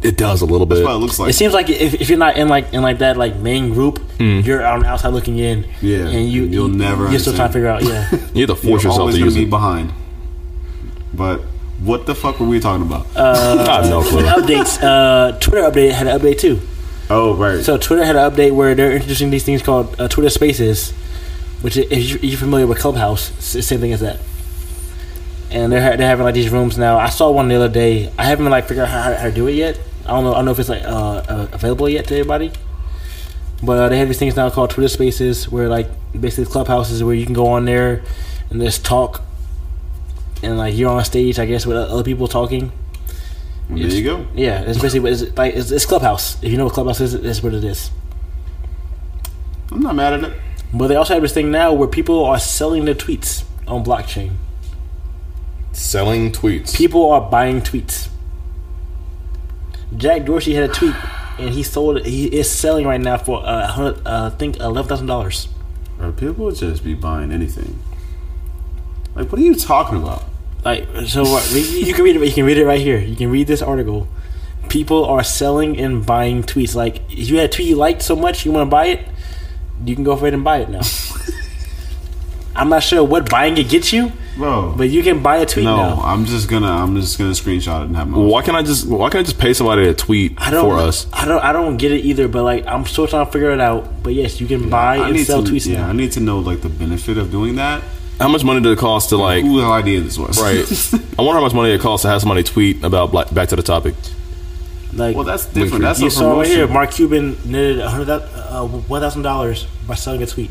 [SPEAKER 3] It does a little bit.
[SPEAKER 8] That's what it looks like.
[SPEAKER 2] It seems like if, if you're not in like in like that like main group, you're on the outside looking in.
[SPEAKER 8] Hmm. Yeah,
[SPEAKER 2] and you
[SPEAKER 8] you'll
[SPEAKER 2] you,
[SPEAKER 8] never
[SPEAKER 2] You're still trying to figure out. Yeah,
[SPEAKER 3] you have to force
[SPEAKER 8] You're
[SPEAKER 3] yourself
[SPEAKER 8] always
[SPEAKER 3] to
[SPEAKER 8] going
[SPEAKER 3] use
[SPEAKER 8] to be
[SPEAKER 3] it.
[SPEAKER 8] behind. But what the fuck were we talking about?
[SPEAKER 2] Uh,
[SPEAKER 3] I have no clue.
[SPEAKER 2] updates. Uh, Twitter update had an update too.
[SPEAKER 8] oh, right.
[SPEAKER 2] So Twitter had an update where they're introducing these things called uh, Twitter Spaces, which i- if you- you're familiar with Clubhouse, it's the same thing as that. And they're ha- they're having like these rooms now. I saw one the other day. I haven't like figured out how, how to do it yet. I don't know. I don't know if it's like uh, uh, available yet to everybody. But uh, they have these things now called Twitter Spaces, where like basically clubhouses where you can go on there and just talk, and like you're on stage, I guess, with other people talking.
[SPEAKER 8] there you go.
[SPEAKER 2] Yeah, it's basically what is like it's, it's Clubhouse. If you know what Clubhouse is, that's what it is.
[SPEAKER 8] I'm not mad at it.
[SPEAKER 2] But they also have this thing now where people are selling their tweets on blockchain.
[SPEAKER 3] Selling tweets.
[SPEAKER 2] People are buying tweets. Jack Dorsey had a tweet, and he sold. it. He is selling right now for uh, hundred, uh, I think eleven thousand dollars.
[SPEAKER 8] Bro, people just be buying anything. Like, what are you talking about?
[SPEAKER 2] Like so, what, you you can read it. You can read it right here. You can read this article. People are selling and buying tweets. Like if you had a tweet you liked so much, you want to buy it, you can go ahead and buy it now. I'm not sure what buying it gets you,
[SPEAKER 8] Bro.
[SPEAKER 2] but you can buy a tweet
[SPEAKER 8] no,
[SPEAKER 2] now.
[SPEAKER 8] I'm just gonna I'm just gonna screenshot it and have my.
[SPEAKER 3] Why can't I just Why can't I just pay somebody to tweet
[SPEAKER 2] I don't,
[SPEAKER 3] for us?
[SPEAKER 2] I don't. I don't get it either. But like, I'm still trying to figure it out. But yes, you can buy
[SPEAKER 8] I
[SPEAKER 2] and
[SPEAKER 8] need
[SPEAKER 2] sell E
[SPEAKER 8] to,
[SPEAKER 2] tweets
[SPEAKER 8] Yeah,
[SPEAKER 2] now.
[SPEAKER 8] I need to know like the benefit of doing that.
[SPEAKER 3] How much money did it cost to like?
[SPEAKER 8] Who the idea this was?
[SPEAKER 3] Right. I wonder how much money it costs to have somebody tweet about black, back to the topic.
[SPEAKER 2] Like,
[SPEAKER 8] well, that's different. That's
[SPEAKER 2] you
[SPEAKER 8] a
[SPEAKER 2] saw right
[SPEAKER 8] promotion.
[SPEAKER 2] here. Mark Cuban netted a hundred uh, one thousand dollars by selling a tweet.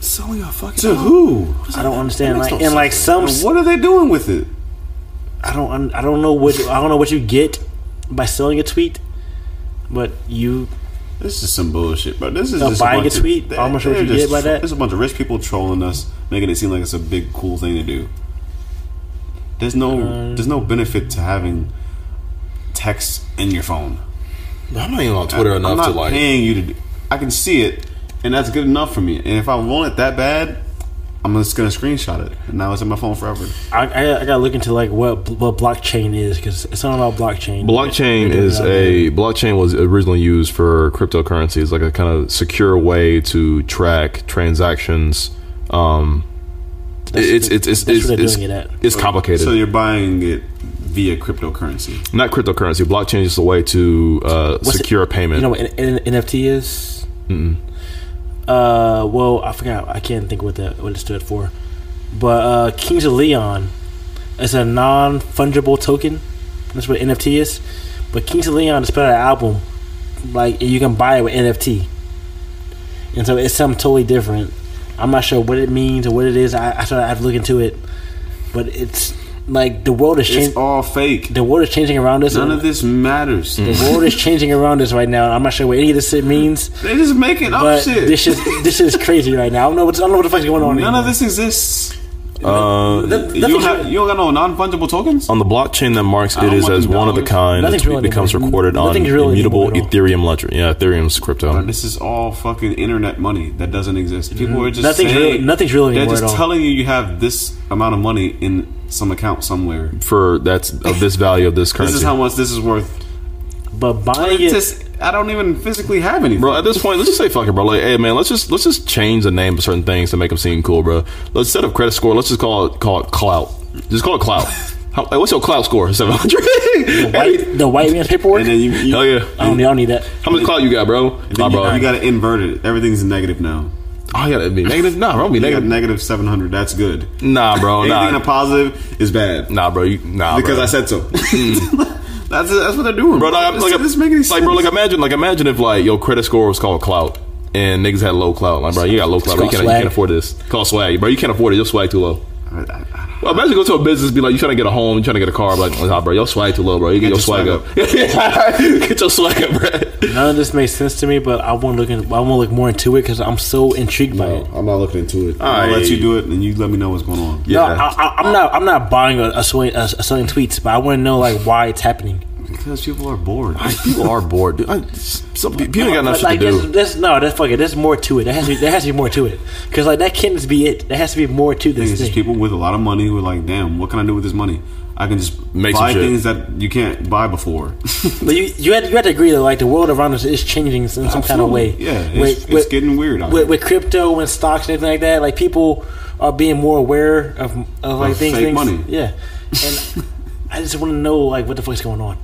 [SPEAKER 8] Selling a fucking to who?
[SPEAKER 2] I don't understand.
[SPEAKER 8] That makes
[SPEAKER 2] Like,
[SPEAKER 8] no
[SPEAKER 2] and like some,
[SPEAKER 8] And What are they doing with it?
[SPEAKER 2] I don't. un- I don't know what I don't know what you get by selling a tweet, but you
[SPEAKER 8] This is some bullshit, bro. This is
[SPEAKER 2] No,
[SPEAKER 8] just
[SPEAKER 2] buying
[SPEAKER 8] bunch
[SPEAKER 2] a
[SPEAKER 8] of-
[SPEAKER 2] tweet,
[SPEAKER 8] they're-
[SPEAKER 2] how much would
[SPEAKER 8] they're
[SPEAKER 2] you get
[SPEAKER 8] just
[SPEAKER 2] by
[SPEAKER 8] tr-
[SPEAKER 2] that?
[SPEAKER 8] There's a bunch of rich people trolling us, making it seem like it's a big cool thing to do. There's no
[SPEAKER 2] Uh,
[SPEAKER 8] there's no benefit to having text in your phone.
[SPEAKER 3] I'm not even on Twitter
[SPEAKER 8] I'm
[SPEAKER 3] enough
[SPEAKER 8] not
[SPEAKER 3] to like.
[SPEAKER 8] paying you to. Do, I can see it, and that's good enough for me. And if I want it that bad, I'm just gonna screenshot it, and now it's in my phone forever.
[SPEAKER 2] I, I, I gotta look into like what what blockchain is because it's not about blockchain.
[SPEAKER 3] Blockchain is a blockchain was originally used for cryptocurrencies, like a kind of secure way to track transactions. Um, it's it's it's
[SPEAKER 2] that's
[SPEAKER 3] it's
[SPEAKER 2] where they're
[SPEAKER 3] it's,
[SPEAKER 2] doing it at.
[SPEAKER 3] it's complicated.
[SPEAKER 8] So you're buying it via cryptocurrency.
[SPEAKER 3] Not cryptocurrency. Blockchain is a way to uh,
[SPEAKER 2] What's it-
[SPEAKER 3] secure payment.
[SPEAKER 2] You know what N- N- NFT is?
[SPEAKER 3] Mm-mm.
[SPEAKER 2] Uh, well, I forgot. I can't think what that what it stood for. But uh, Kings of Leon is a non fungible token. That's what NFT is. But Kings of Leon is part of an album. Like you can buy it with NFT, and so it's something totally different. I'm not sure what it means or what it is. I, I sort of have to look into it, but it's like the world is
[SPEAKER 8] It's
[SPEAKER 2] changing.
[SPEAKER 8] all fake.
[SPEAKER 2] The Mm-hmm. world is changing around us.
[SPEAKER 8] None
[SPEAKER 2] and-
[SPEAKER 8] of this matters.
[SPEAKER 2] the world is changing around us right now. and I'm not sure what any of this shit means,
[SPEAKER 8] They're just making up
[SPEAKER 2] but
[SPEAKER 8] shit.
[SPEAKER 2] this is this is crazy right now. I don't know what's I don't know what the fuck's going on.
[SPEAKER 8] None
[SPEAKER 2] anymore.
[SPEAKER 8] of this exists.
[SPEAKER 3] Uh,
[SPEAKER 2] That- that's
[SPEAKER 8] You don't,
[SPEAKER 2] what-
[SPEAKER 8] have, you don't got no non fungible tokens?
[SPEAKER 3] on the blockchain that marks
[SPEAKER 8] I
[SPEAKER 3] it
[SPEAKER 8] don't
[SPEAKER 3] is
[SPEAKER 8] want
[SPEAKER 3] as
[SPEAKER 8] them
[SPEAKER 3] one of the
[SPEAKER 8] dollars.
[SPEAKER 3] kind.
[SPEAKER 2] Nothing's
[SPEAKER 3] Its tweet
[SPEAKER 2] really
[SPEAKER 3] becomes
[SPEAKER 2] anymore.
[SPEAKER 3] recorded on
[SPEAKER 2] Nothing's really
[SPEAKER 3] immutable
[SPEAKER 2] anymore at all.
[SPEAKER 3] Ethereum ledger. Yeah, Ethereum's crypto.
[SPEAKER 8] Bro, Oh, this is all fucking internet money that doesn't exist. People are just
[SPEAKER 2] Nothing's
[SPEAKER 8] saying,
[SPEAKER 2] really- nothing's really
[SPEAKER 8] They're
[SPEAKER 2] anymore
[SPEAKER 8] just
[SPEAKER 2] at all.
[SPEAKER 8] telling you you have this amount of money in some account somewhere.
[SPEAKER 3] for that's of this value of this currency.
[SPEAKER 8] This is how much this is worth.
[SPEAKER 2] But buying
[SPEAKER 8] It's
[SPEAKER 2] it,
[SPEAKER 8] just I don't even physically have any.
[SPEAKER 3] bro. At this point, let's just say fuck it, bro. Like, hey man, let's just let's just change the name of certain things to make them seem cool, bro. Let's set up credit score. Let's just call it call it clout. Just call it clout. How, hey, what's your clout score? Seven hundred.
[SPEAKER 2] white, the white man's paperwork.
[SPEAKER 8] and then you, you,
[SPEAKER 3] Hell yeah.
[SPEAKER 2] I don't need. I don't need that.
[SPEAKER 3] How much clout you got, bro?
[SPEAKER 8] then
[SPEAKER 3] Nah,
[SPEAKER 8] you,
[SPEAKER 3] bro.
[SPEAKER 8] you got to invert it. Everything's negative now.
[SPEAKER 3] oh, you gotta be negative. Nah, bro. Be
[SPEAKER 8] You got
[SPEAKER 3] negative.
[SPEAKER 8] negative seven hundred. That's good.
[SPEAKER 3] Nah, bro.
[SPEAKER 8] Anything in a
[SPEAKER 3] Nah,
[SPEAKER 8] positive is bad
[SPEAKER 3] nah, bro. You, nah,
[SPEAKER 8] because
[SPEAKER 3] bro.
[SPEAKER 8] I said so. that's that's what they're doing,
[SPEAKER 3] bro. Like,
[SPEAKER 8] This,
[SPEAKER 3] like,
[SPEAKER 8] this make any
[SPEAKER 3] like,
[SPEAKER 8] sense.
[SPEAKER 3] bro. Like, imagine, like, imagine if like your credit score was called clout, and niggas had low clout. Like, bro, you got low clout. Bro. You,
[SPEAKER 2] called
[SPEAKER 3] can't, you can't
[SPEAKER 2] swag.
[SPEAKER 3] afford this. Call swag, bro. You can't afford it. Your swag too low.
[SPEAKER 8] I- I- I-
[SPEAKER 3] Well, imagine go to a business, be like, you trying to get a home, you trying to get a car, be like, nah, bro, your swag too low, bro. You get, your
[SPEAKER 8] Get
[SPEAKER 3] swag
[SPEAKER 8] your
[SPEAKER 3] up. get your swag up, bro.
[SPEAKER 2] None of this makes sense to me. But I want to look. In, I want to look more into it because I'm so intrigued by it.
[SPEAKER 8] I'm not looking into it. I'll
[SPEAKER 3] right.
[SPEAKER 8] let you do it, and you let me know what's going on.
[SPEAKER 2] No, I, I, I'm not. I'm not buying a, a, swing, a, a selling tweets, but I want to know like why it's happening.
[SPEAKER 8] Because people are bored.
[SPEAKER 3] people are bored, dude. I, some, pe- people ain't got nothing
[SPEAKER 2] like
[SPEAKER 3] to
[SPEAKER 2] that's,
[SPEAKER 3] do.
[SPEAKER 2] that's no, that's fucking. There's more to it. There has to be. There has to be more to it. Because like that can't just be it. There has to be more to
[SPEAKER 8] I think
[SPEAKER 2] this
[SPEAKER 8] it's just
[SPEAKER 2] thing.
[SPEAKER 8] people with a lot of money who are like, damn, what can I do with this money? I can just
[SPEAKER 3] Make some
[SPEAKER 8] buy
[SPEAKER 3] shit.
[SPEAKER 8] things that you can't buy before.
[SPEAKER 2] But you, you had you had to agree that like the world around us is changing in some kind of way.
[SPEAKER 8] Absolutely. Yeah, it's, it's getting weird out
[SPEAKER 2] with,
[SPEAKER 8] here.
[SPEAKER 2] with crypto and stocks and everything like that. Like people are being more aware of of like
[SPEAKER 8] Of
[SPEAKER 2] things.
[SPEAKER 8] fake
[SPEAKER 2] things
[SPEAKER 8] money.
[SPEAKER 2] Yeah, and I just want to know like what the fuck's going on.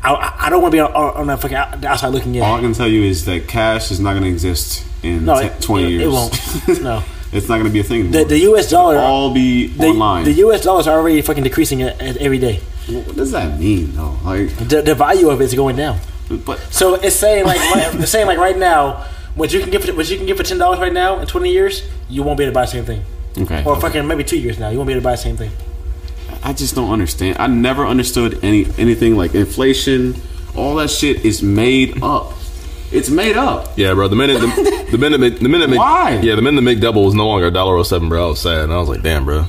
[SPEAKER 2] I- I, I don't want to be on, on, on that fucking out- outside looking in.
[SPEAKER 8] All I can tell you is that cash is not going to exist in
[SPEAKER 2] No,
[SPEAKER 8] te-
[SPEAKER 2] it-
[SPEAKER 8] 20
[SPEAKER 2] it- it
[SPEAKER 8] years.
[SPEAKER 2] won't. No.
[SPEAKER 8] it's not going to be a thing
[SPEAKER 2] The,
[SPEAKER 8] anymore.
[SPEAKER 2] the U.S. dollar,
[SPEAKER 8] It'll all be
[SPEAKER 2] the,
[SPEAKER 8] online.
[SPEAKER 2] the U.S. dollar is already fucking decreasing at, at every day.
[SPEAKER 8] what does that mean, though? Like,
[SPEAKER 2] The, the value of it is going down.
[SPEAKER 8] but
[SPEAKER 2] So it's saying like, like it's saying like right now, what you can get for what you can get for ten dollars right now in twenty years, you won't be able to buy the same thing.
[SPEAKER 8] okay,
[SPEAKER 2] Or fucking maybe two years now, you won't be able to buy the same thing.
[SPEAKER 8] I just don't understand. I never understood any anything like inflation. All that shit is made up. It's made up.
[SPEAKER 3] Yeah, bro. The minute, the, the minute, Mc- the minute, Mc-
[SPEAKER 8] Why?
[SPEAKER 3] Yeah, the minute the McDouble was no longer a dollar oh seven, bro. I was sad, and I was like, damn, bro.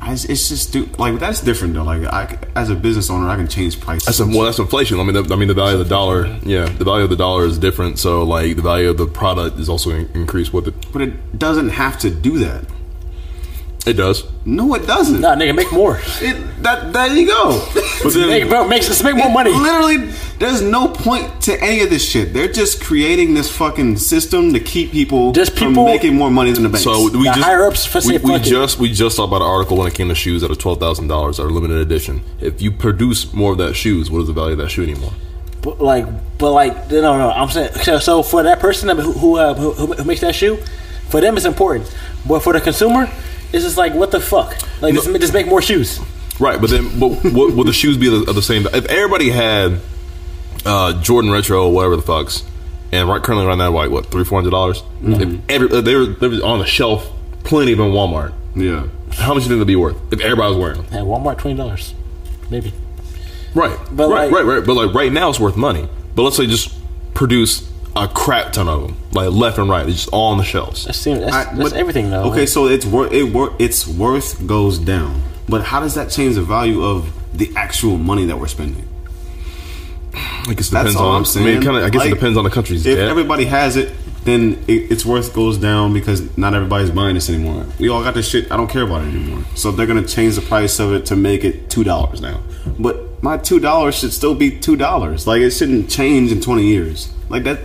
[SPEAKER 8] I It's, it's just stu- like that's different though. Like I, c- as a business owner, I can change prices.
[SPEAKER 3] That's a, well, that's inflation. I mean, the, I mean, the value of the dollar. Yeah, the value of the dollar is different. So, like, the value of the product is also in- increased with it.
[SPEAKER 8] But it doesn't have to do that.
[SPEAKER 3] It does.
[SPEAKER 8] No, it doesn't.
[SPEAKER 2] Nah, nigga, make more.
[SPEAKER 8] It, that there you go.
[SPEAKER 2] But then- Make- bro, make- let's make more
[SPEAKER 8] It
[SPEAKER 2] money.
[SPEAKER 8] Literally, there's no point to any of this shit. They're just creating this fucking system to keep people just
[SPEAKER 2] people-
[SPEAKER 8] from making more money than the banks.
[SPEAKER 3] So we just
[SPEAKER 2] for
[SPEAKER 3] we,
[SPEAKER 2] say
[SPEAKER 3] we
[SPEAKER 2] fuck it.
[SPEAKER 3] just we just talked about an article when it came to shoes that are twelve thousand dollars, are limited edition. If you produce more of that shoes, what is the value of that shoe anymore?
[SPEAKER 2] But like, but like, no, no. I'm saying so. so for that person who who, uh, who who who makes that shoe, for them it's important. But for the consumer, it's just like, what the fuck? Like, just, ma- just make more shoes.
[SPEAKER 3] Right, but then but, what, will the shoes be the, of the same? If everybody had uh, Jordan Retro or whatever the fucks, and right currently around that like what three four hundred dollars, if every if they were they were on the shelf, plenty of them in Walmart.
[SPEAKER 8] Yeah,
[SPEAKER 3] how much do you think they'd be worth if everybody was wearing them?
[SPEAKER 2] At Walmart, twenty dollars, maybe.
[SPEAKER 3] Right,
[SPEAKER 2] But
[SPEAKER 3] right,
[SPEAKER 2] like-
[SPEAKER 3] right, right. But like right now, it's worth money. But let's say just produce a crap ton of them, like left and right, They're just all on the shelves.
[SPEAKER 2] That seems that's,
[SPEAKER 8] I-
[SPEAKER 2] that's
[SPEAKER 8] but-
[SPEAKER 2] everything though.
[SPEAKER 8] Okay, so it's worth it. Wor- its worth goes down, but how does that change the value of the actual money that we're spending?
[SPEAKER 3] I guess it
[SPEAKER 8] That's
[SPEAKER 3] depends
[SPEAKER 8] all
[SPEAKER 3] on.
[SPEAKER 8] I'm saying.
[SPEAKER 3] I, mean, kinda, I guess
[SPEAKER 8] Like,
[SPEAKER 3] it depends on the country's
[SPEAKER 8] If
[SPEAKER 3] debt.
[SPEAKER 8] everybody has it, then it, its worth goes down because not everybody's buying this anymore. We all got this shit. I don't care about it anymore. So they're gonna change the price of it to make it two dollars now. But my two dollars should still be two dollars. Like it shouldn't change in twenty years. Like that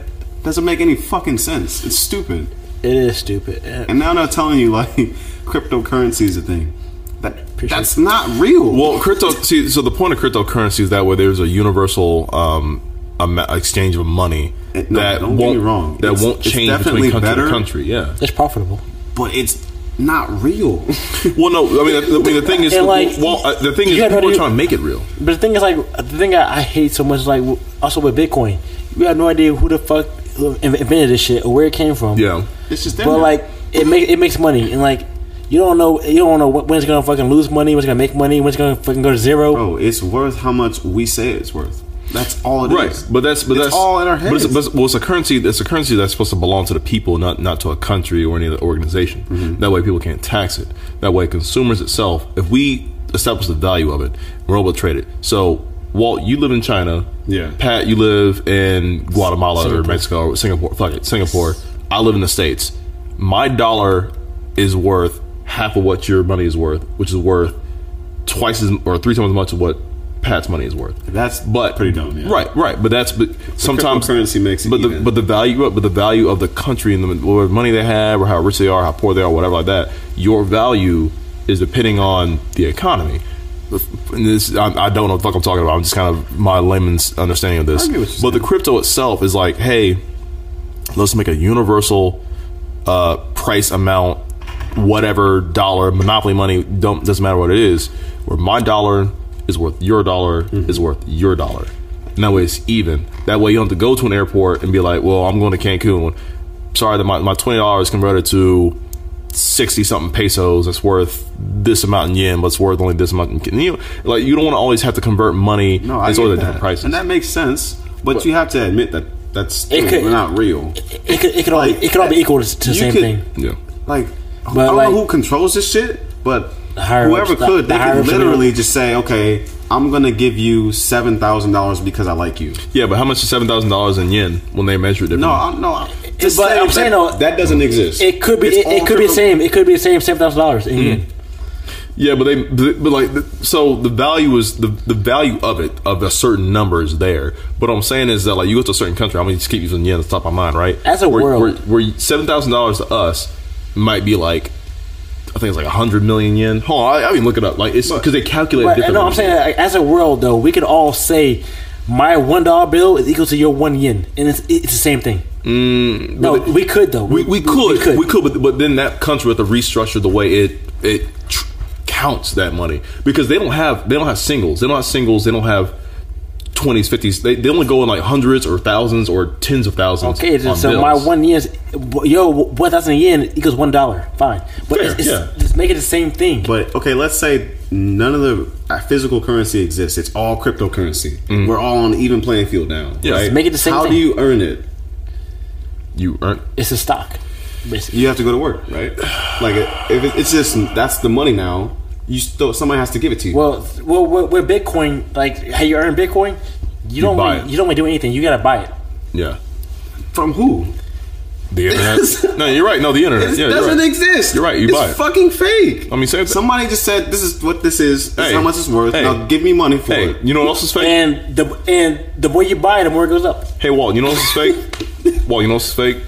[SPEAKER 8] doesn't make any fucking sense. It's stupid.
[SPEAKER 2] It is stupid. Yeah.
[SPEAKER 8] And now they're telling you like cryptocurrency is a thing. That that's not real.
[SPEAKER 3] Well, crypto. See, so the point of cryptocurrency is that way there's a universal um, ama- exchange of money
[SPEAKER 8] no,
[SPEAKER 3] that
[SPEAKER 8] don't
[SPEAKER 3] won't
[SPEAKER 8] get me wrong.
[SPEAKER 3] that
[SPEAKER 8] It's-
[SPEAKER 3] won't
[SPEAKER 8] it's
[SPEAKER 3] change between
[SPEAKER 8] definitely
[SPEAKER 3] country
[SPEAKER 8] better.
[SPEAKER 3] to country. Yeah.
[SPEAKER 2] It's profitable.
[SPEAKER 8] but it's not real.
[SPEAKER 3] Well, no. I mean, the, I mean, the thing is,
[SPEAKER 2] And, like,
[SPEAKER 3] well, uh, the thing
[SPEAKER 2] you
[SPEAKER 3] is,
[SPEAKER 2] gotta
[SPEAKER 3] people are
[SPEAKER 2] do-
[SPEAKER 3] trying to make it real.
[SPEAKER 2] But the thing is, like, the thing I, I hate so much, is, like, w- also with Bitcoin, we have no idea who the fuck in- invented this shit or where it came from.
[SPEAKER 3] Yeah.
[SPEAKER 8] It's just
[SPEAKER 2] But like, it makes it makes money, and like, you don't know, you don't know wh- when it's gonna fucking lose money, when it's gonna make money, when it's gonna fucking go to zero.
[SPEAKER 3] Oh.
[SPEAKER 8] Bro, it's worth how much we say it's worth. That's all it is.
[SPEAKER 3] right, but that's but
[SPEAKER 8] It's
[SPEAKER 3] that's
[SPEAKER 8] all in our
[SPEAKER 3] But it's,
[SPEAKER 8] heads.
[SPEAKER 3] but it's- well, it's a currency. It's a currency that's supposed to belong to the people, not not to a country or any other organization.
[SPEAKER 8] Mm-hmm.
[SPEAKER 3] That way, people can't tax it. That way, consumers itself. If we establish the value of it, we're able to trade it. So, Walt, you live in China.
[SPEAKER 8] Yeah.
[SPEAKER 3] Pat, you live in Guatemala or
[SPEAKER 8] Singapore.
[SPEAKER 3] Mexico or Singapore. Fuck it, Singapore. I live in the states. My dollar is worth half of what your money is worth, which is worth twice as or three times as much of what Pat's money is worth.
[SPEAKER 8] That's
[SPEAKER 3] but
[SPEAKER 8] pretty dumb, yeah.
[SPEAKER 3] Right, right. But that's but sometimes
[SPEAKER 8] cryptocurrency makes it
[SPEAKER 3] but the
[SPEAKER 8] even.
[SPEAKER 3] but the value but the value of the country and the whatever money they have or how rich they are, how poor they are, whatever like that. Your value is depending on the economy. And this I, I don't know what the fuck I'm talking about. I'm just kind of my layman's understanding of this.
[SPEAKER 8] I get what you're
[SPEAKER 3] But the crypto itself is like, hey, let's make a universal uh, price amount, whatever dollar monopoly money don't doesn't matter what it is. Where my dollar is worth your dollar
[SPEAKER 8] Mm-hmm.
[SPEAKER 3] is worth your dollar, and that way it's even. That way you don't have to go to an airport and be like, well, I'm going to Cancun. Sorry that my, my twenty dollars converted to sixty something pesos. That's worth this amount in yen, but it's worth only this amount. In, you know, like you don't want to always have to convert money.
[SPEAKER 8] No, I
[SPEAKER 3] it's
[SPEAKER 8] get
[SPEAKER 3] always at
[SPEAKER 8] that.
[SPEAKER 3] different prices.
[SPEAKER 8] And that makes sense, but, you have to admit that that's still
[SPEAKER 2] could-
[SPEAKER 8] not real.
[SPEAKER 2] It could it could all be, it could all be equal to, to the
[SPEAKER 8] you
[SPEAKER 2] same
[SPEAKER 8] could-
[SPEAKER 2] thing.
[SPEAKER 3] yeah.
[SPEAKER 8] Like,
[SPEAKER 2] But,
[SPEAKER 8] I don't
[SPEAKER 2] like-
[SPEAKER 8] know who controls this shit, but
[SPEAKER 2] higher
[SPEAKER 8] whoever
[SPEAKER 2] ups, the-
[SPEAKER 8] could,
[SPEAKER 2] the
[SPEAKER 8] they
[SPEAKER 2] higher
[SPEAKER 8] could
[SPEAKER 2] ups in
[SPEAKER 8] literally just say, okay, I'm going to give you $7,000 because I like you.
[SPEAKER 3] Yeah, but how much is seven thousand dollars in yen when they measure it?
[SPEAKER 8] No,
[SPEAKER 3] differently?
[SPEAKER 8] I, no. I- just
[SPEAKER 2] Mm-hmm. But
[SPEAKER 8] say
[SPEAKER 2] I'm
[SPEAKER 8] that,
[SPEAKER 2] saying though-
[SPEAKER 8] that doesn't exist.
[SPEAKER 2] It could be
[SPEAKER 8] It's
[SPEAKER 2] it, it
[SPEAKER 8] all
[SPEAKER 2] could be the
[SPEAKER 8] crypto-
[SPEAKER 2] same. It could be the same seven thousand dollars
[SPEAKER 3] Mm,
[SPEAKER 2] in yen.
[SPEAKER 3] Yeah, but they but but like th- so the value is the the value of it of a certain number is there. But what I'm saying is that like you go to a certain country, I'm gonna just keep using yen at the top of my mind, right?
[SPEAKER 2] As a
[SPEAKER 3] where,
[SPEAKER 2] world.
[SPEAKER 3] where, where seven thousand dollars to us might be like I think it's like hundred million yen. Hold on, I, I mean look it up. Like it's because they calculate
[SPEAKER 2] Right,
[SPEAKER 3] it differently.
[SPEAKER 2] no, I'm saying like, as a world though, we could all say my one dollar bill is equal to your one yen, and it's it's the same thing.
[SPEAKER 3] Mm,
[SPEAKER 2] No,
[SPEAKER 3] but-
[SPEAKER 2] we could though.
[SPEAKER 3] We, we could, we could, but, but then that country would have to restructure the way it it tr- counts that money because they don't have they don't have singles, they don't have singles, they don't have twenties, fifties. They, they only go in like hundreds or thousands or tens of thousands.
[SPEAKER 2] Okay,
[SPEAKER 3] on
[SPEAKER 2] so
[SPEAKER 3] bills.
[SPEAKER 2] my one yen, is- yo, one thousand yen equals one dollar. Fine, but
[SPEAKER 3] Fair,
[SPEAKER 2] it's, it's,
[SPEAKER 3] yeah.
[SPEAKER 2] just make it the same thing.
[SPEAKER 8] But okay, let's say none of the uh, physical currency exists. It's all cryptocurrency. We're all on even playing field now.
[SPEAKER 3] Yes.
[SPEAKER 8] right?
[SPEAKER 2] Mm. Make it the same
[SPEAKER 8] How
[SPEAKER 2] thing.
[SPEAKER 8] do you earn it?
[SPEAKER 3] you earn.
[SPEAKER 2] It's a stock, basically.
[SPEAKER 8] You have to go to work, right? Like it- if it, it's just that's the money now. You still somebody has to give it to you.
[SPEAKER 2] Well, well, where, where Bitcoin, like how you earn Bitcoin, you, don't
[SPEAKER 8] buy
[SPEAKER 2] really, you don't really do anything. You gotta buy it.
[SPEAKER 3] Yeah.
[SPEAKER 8] From who?
[SPEAKER 3] The internet. no, you're right. No, the internet.
[SPEAKER 8] It
[SPEAKER 3] yeah, you're
[SPEAKER 8] doesn't
[SPEAKER 3] right.
[SPEAKER 8] exist.
[SPEAKER 3] You're right. You
[SPEAKER 8] it's
[SPEAKER 3] buy it.
[SPEAKER 8] fucking fake.
[SPEAKER 3] I mean, same thing.
[SPEAKER 8] Somebody just said this is what this is. This
[SPEAKER 3] Hey.
[SPEAKER 8] is how much it's worth.
[SPEAKER 3] Hey.
[SPEAKER 8] Now give me money for
[SPEAKER 3] Hey,
[SPEAKER 8] it.
[SPEAKER 3] you know what else is fake?
[SPEAKER 2] And the and the more you buy, it, the more it goes up.
[SPEAKER 3] Hey, Walt, you know what's fake? Walt, you know what's fake?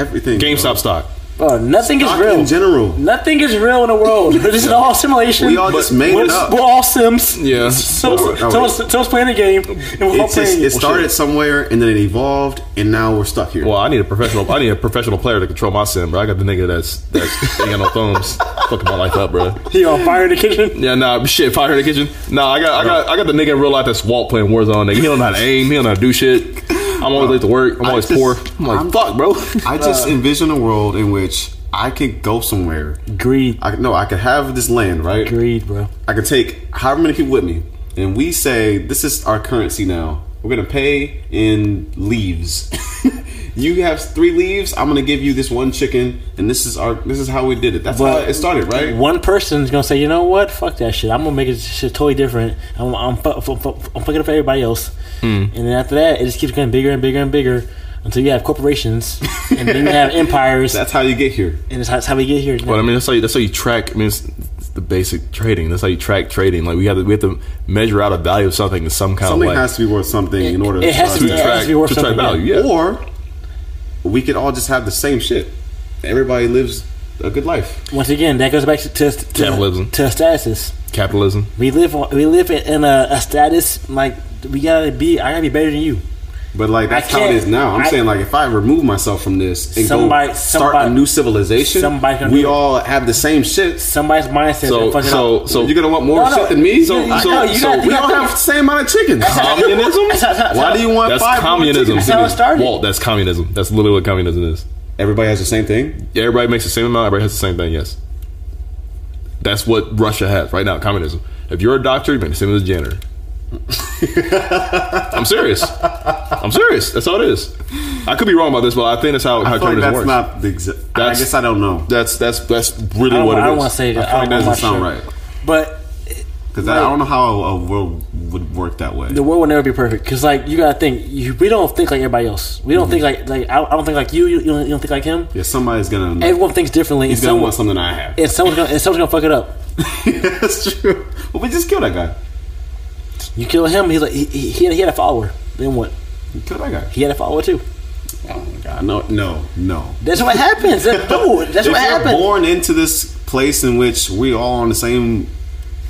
[SPEAKER 8] Everything.
[SPEAKER 3] GameStop stock.
[SPEAKER 2] Bro, nothing
[SPEAKER 8] Stock
[SPEAKER 2] is real.
[SPEAKER 8] in general.
[SPEAKER 2] Nothing is real in the world. this is all simulation.
[SPEAKER 8] We all just made
[SPEAKER 2] we're,
[SPEAKER 8] it up.
[SPEAKER 2] We're all Sims.
[SPEAKER 3] Yeah.
[SPEAKER 2] So,
[SPEAKER 8] Oh,
[SPEAKER 2] so, playing a game, and we're all
[SPEAKER 8] It's just,
[SPEAKER 2] playing.
[SPEAKER 8] it started somewhere and then it evolved and now we're stuck here.
[SPEAKER 3] Well, I need a professional. I need a professional player to control my sim, bro. I got the nigga that's that's ain't got no thumbs, fucking my life up, bro.
[SPEAKER 2] He on fire in the kitchen.
[SPEAKER 3] Yeah, nah, shit, fire in the kitchen. Nah, I got, I got, I got the nigga in real life that's Walt playing Warzone. Nigga, he don't know how to aim. He don't know how to do shit. I'm always late to work. I'm
[SPEAKER 8] I
[SPEAKER 3] always
[SPEAKER 8] just-
[SPEAKER 3] poor. I'm like,
[SPEAKER 8] I'm-
[SPEAKER 3] fuck, bro.
[SPEAKER 8] I just envision a world in which I could go somewhere.
[SPEAKER 2] Greed,
[SPEAKER 8] I no, I could have this land, right?
[SPEAKER 2] greed, bro.
[SPEAKER 8] I could take however many people with me, and we say this is our currency now. We're gonna pay in leaves. you have three leaves. I'm gonna give you this one chicken, and this is our this is how we did it. That's how
[SPEAKER 2] But-
[SPEAKER 8] it started, right?
[SPEAKER 2] One person's gonna say, you know what? Fuck that shit. I'm gonna make it shit totally different. I'm I'm, fu- fu- fu- I'm fucking up for everybody else.
[SPEAKER 3] Hmm.
[SPEAKER 2] And then after that, it just keeps getting bigger and bigger and bigger until you have corporations, and then you have empires, and
[SPEAKER 8] That's how you get here.
[SPEAKER 2] it's- that's how we get here.
[SPEAKER 3] But I mean, that's how you, that's how you track. I mean, it's, it's the basic trading. That's how you track trading. Like we have to, we have to measure out a value of something in some kind
[SPEAKER 8] Something
[SPEAKER 3] of way
[SPEAKER 8] has to be worth something in order
[SPEAKER 2] it has
[SPEAKER 3] to
[SPEAKER 2] to be-
[SPEAKER 8] start.
[SPEAKER 2] it has
[SPEAKER 3] track
[SPEAKER 2] to be worth
[SPEAKER 3] to track
[SPEAKER 2] something, yeah.
[SPEAKER 3] value. Yeah.
[SPEAKER 8] Or we could all just have the same shit. Everybody lives a good life.
[SPEAKER 2] Once again, that goes back to to, to,
[SPEAKER 3] Capitalism.
[SPEAKER 2] to statuses.
[SPEAKER 3] capitalism.
[SPEAKER 2] We live on, we live in- in a, a status like we gotta be. I gotta be better than you.
[SPEAKER 8] But like that's how it
[SPEAKER 2] can't-
[SPEAKER 8] is now. I'm
[SPEAKER 2] I-
[SPEAKER 8] saying like if I remove myself from this and
[SPEAKER 2] Somebody-
[SPEAKER 8] go start
[SPEAKER 2] somebody-
[SPEAKER 8] a new civilization,
[SPEAKER 2] somebody can
[SPEAKER 8] we
[SPEAKER 2] do it.
[SPEAKER 8] all have the same shit.
[SPEAKER 2] Somebody's mindset.
[SPEAKER 3] So-
[SPEAKER 2] is fucking
[SPEAKER 3] so-
[SPEAKER 2] up.
[SPEAKER 8] So you're gonna want more
[SPEAKER 2] No, no,
[SPEAKER 8] shit than me?
[SPEAKER 2] so-
[SPEAKER 8] I-
[SPEAKER 2] so-
[SPEAKER 8] no, you
[SPEAKER 2] so
[SPEAKER 8] got- we
[SPEAKER 2] we-
[SPEAKER 8] don't have the same amount of chickens.
[SPEAKER 3] Communism?
[SPEAKER 2] That's how- that's how-
[SPEAKER 8] Why do you want
[SPEAKER 3] That's
[SPEAKER 8] five more
[SPEAKER 3] communism.
[SPEAKER 8] chickens?
[SPEAKER 2] That's how it started.
[SPEAKER 3] Walt, that's communism. That's literally what communism is.
[SPEAKER 8] Everybody has the same thing.
[SPEAKER 3] Yeah, everybody makes the same amount. Everybody has the same thing. Yes, that's what Russia has right now. Communism. If you're a doctor, you make the same as a janitor. I'm serious. I'm serious. That's how it is. I could be wrong about this, but I think that's how, how
[SPEAKER 8] I feel
[SPEAKER 3] communism
[SPEAKER 8] like that's
[SPEAKER 3] works.
[SPEAKER 8] not the exact. I
[SPEAKER 3] That's-
[SPEAKER 8] guess I don't know
[SPEAKER 3] that's that's that's
[SPEAKER 2] I
[SPEAKER 3] really
[SPEAKER 2] don't,
[SPEAKER 3] what it
[SPEAKER 2] I
[SPEAKER 3] is.
[SPEAKER 2] don't want to say that. I
[SPEAKER 8] It
[SPEAKER 2] don't, I'm
[SPEAKER 8] doesn't
[SPEAKER 2] not
[SPEAKER 8] sound
[SPEAKER 2] sure.
[SPEAKER 8] right
[SPEAKER 2] But
[SPEAKER 8] because I don't know how a world would work that way.
[SPEAKER 2] the world will never be perfect because, like, you gotta think. You, we don't think like everybody else. We don't
[SPEAKER 8] Mm-hmm.
[SPEAKER 2] think like like I, I don't think like you. You, you don't, you don't think like him.
[SPEAKER 8] Yeah, somebody's gonna.
[SPEAKER 2] Everyone thinks differently.
[SPEAKER 8] he's
[SPEAKER 2] And,
[SPEAKER 8] gonna
[SPEAKER 2] someone,
[SPEAKER 8] want something I have.
[SPEAKER 2] and someone's gonna and someone's gonna fuck it up.
[SPEAKER 8] that's true. Well, we just killed that guy.
[SPEAKER 2] You kill him. He's like he, he, he had- he had a follower. Then what?
[SPEAKER 8] We killed that guy.
[SPEAKER 2] He had a follower too.
[SPEAKER 8] Oh my god! No, no, no.
[SPEAKER 2] That's what happens. That, dude, that's
[SPEAKER 8] if
[SPEAKER 2] what
[SPEAKER 8] you're
[SPEAKER 2] happens.
[SPEAKER 8] born into this place in which we all on the same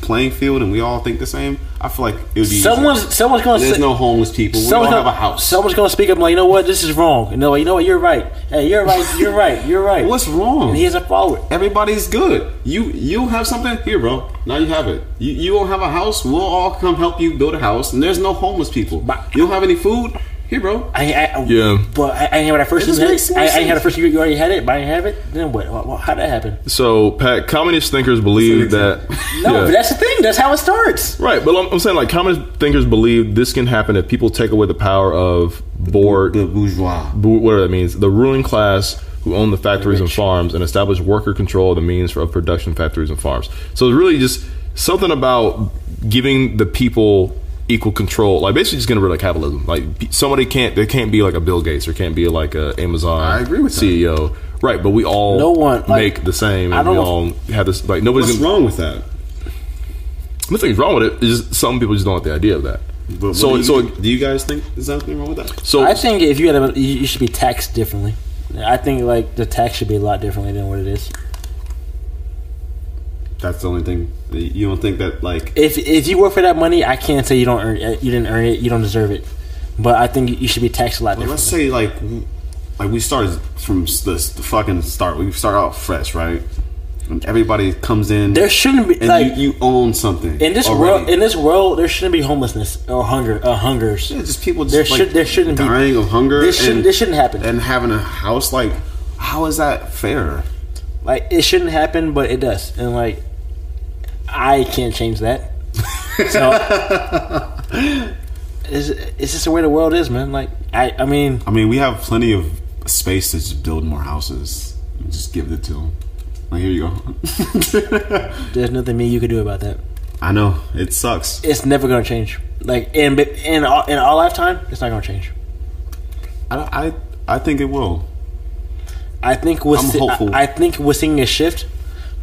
[SPEAKER 8] playing field and we all think the same, I feel like it would be easier.
[SPEAKER 2] Someone's someone's gonna
[SPEAKER 8] There's
[SPEAKER 2] say-
[SPEAKER 8] no homeless people. We all
[SPEAKER 2] Someone's
[SPEAKER 8] have
[SPEAKER 2] gonna-
[SPEAKER 8] a house.
[SPEAKER 2] Someone's gonna speak up and like, you know what, this is wrong. And they're like, you know what, you're right. Hey, you're right, you're right, you're right.
[SPEAKER 8] What's wrong?
[SPEAKER 2] And he has a follower.
[SPEAKER 8] Everybody's good. You you have something here, bro. Now you have it. You you won't have a house. We'll all come help you build a house. And there's no homeless people.
[SPEAKER 2] But-
[SPEAKER 8] you don't have any food here, bro.
[SPEAKER 2] I, I, oh,
[SPEAKER 3] Yeah.
[SPEAKER 2] But I, I ain't had what I first
[SPEAKER 8] It just
[SPEAKER 2] had.
[SPEAKER 8] makes no
[SPEAKER 2] I, I ain't had a
[SPEAKER 8] sense.
[SPEAKER 2] first you, you already had it, but I didn't have it. Then what? Wha- wha- How'd that happen?
[SPEAKER 3] So, Pat, communist thinkers believe that.
[SPEAKER 2] No,
[SPEAKER 3] Yeah.
[SPEAKER 2] but that's the thing. That's how it starts.
[SPEAKER 3] Right, but I'm, I'm saying like communist thinkers believe this can happen if people take away the power of board,
[SPEAKER 8] The bourgeois.
[SPEAKER 3] bu- whatever that means, the ruling class who own the factories and farms and establish worker control of the means for, of production factories and farms. So it's really just something about giving the people equal control, like basically just getting rid of capitalism. Like p- somebody can't, there can't be like a Bill Gates or can't be like a Amazon
[SPEAKER 8] I agree with that.
[SPEAKER 3] CEO. Right, but we all
[SPEAKER 2] No one, like,
[SPEAKER 3] make the same,
[SPEAKER 2] I
[SPEAKER 3] and we
[SPEAKER 2] don't-
[SPEAKER 3] all have this. Like nobody's
[SPEAKER 8] What's
[SPEAKER 3] gonna-
[SPEAKER 8] wrong with that?
[SPEAKER 3] Nothing's wrong with it. It's just some people just don't like the idea of that.
[SPEAKER 8] But what
[SPEAKER 3] so
[SPEAKER 8] do you,
[SPEAKER 3] so
[SPEAKER 8] do you guys think there's something wrong with that?
[SPEAKER 3] so
[SPEAKER 2] I think if you had a, you, you should be taxed differently. I think like the tax should be a lot differently than what it is.
[SPEAKER 8] That's the only thing. You don't think that like
[SPEAKER 2] If if you work for that money, I can't say you don't earn it. You didn't earn it. You don't deserve it. But I think you- you should be taxed a lot
[SPEAKER 8] Let's
[SPEAKER 2] differently.
[SPEAKER 8] say like w- like we started from s- the, s- the fucking start. We start out fresh, right? And everybody comes in.
[SPEAKER 2] There shouldn't be
[SPEAKER 8] and
[SPEAKER 2] like
[SPEAKER 8] you, you own something
[SPEAKER 2] In this
[SPEAKER 8] already.
[SPEAKER 2] world, in this world, there shouldn't be homelessness or hunger, uh, hungers.
[SPEAKER 8] Yeah, just people just
[SPEAKER 2] there
[SPEAKER 8] like,
[SPEAKER 2] should there shouldn't be
[SPEAKER 8] dying of hunger.
[SPEAKER 2] This shouldn't
[SPEAKER 8] and,
[SPEAKER 2] this shouldn't happen.
[SPEAKER 8] and having a house like how is that fair?
[SPEAKER 2] like it shouldn't happen, but it does. And like, I can't change that. So, it's, it's just the way the world is, man. Like, I I mean,
[SPEAKER 8] I mean, we have plenty of space to just build more houses. Just give it to them. Like here you go.
[SPEAKER 2] There's nothing me you can do about that.
[SPEAKER 8] I know it sucks.
[SPEAKER 2] It's never gonna change. Like in in our, in our lifetime, it's not gonna change.
[SPEAKER 8] I I, I think it will.
[SPEAKER 2] I think we're
[SPEAKER 8] I'm
[SPEAKER 2] se-
[SPEAKER 8] hopeful.
[SPEAKER 2] I, I think we're seeing a shift,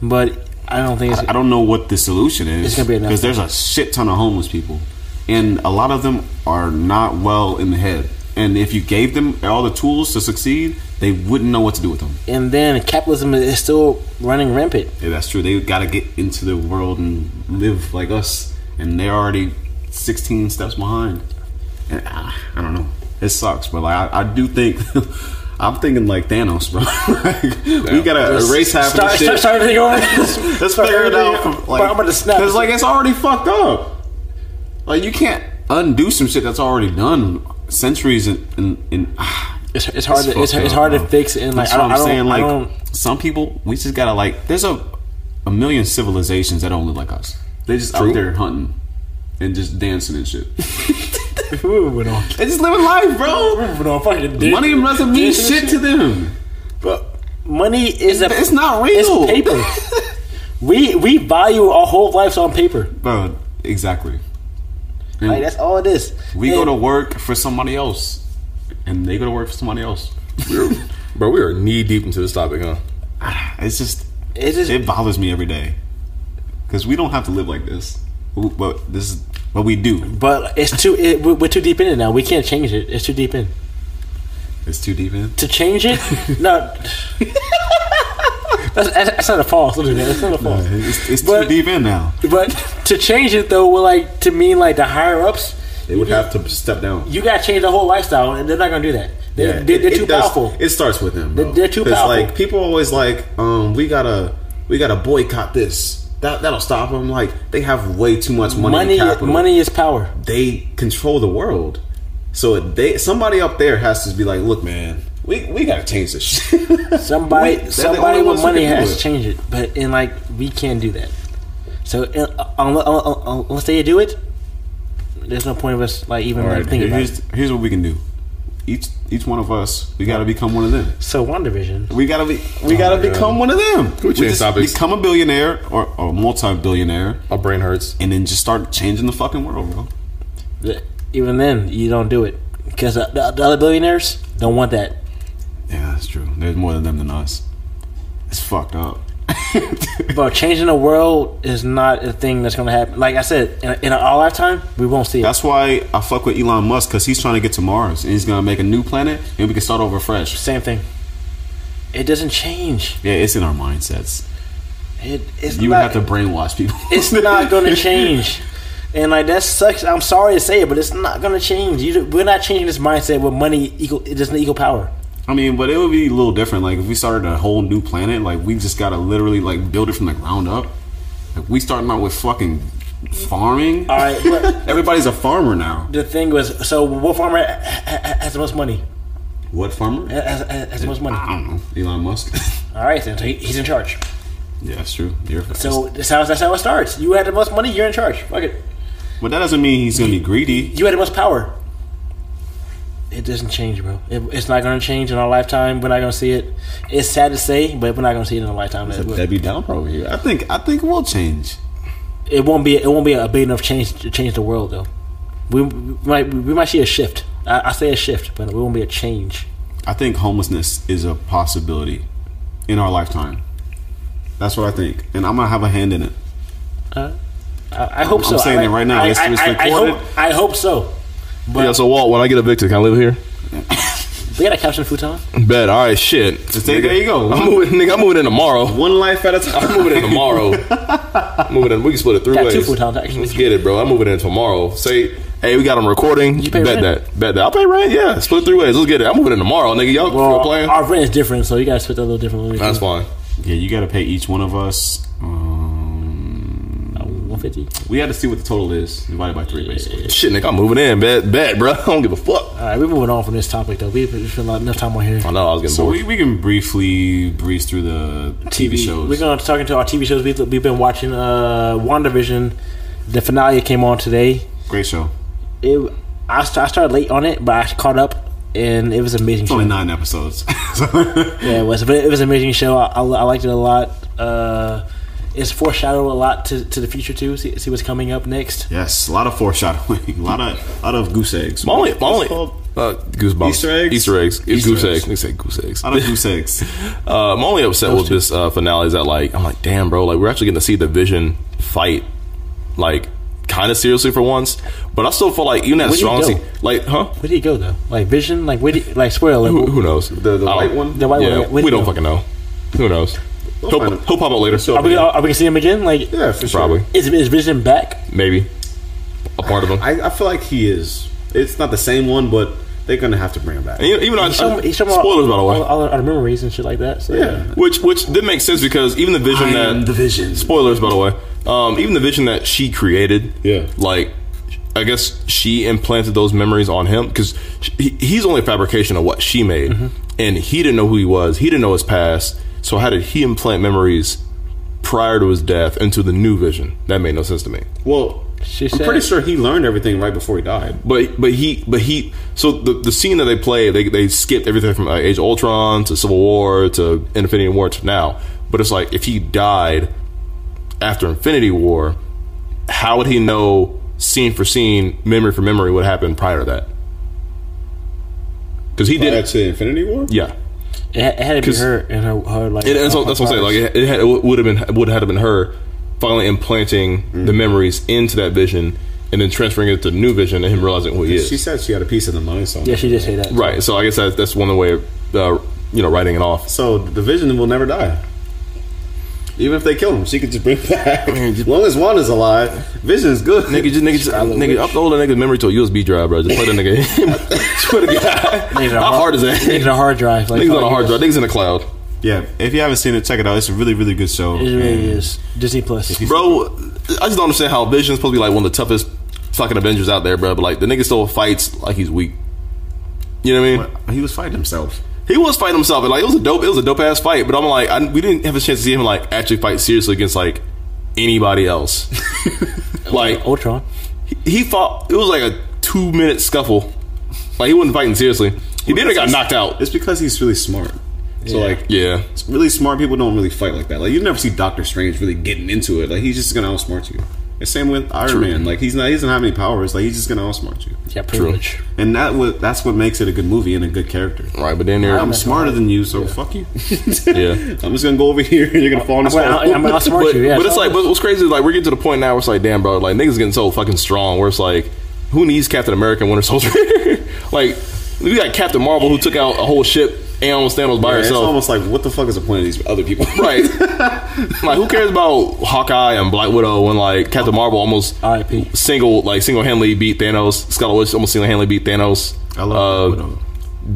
[SPEAKER 2] but I don't think it's,
[SPEAKER 8] I, I don't know what the solution is.
[SPEAKER 2] It's gonna be enough.
[SPEAKER 8] because there's a shit ton of homeless people, and a lot of them are not well in the head. And if you gave them all the tools to succeed, they wouldn't know what to do with them.
[SPEAKER 2] and then capitalism is still running rampant.
[SPEAKER 8] Yeah, that's true. They got to get into the world and live like us, and they're already 16 steps behind. And I, I don't know. It sucks, but like I, I do think I'm thinking like Thanos, bro. Like, we gotta
[SPEAKER 2] Just
[SPEAKER 8] erase half
[SPEAKER 2] start,
[SPEAKER 8] of the
[SPEAKER 2] Start,
[SPEAKER 8] shit.
[SPEAKER 2] start everything over.
[SPEAKER 8] Let's
[SPEAKER 2] Start
[SPEAKER 8] figure it
[SPEAKER 2] everything
[SPEAKER 8] out.
[SPEAKER 2] over.
[SPEAKER 8] From, like,
[SPEAKER 2] I'm about to snap.
[SPEAKER 8] Cause like it's already fucked up. Like you can't undo some shit that's already done centuries and and. and ah,
[SPEAKER 2] It's- it's hard to- it's-
[SPEAKER 8] fucked
[SPEAKER 2] it's hard to
[SPEAKER 8] bro.
[SPEAKER 2] fix and, like,
[SPEAKER 8] That's
[SPEAKER 2] I
[SPEAKER 8] what
[SPEAKER 2] don't-
[SPEAKER 8] I'm
[SPEAKER 2] I don't-
[SPEAKER 8] saying.
[SPEAKER 2] I
[SPEAKER 8] Like
[SPEAKER 2] don't-
[SPEAKER 8] some people, we just gotta like. There's a a million civilizations that don't look like us. They just out there hunting and just dancing and shit.
[SPEAKER 2] Ooh, went on.
[SPEAKER 8] They just living life, bro.
[SPEAKER 2] Went on fucking dick.
[SPEAKER 8] Money doesn't mean shit to them.
[SPEAKER 2] Bro, money is a.
[SPEAKER 8] It's not real.
[SPEAKER 2] It's paper. we we value our whole lives on paper.
[SPEAKER 8] bro. Exactly. And
[SPEAKER 2] Like that's all it is.
[SPEAKER 8] we
[SPEAKER 2] And
[SPEAKER 8] go to work for somebody else, and they go to work for somebody else.
[SPEAKER 12] Bro, we are knee deep into this topic, huh?
[SPEAKER 8] It's just,
[SPEAKER 2] It just-
[SPEAKER 8] it bothers me every day because we don't have to live like this, but this is what we do.
[SPEAKER 2] But it's too. It, we're we're too deep in it now. We can't change it. It's too deep in.
[SPEAKER 8] It's too deep in.
[SPEAKER 2] To change it, no. That's, that's, that's not a false. Look at that. That's not a false.
[SPEAKER 8] Uh, It's, it's
[SPEAKER 2] But-
[SPEAKER 8] too deep in now.
[SPEAKER 2] But to change it though, will like to mean like the higher ups.
[SPEAKER 8] They would have to step down.
[SPEAKER 2] You gotta change the whole lifestyle, and they're not gonna do that. They, are they're too
[SPEAKER 8] does-
[SPEAKER 2] powerful.
[SPEAKER 8] It starts with them.
[SPEAKER 2] They're-
[SPEAKER 8] bro.
[SPEAKER 2] they're too
[SPEAKER 8] 'Cause,
[SPEAKER 2] powerful.
[SPEAKER 8] Like people always like, um, we gotta, we gotta boycott this. That that'll stop them. Like they have way too much money. and
[SPEAKER 2] Money,
[SPEAKER 8] capital.
[SPEAKER 2] money is power.
[SPEAKER 8] they control the world. So they somebody up there has to be like, look, man, we, we gotta change this shit.
[SPEAKER 2] Somebody,
[SPEAKER 8] Wait, they're the
[SPEAKER 2] somebody
[SPEAKER 8] only
[SPEAKER 2] with
[SPEAKER 8] ones who
[SPEAKER 2] money
[SPEAKER 8] can do
[SPEAKER 2] has
[SPEAKER 8] it.
[SPEAKER 2] to change it, but and like we can't do that. So uh, unless, unless they do it, there's no point of us like even
[SPEAKER 8] All right,
[SPEAKER 2] like, thinking
[SPEAKER 8] here-
[SPEAKER 2] about
[SPEAKER 8] here's
[SPEAKER 2] it.
[SPEAKER 8] here's what we can do. Each each one of us, we gotta become one of them.
[SPEAKER 2] So WandaVision,
[SPEAKER 8] We gotta be
[SPEAKER 2] Oh
[SPEAKER 8] we gotta become one of them.
[SPEAKER 12] we change
[SPEAKER 8] just
[SPEAKER 12] topics?
[SPEAKER 8] Become a billionaire or, or multi billionaire,
[SPEAKER 12] My brain hurts.
[SPEAKER 8] and then just start changing the fucking world, bro.
[SPEAKER 2] th- even then you don't do it because the, the other billionaires don't want that.
[SPEAKER 8] Yeah, that's true. There's more of them than us. It's fucked up.
[SPEAKER 2] But changing the world is not a thing that's gonna happen. Like I said, in, in our lifetime, we won't see it.
[SPEAKER 8] That's why I fuck with Elon Musk because he's trying to get to Mars and he's gonna make a new planet and we can start over fresh.
[SPEAKER 2] Same thing. It doesn't change.
[SPEAKER 8] Yeah, it's in our mindsets.
[SPEAKER 2] It, it's
[SPEAKER 8] You would
[SPEAKER 2] not,
[SPEAKER 8] have to brainwash people.
[SPEAKER 2] it's not going to change. And like that sucks. I'm sorry to say it, but it's not going to change. You, we're not changing this mindset where money equal it doesn't equal power.
[SPEAKER 8] I mean, but it would be a little different. Like if we started a whole new planet, like we just gotta literally like build it from the ground up. Like we starting out with fucking farming.
[SPEAKER 2] All right. But
[SPEAKER 8] Everybody's a farmer now.
[SPEAKER 2] the thing was, so what farmer ha- ha- has the most money?
[SPEAKER 8] What farmer?
[SPEAKER 2] Has, has, has the most money?
[SPEAKER 8] I don't know. Elon Musk.
[SPEAKER 2] All right, then so he, he's in charge.
[SPEAKER 8] yeah, that's true. You're
[SPEAKER 2] So that's how, that's how it starts. You had the most money, you're in charge. Fuck it.
[SPEAKER 8] but that doesn't mean he's gonna be greedy.
[SPEAKER 2] You had the most power. It doesn't change, bro. It, it's not going to change in our lifetime. We're not going to see it. It's sad to say, but we're not going to see it in our lifetime. It, will-
[SPEAKER 8] Debbie Downer over here. I think I think we'll change.
[SPEAKER 2] it won't be it won't be a big enough change to change the world though. We, we might we might see a shift. I, I say a shift, but it won't be a change.
[SPEAKER 8] I think homelessness is a possibility in our lifetime. That's what I think, and I'm gonna have a hand in it.
[SPEAKER 2] Uh, I, I hope
[SPEAKER 8] I'm
[SPEAKER 2] so.
[SPEAKER 8] saying
[SPEAKER 2] I,
[SPEAKER 8] it right now.
[SPEAKER 2] I,
[SPEAKER 8] It's-
[SPEAKER 2] I-
[SPEAKER 8] it's
[SPEAKER 2] I- I
[SPEAKER 8] recorded.
[SPEAKER 2] hope, I hope so.
[SPEAKER 12] yeah, so Walt, when I get evicted, can I live here?
[SPEAKER 2] We got a couch and futon.
[SPEAKER 12] Bet. All right, shit. Just
[SPEAKER 8] take- there you go.
[SPEAKER 12] I'm moving, nigga, I'm moving in tomorrow.
[SPEAKER 8] One life at a time.
[SPEAKER 12] I'm moving in tomorrow. I'm moving in. We can split it three
[SPEAKER 2] Got
[SPEAKER 12] ways.
[SPEAKER 2] two futons, actually.
[SPEAKER 12] Let's get it, bro. I'm moving in tomorrow. Say, hey, we got them recording.
[SPEAKER 2] You pay
[SPEAKER 12] Bet
[SPEAKER 2] rent?
[SPEAKER 12] that. Bet that. I'll pay rent. Yeah, split it three ways. Let's get it. I'm moving in tomorrow, nigga. Y'all
[SPEAKER 2] Well,
[SPEAKER 12] well, playing?
[SPEAKER 2] our rent is different, so you guys split that a little differently.
[SPEAKER 12] That's fine.
[SPEAKER 8] Yeah, you gotta pay each one of us. Um,
[SPEAKER 2] Uh, One fifty.
[SPEAKER 8] we had to see what the total is divided by three, basically.
[SPEAKER 12] Shit, nigga, I'm moving in. Bet, bet, bro. I don't give a fuck.
[SPEAKER 2] All right, we're moving on from this topic though. We've we spent a lot- enough time on here.
[SPEAKER 12] I know I was getting
[SPEAKER 8] So
[SPEAKER 12] bored.
[SPEAKER 8] we, we can briefly breeze through the TV, shows.
[SPEAKER 2] We're going to talk into our TV shows. We've, we've been watching uh, WandaVision. The finale came on today.
[SPEAKER 8] Great show.
[SPEAKER 2] it I, st- I started late on it, but I caught up. and it was an amazing.
[SPEAKER 8] It's
[SPEAKER 3] Oh,
[SPEAKER 2] show.
[SPEAKER 8] only nine episodes.
[SPEAKER 2] yeah, it was. But it was an amazing show. I, I, I liked it a lot. Uh, it's foreshadowed a lot to, to the future too. See, see what's coming up next.
[SPEAKER 8] yes, a lot of foreshadowing, a lot of lot of goose eggs.
[SPEAKER 3] My only, my
[SPEAKER 8] What's
[SPEAKER 3] only
[SPEAKER 8] it called?
[SPEAKER 3] uh, goosebumps.
[SPEAKER 8] Easter eggs?
[SPEAKER 3] Easter eggs. It's
[SPEAKER 8] Easter
[SPEAKER 3] goose
[SPEAKER 8] eggs.
[SPEAKER 3] eggs. They say goose eggs.
[SPEAKER 8] I don't goose eggs.
[SPEAKER 3] Uh, I'm only upset with this uh, finale is that like I'm like, damn, bro, like we're actually getting to see the Vision fight, like kind of seriously for once. But I still feel like even that
[SPEAKER 2] Where'd he
[SPEAKER 3] strong
[SPEAKER 2] go?
[SPEAKER 3] scene, like, huh?
[SPEAKER 2] Where do you go though? Like Vision? Like where? Do you, like spoiler alert.
[SPEAKER 3] Who, who knows? The, the
[SPEAKER 2] white one? The white
[SPEAKER 3] Oh. yeah,
[SPEAKER 2] one, yeah.
[SPEAKER 3] We,
[SPEAKER 2] We
[SPEAKER 3] don't
[SPEAKER 2] know.
[SPEAKER 3] fucking know. Who knows? He'll, he'll pop up later.
[SPEAKER 2] Are we, gonna, are we gonna see him again? Like
[SPEAKER 8] Yeah, for sure.
[SPEAKER 3] Probably,
[SPEAKER 2] is is Vision back?
[SPEAKER 3] maybe a part of him.
[SPEAKER 8] I, I feel like he is. It's not the same one, but they're gonna have to bring him back.
[SPEAKER 3] And even even though I,
[SPEAKER 2] He showed- he showed
[SPEAKER 3] spoilers
[SPEAKER 2] all,
[SPEAKER 3] by the way.
[SPEAKER 2] all, all our memories and shit like that. So,
[SPEAKER 8] Yeah.
[SPEAKER 3] Which which did make sense because even the vision
[SPEAKER 8] I
[SPEAKER 3] that
[SPEAKER 8] am the Vision.
[SPEAKER 3] spoilers by the way, um, even the vision that she created,
[SPEAKER 8] Yeah.
[SPEAKER 3] like I guess she implanted those memories on him because he, he's only a fabrication of what she made, and he didn't know who he was, he didn't know his past, so how did he implant memories prior to his death into the new vision? That made no sense to me.
[SPEAKER 8] Well,
[SPEAKER 2] She
[SPEAKER 8] I'm
[SPEAKER 2] said-
[SPEAKER 8] pretty sure he learned everything right before he died.
[SPEAKER 3] But but he but he so the the scene that they play they they skipped everything from uh, Age of Ultron to Civil War to Infinity War to now. But it's like if he died after Infinity War, how would he know scene for scene, memory for memory, what happened prior to that? Because he
[SPEAKER 8] Did
[SPEAKER 3] did
[SPEAKER 8] that to Infinity War?
[SPEAKER 3] yeah.
[SPEAKER 2] it, had- it had to be
[SPEAKER 3] 'Cause-
[SPEAKER 2] her and her, her like.
[SPEAKER 3] And that's, what, that's what I'm saying. Like it, it, had, it would have been would have been her finally implanting the memories into that vision and then transferring it to new vision and him realizing who he is.
[SPEAKER 8] She said she had a piece of the mind stone.
[SPEAKER 2] yeah, she did say that.
[SPEAKER 3] Right. So I guess that's, that's one way of uh, you know writing it off.
[SPEAKER 8] So the Vision will never die. Even if they kill him, she could just bring him back. as long as Wanda's alive, Vision's good.
[SPEAKER 3] Nigga, just nigga, just, nigga, upload a nigga's memory to a USB drive, bro. Just play that nigga. Swear to God,
[SPEAKER 2] Niggas
[SPEAKER 3] how
[SPEAKER 2] on a
[SPEAKER 3] hard is that?
[SPEAKER 2] Niggas on a hard drive. Like,
[SPEAKER 3] Niggas on
[SPEAKER 2] fuck,
[SPEAKER 3] a hard
[SPEAKER 2] yes.
[SPEAKER 3] drive. Niggas in the cloud,
[SPEAKER 8] Yeah, if you haven't seen it, check it out. It's a really, really good show.
[SPEAKER 2] It
[SPEAKER 8] And
[SPEAKER 2] really is Disney Plus.
[SPEAKER 3] bro. I just don't understand how Vision's supposed to be like one of the toughest fucking Avengers out there, bro. But like the nigga still fights like he's weak. You know what I mean?
[SPEAKER 8] He was fighting himself.
[SPEAKER 3] He was fighting himself, and like it was a dope, it was a dope ass fight. But I'm like, I, we didn't have a chance to see him like actually fight seriously against like anybody else. like
[SPEAKER 2] Ultron.
[SPEAKER 3] he fought. It was like a two minute scuffle. Like he wasn't fighting seriously. He did got knocked out.
[SPEAKER 8] It's because he's really smart. So like,
[SPEAKER 3] Yeah,
[SPEAKER 8] really smart people don't really fight like that. Like you never see Doctor Strange really getting into it. Like he's just gonna outsmart you. And same with Iron Man. Like he's not. He doesn't have any powers. Like he's just gonna outsmart you.
[SPEAKER 2] Yeah, pretty much.
[SPEAKER 8] And that what that's what makes it a good movie and a good character.
[SPEAKER 3] right. But then there,
[SPEAKER 8] I'm smarter than you, so fuck you.
[SPEAKER 3] yeah.
[SPEAKER 8] I'm just gonna go over here and you're gonna fall in this
[SPEAKER 2] Well,
[SPEAKER 8] hole.
[SPEAKER 2] I- I'm gonna outsmart
[SPEAKER 3] But,
[SPEAKER 2] you. Yeah,
[SPEAKER 3] but it's
[SPEAKER 2] so-
[SPEAKER 3] like, but what's crazy is like we're getting to the point now where it's like, damn, bro, like niggas getting so fucking strong. Where it's like, who needs Captain America and Winter Soldier? like we got Captain Marvel who took out a whole ship and almost Thanos by
[SPEAKER 8] Yeah, it's
[SPEAKER 3] herself.
[SPEAKER 8] almost like what the fuck is the point of these other people?
[SPEAKER 3] Right. like who cares about Hawkeye and Black Widow when like Captain Marvel almost
[SPEAKER 2] R.I.P.
[SPEAKER 3] single like single handedly beat Thanos. Scarlet Witch almost single handedly beat Thanos. Uh,
[SPEAKER 8] I love Black Widow.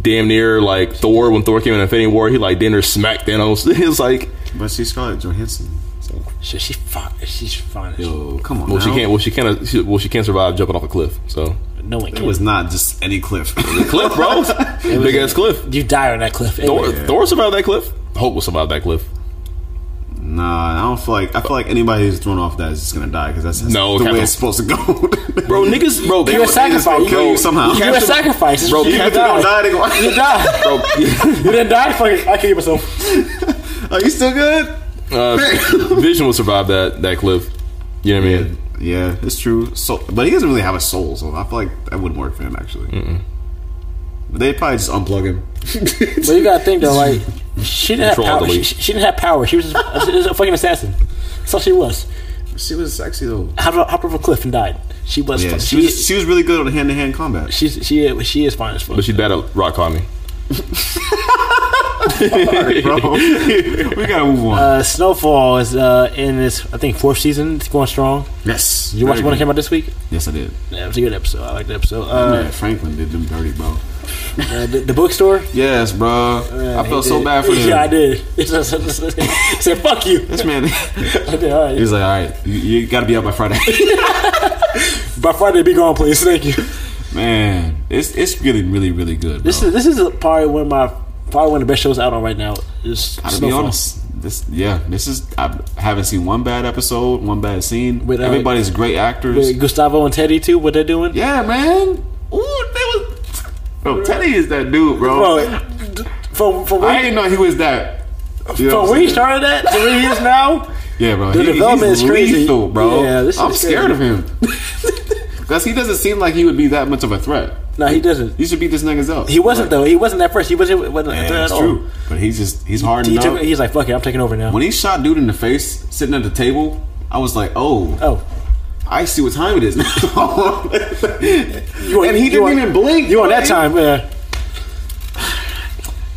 [SPEAKER 3] Damn near like Thor when Thor came in Infinity War, he like damn near smacked Thanos. it's like
[SPEAKER 8] But she's Scarlett Johansson. So
[SPEAKER 2] Shit, she fine. She's fine. as shit.
[SPEAKER 8] come on.
[SPEAKER 3] well she
[SPEAKER 8] now.
[SPEAKER 3] can't well she can't she, well she can't survive jumping off a cliff. So
[SPEAKER 2] No one
[SPEAKER 8] It
[SPEAKER 2] can.
[SPEAKER 8] was not just any cliff.
[SPEAKER 3] cliff, bro, big ass cliff.
[SPEAKER 2] You die on that cliff.
[SPEAKER 3] Thor,
[SPEAKER 2] Anyway.
[SPEAKER 3] Thor survived that cliff. Hope will survive that cliff.
[SPEAKER 8] nah, I don't feel like I feel like anybody who's thrown off that is just gonna die because that's that's
[SPEAKER 3] No,
[SPEAKER 8] the way
[SPEAKER 3] Captain-
[SPEAKER 8] it's supposed to go.
[SPEAKER 3] Bro, niggas, bro,
[SPEAKER 2] You're a
[SPEAKER 3] Captain-
[SPEAKER 8] They just gonna
[SPEAKER 2] sacrifice.
[SPEAKER 8] kill you somehow.
[SPEAKER 2] You're a sacrifice. It's
[SPEAKER 3] Bro,
[SPEAKER 2] just- you
[SPEAKER 3] Captain-
[SPEAKER 2] die.
[SPEAKER 8] die, they go-
[SPEAKER 2] You die.
[SPEAKER 3] bro.
[SPEAKER 2] You didn't die. Fuck. I kill myself.
[SPEAKER 8] Are you still good?
[SPEAKER 3] Uh, Vision will survive that that cliff. You know what I mean?
[SPEAKER 8] Yeah, it's true. So, but he doesn't really have a soul, so I feel like that wouldn't work for him actually. But they probably just unplug him.
[SPEAKER 2] But you gotta think though, like she didn't have
[SPEAKER 3] Control
[SPEAKER 2] power. She,
[SPEAKER 3] delete.
[SPEAKER 2] she she didn't have power. She was, just, she was a fucking assassin. That's all she was.
[SPEAKER 8] she was sexy though.
[SPEAKER 2] Hopped, off- hopped off a cliff and died. She was.
[SPEAKER 8] Yeah,
[SPEAKER 2] fu-
[SPEAKER 8] she was,
[SPEAKER 2] she,
[SPEAKER 8] she was really good on hand to hand combat.
[SPEAKER 2] she's, she is- she is fine as fuck.
[SPEAKER 3] But she died at rock climbing.
[SPEAKER 8] bro. we gotta move on.
[SPEAKER 2] Uh, Snowfall is uh, in its I think fourth season. It's going strong.
[SPEAKER 8] yes,
[SPEAKER 2] You watch
[SPEAKER 8] Very
[SPEAKER 2] one that
[SPEAKER 8] good.
[SPEAKER 2] came out this week?
[SPEAKER 8] Yes, I did.
[SPEAKER 2] Yeah, it was a good episode. I like the episode.
[SPEAKER 8] Man,
[SPEAKER 2] Uh,
[SPEAKER 8] Franklin did them dirty, bro.
[SPEAKER 2] uh, the, the bookstore.
[SPEAKER 8] Yes, bro. I
[SPEAKER 2] He
[SPEAKER 8] felt so
[SPEAKER 2] did.
[SPEAKER 8] bad for him.
[SPEAKER 2] Yeah, I did. He said, "Fuck you."
[SPEAKER 8] This man,
[SPEAKER 2] I did, all
[SPEAKER 8] he
[SPEAKER 2] right.
[SPEAKER 8] was like, "All right, you, you gotta be out by Friday."
[SPEAKER 2] By Friday, be gone, please. Thank you.
[SPEAKER 8] man, it's it's really, really, really good. Bro.
[SPEAKER 2] This is this is probably one of my probably one of the best shows out on right now. Is
[SPEAKER 8] I'll be
[SPEAKER 2] Snowfall.
[SPEAKER 8] honest. This, yeah, this is. I haven't seen one bad episode, one bad scene.
[SPEAKER 2] With, uh,
[SPEAKER 8] Everybody's great actors.
[SPEAKER 2] With Gustavo and Teddy too, what they're doing?
[SPEAKER 8] yeah, man. Ooh, they was.
[SPEAKER 1] Bro, Teddy is that dude, bro.
[SPEAKER 2] Bro, from, from
[SPEAKER 1] I didn't know he was that. You know
[SPEAKER 2] From
[SPEAKER 1] what I'm
[SPEAKER 2] where he
[SPEAKER 1] saying?
[SPEAKER 2] started at to where he is now,
[SPEAKER 1] Yeah, bro.
[SPEAKER 2] The
[SPEAKER 1] he,
[SPEAKER 2] development
[SPEAKER 1] he's
[SPEAKER 2] is crazy.
[SPEAKER 1] lethal, bro.
[SPEAKER 2] Yeah, this shit
[SPEAKER 1] I'm
[SPEAKER 2] is
[SPEAKER 1] scared of
[SPEAKER 2] crazy.
[SPEAKER 1] him. Because he doesn't seem like he would be that much of a threat.
[SPEAKER 2] No, he doesn't.
[SPEAKER 1] You should beat this niggas up.
[SPEAKER 2] he wasn't though. He wasn't at first. He wasn't. wasn't
[SPEAKER 1] Yeah,
[SPEAKER 2] at
[SPEAKER 1] that's
[SPEAKER 2] all.
[SPEAKER 1] true. But he's just, he's hard
[SPEAKER 2] He
[SPEAKER 1] enough.
[SPEAKER 2] took, he's like, fuck it, I'm taking over now.
[SPEAKER 1] When he shot dude in the face, sitting at the table, I was like, oh.
[SPEAKER 2] Oh.
[SPEAKER 1] I see what time it is now.
[SPEAKER 2] You
[SPEAKER 1] and he
[SPEAKER 2] you
[SPEAKER 1] didn't
[SPEAKER 2] on-
[SPEAKER 1] even blink.
[SPEAKER 2] You on
[SPEAKER 1] bro.
[SPEAKER 2] that time, yeah.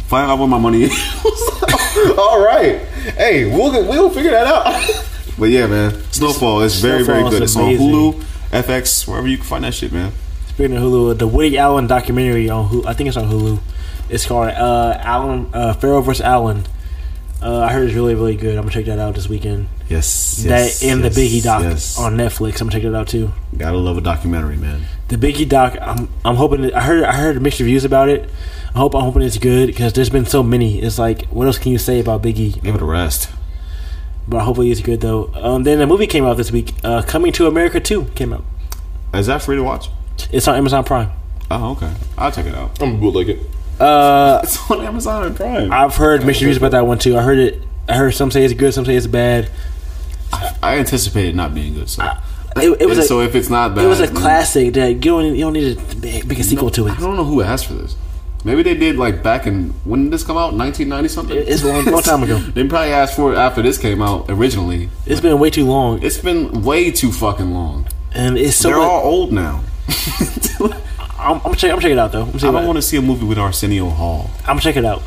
[SPEAKER 1] Fine, I want my money. All right. Hey, we'll, we'll figure that out. but yeah, man. Snowfall is very, very
[SPEAKER 2] Snowfall is
[SPEAKER 1] good. It's
[SPEAKER 2] amazing.
[SPEAKER 1] on Hulu, FX, wherever you can find that shit, man.
[SPEAKER 2] Speaking of Hulu, the Woody Allen documentary on Hulu, I think it's on Hulu. It's called uh, Allen uh, Pharaoh vs. Allen. Uh, I heard it's really, really good. I'm gonna check that out this weekend.
[SPEAKER 1] Yes.
[SPEAKER 2] that and the Biggie doc
[SPEAKER 1] yes.
[SPEAKER 2] on Netflix. I'm gonna check that out too.
[SPEAKER 1] Gotta love a documentary, man.
[SPEAKER 2] The Biggie doc, I'm I'm hoping that, I heard I heard mixed reviews about it. I hope I'm hoping it's good because there's been so many. It's like what else can you say about Biggie?
[SPEAKER 1] Give it a rest.
[SPEAKER 2] But hopefully it's good though. Um, then a movie came out this week. Uh, Coming to America Two came out.
[SPEAKER 1] Is that free to watch?
[SPEAKER 2] It's on Amazon Prime.
[SPEAKER 1] Oh, okay. I'll check it out.
[SPEAKER 3] I'm bootleg it.
[SPEAKER 2] Uh,
[SPEAKER 1] It's on Amazon and Prime.
[SPEAKER 2] I've heard mixed reviews about that one too. I heard it. I heard some say it's good, some say it's bad.
[SPEAKER 1] I anticipate it not being good, so.
[SPEAKER 2] It, it was
[SPEAKER 1] And
[SPEAKER 2] a,
[SPEAKER 1] so if it's not bad,
[SPEAKER 2] it was a
[SPEAKER 1] then-
[SPEAKER 2] classic that you don't you don't need to make make a sequel to it.
[SPEAKER 1] I don't know who asked for this. Maybe they did like back in when did this come out? 1990 something.
[SPEAKER 2] It's a long, long time ago.
[SPEAKER 1] They probably asked for it after this came out originally.
[SPEAKER 2] It's been way too long,
[SPEAKER 1] It's been way too fucking long.
[SPEAKER 2] and it's so.
[SPEAKER 1] They're
[SPEAKER 2] much-
[SPEAKER 1] all old now.
[SPEAKER 2] I'm, I'm check. I'm check it out though. I'm
[SPEAKER 1] I
[SPEAKER 2] check,
[SPEAKER 1] don't want to see a movie with Arsenio Hall.
[SPEAKER 2] I'm check it out.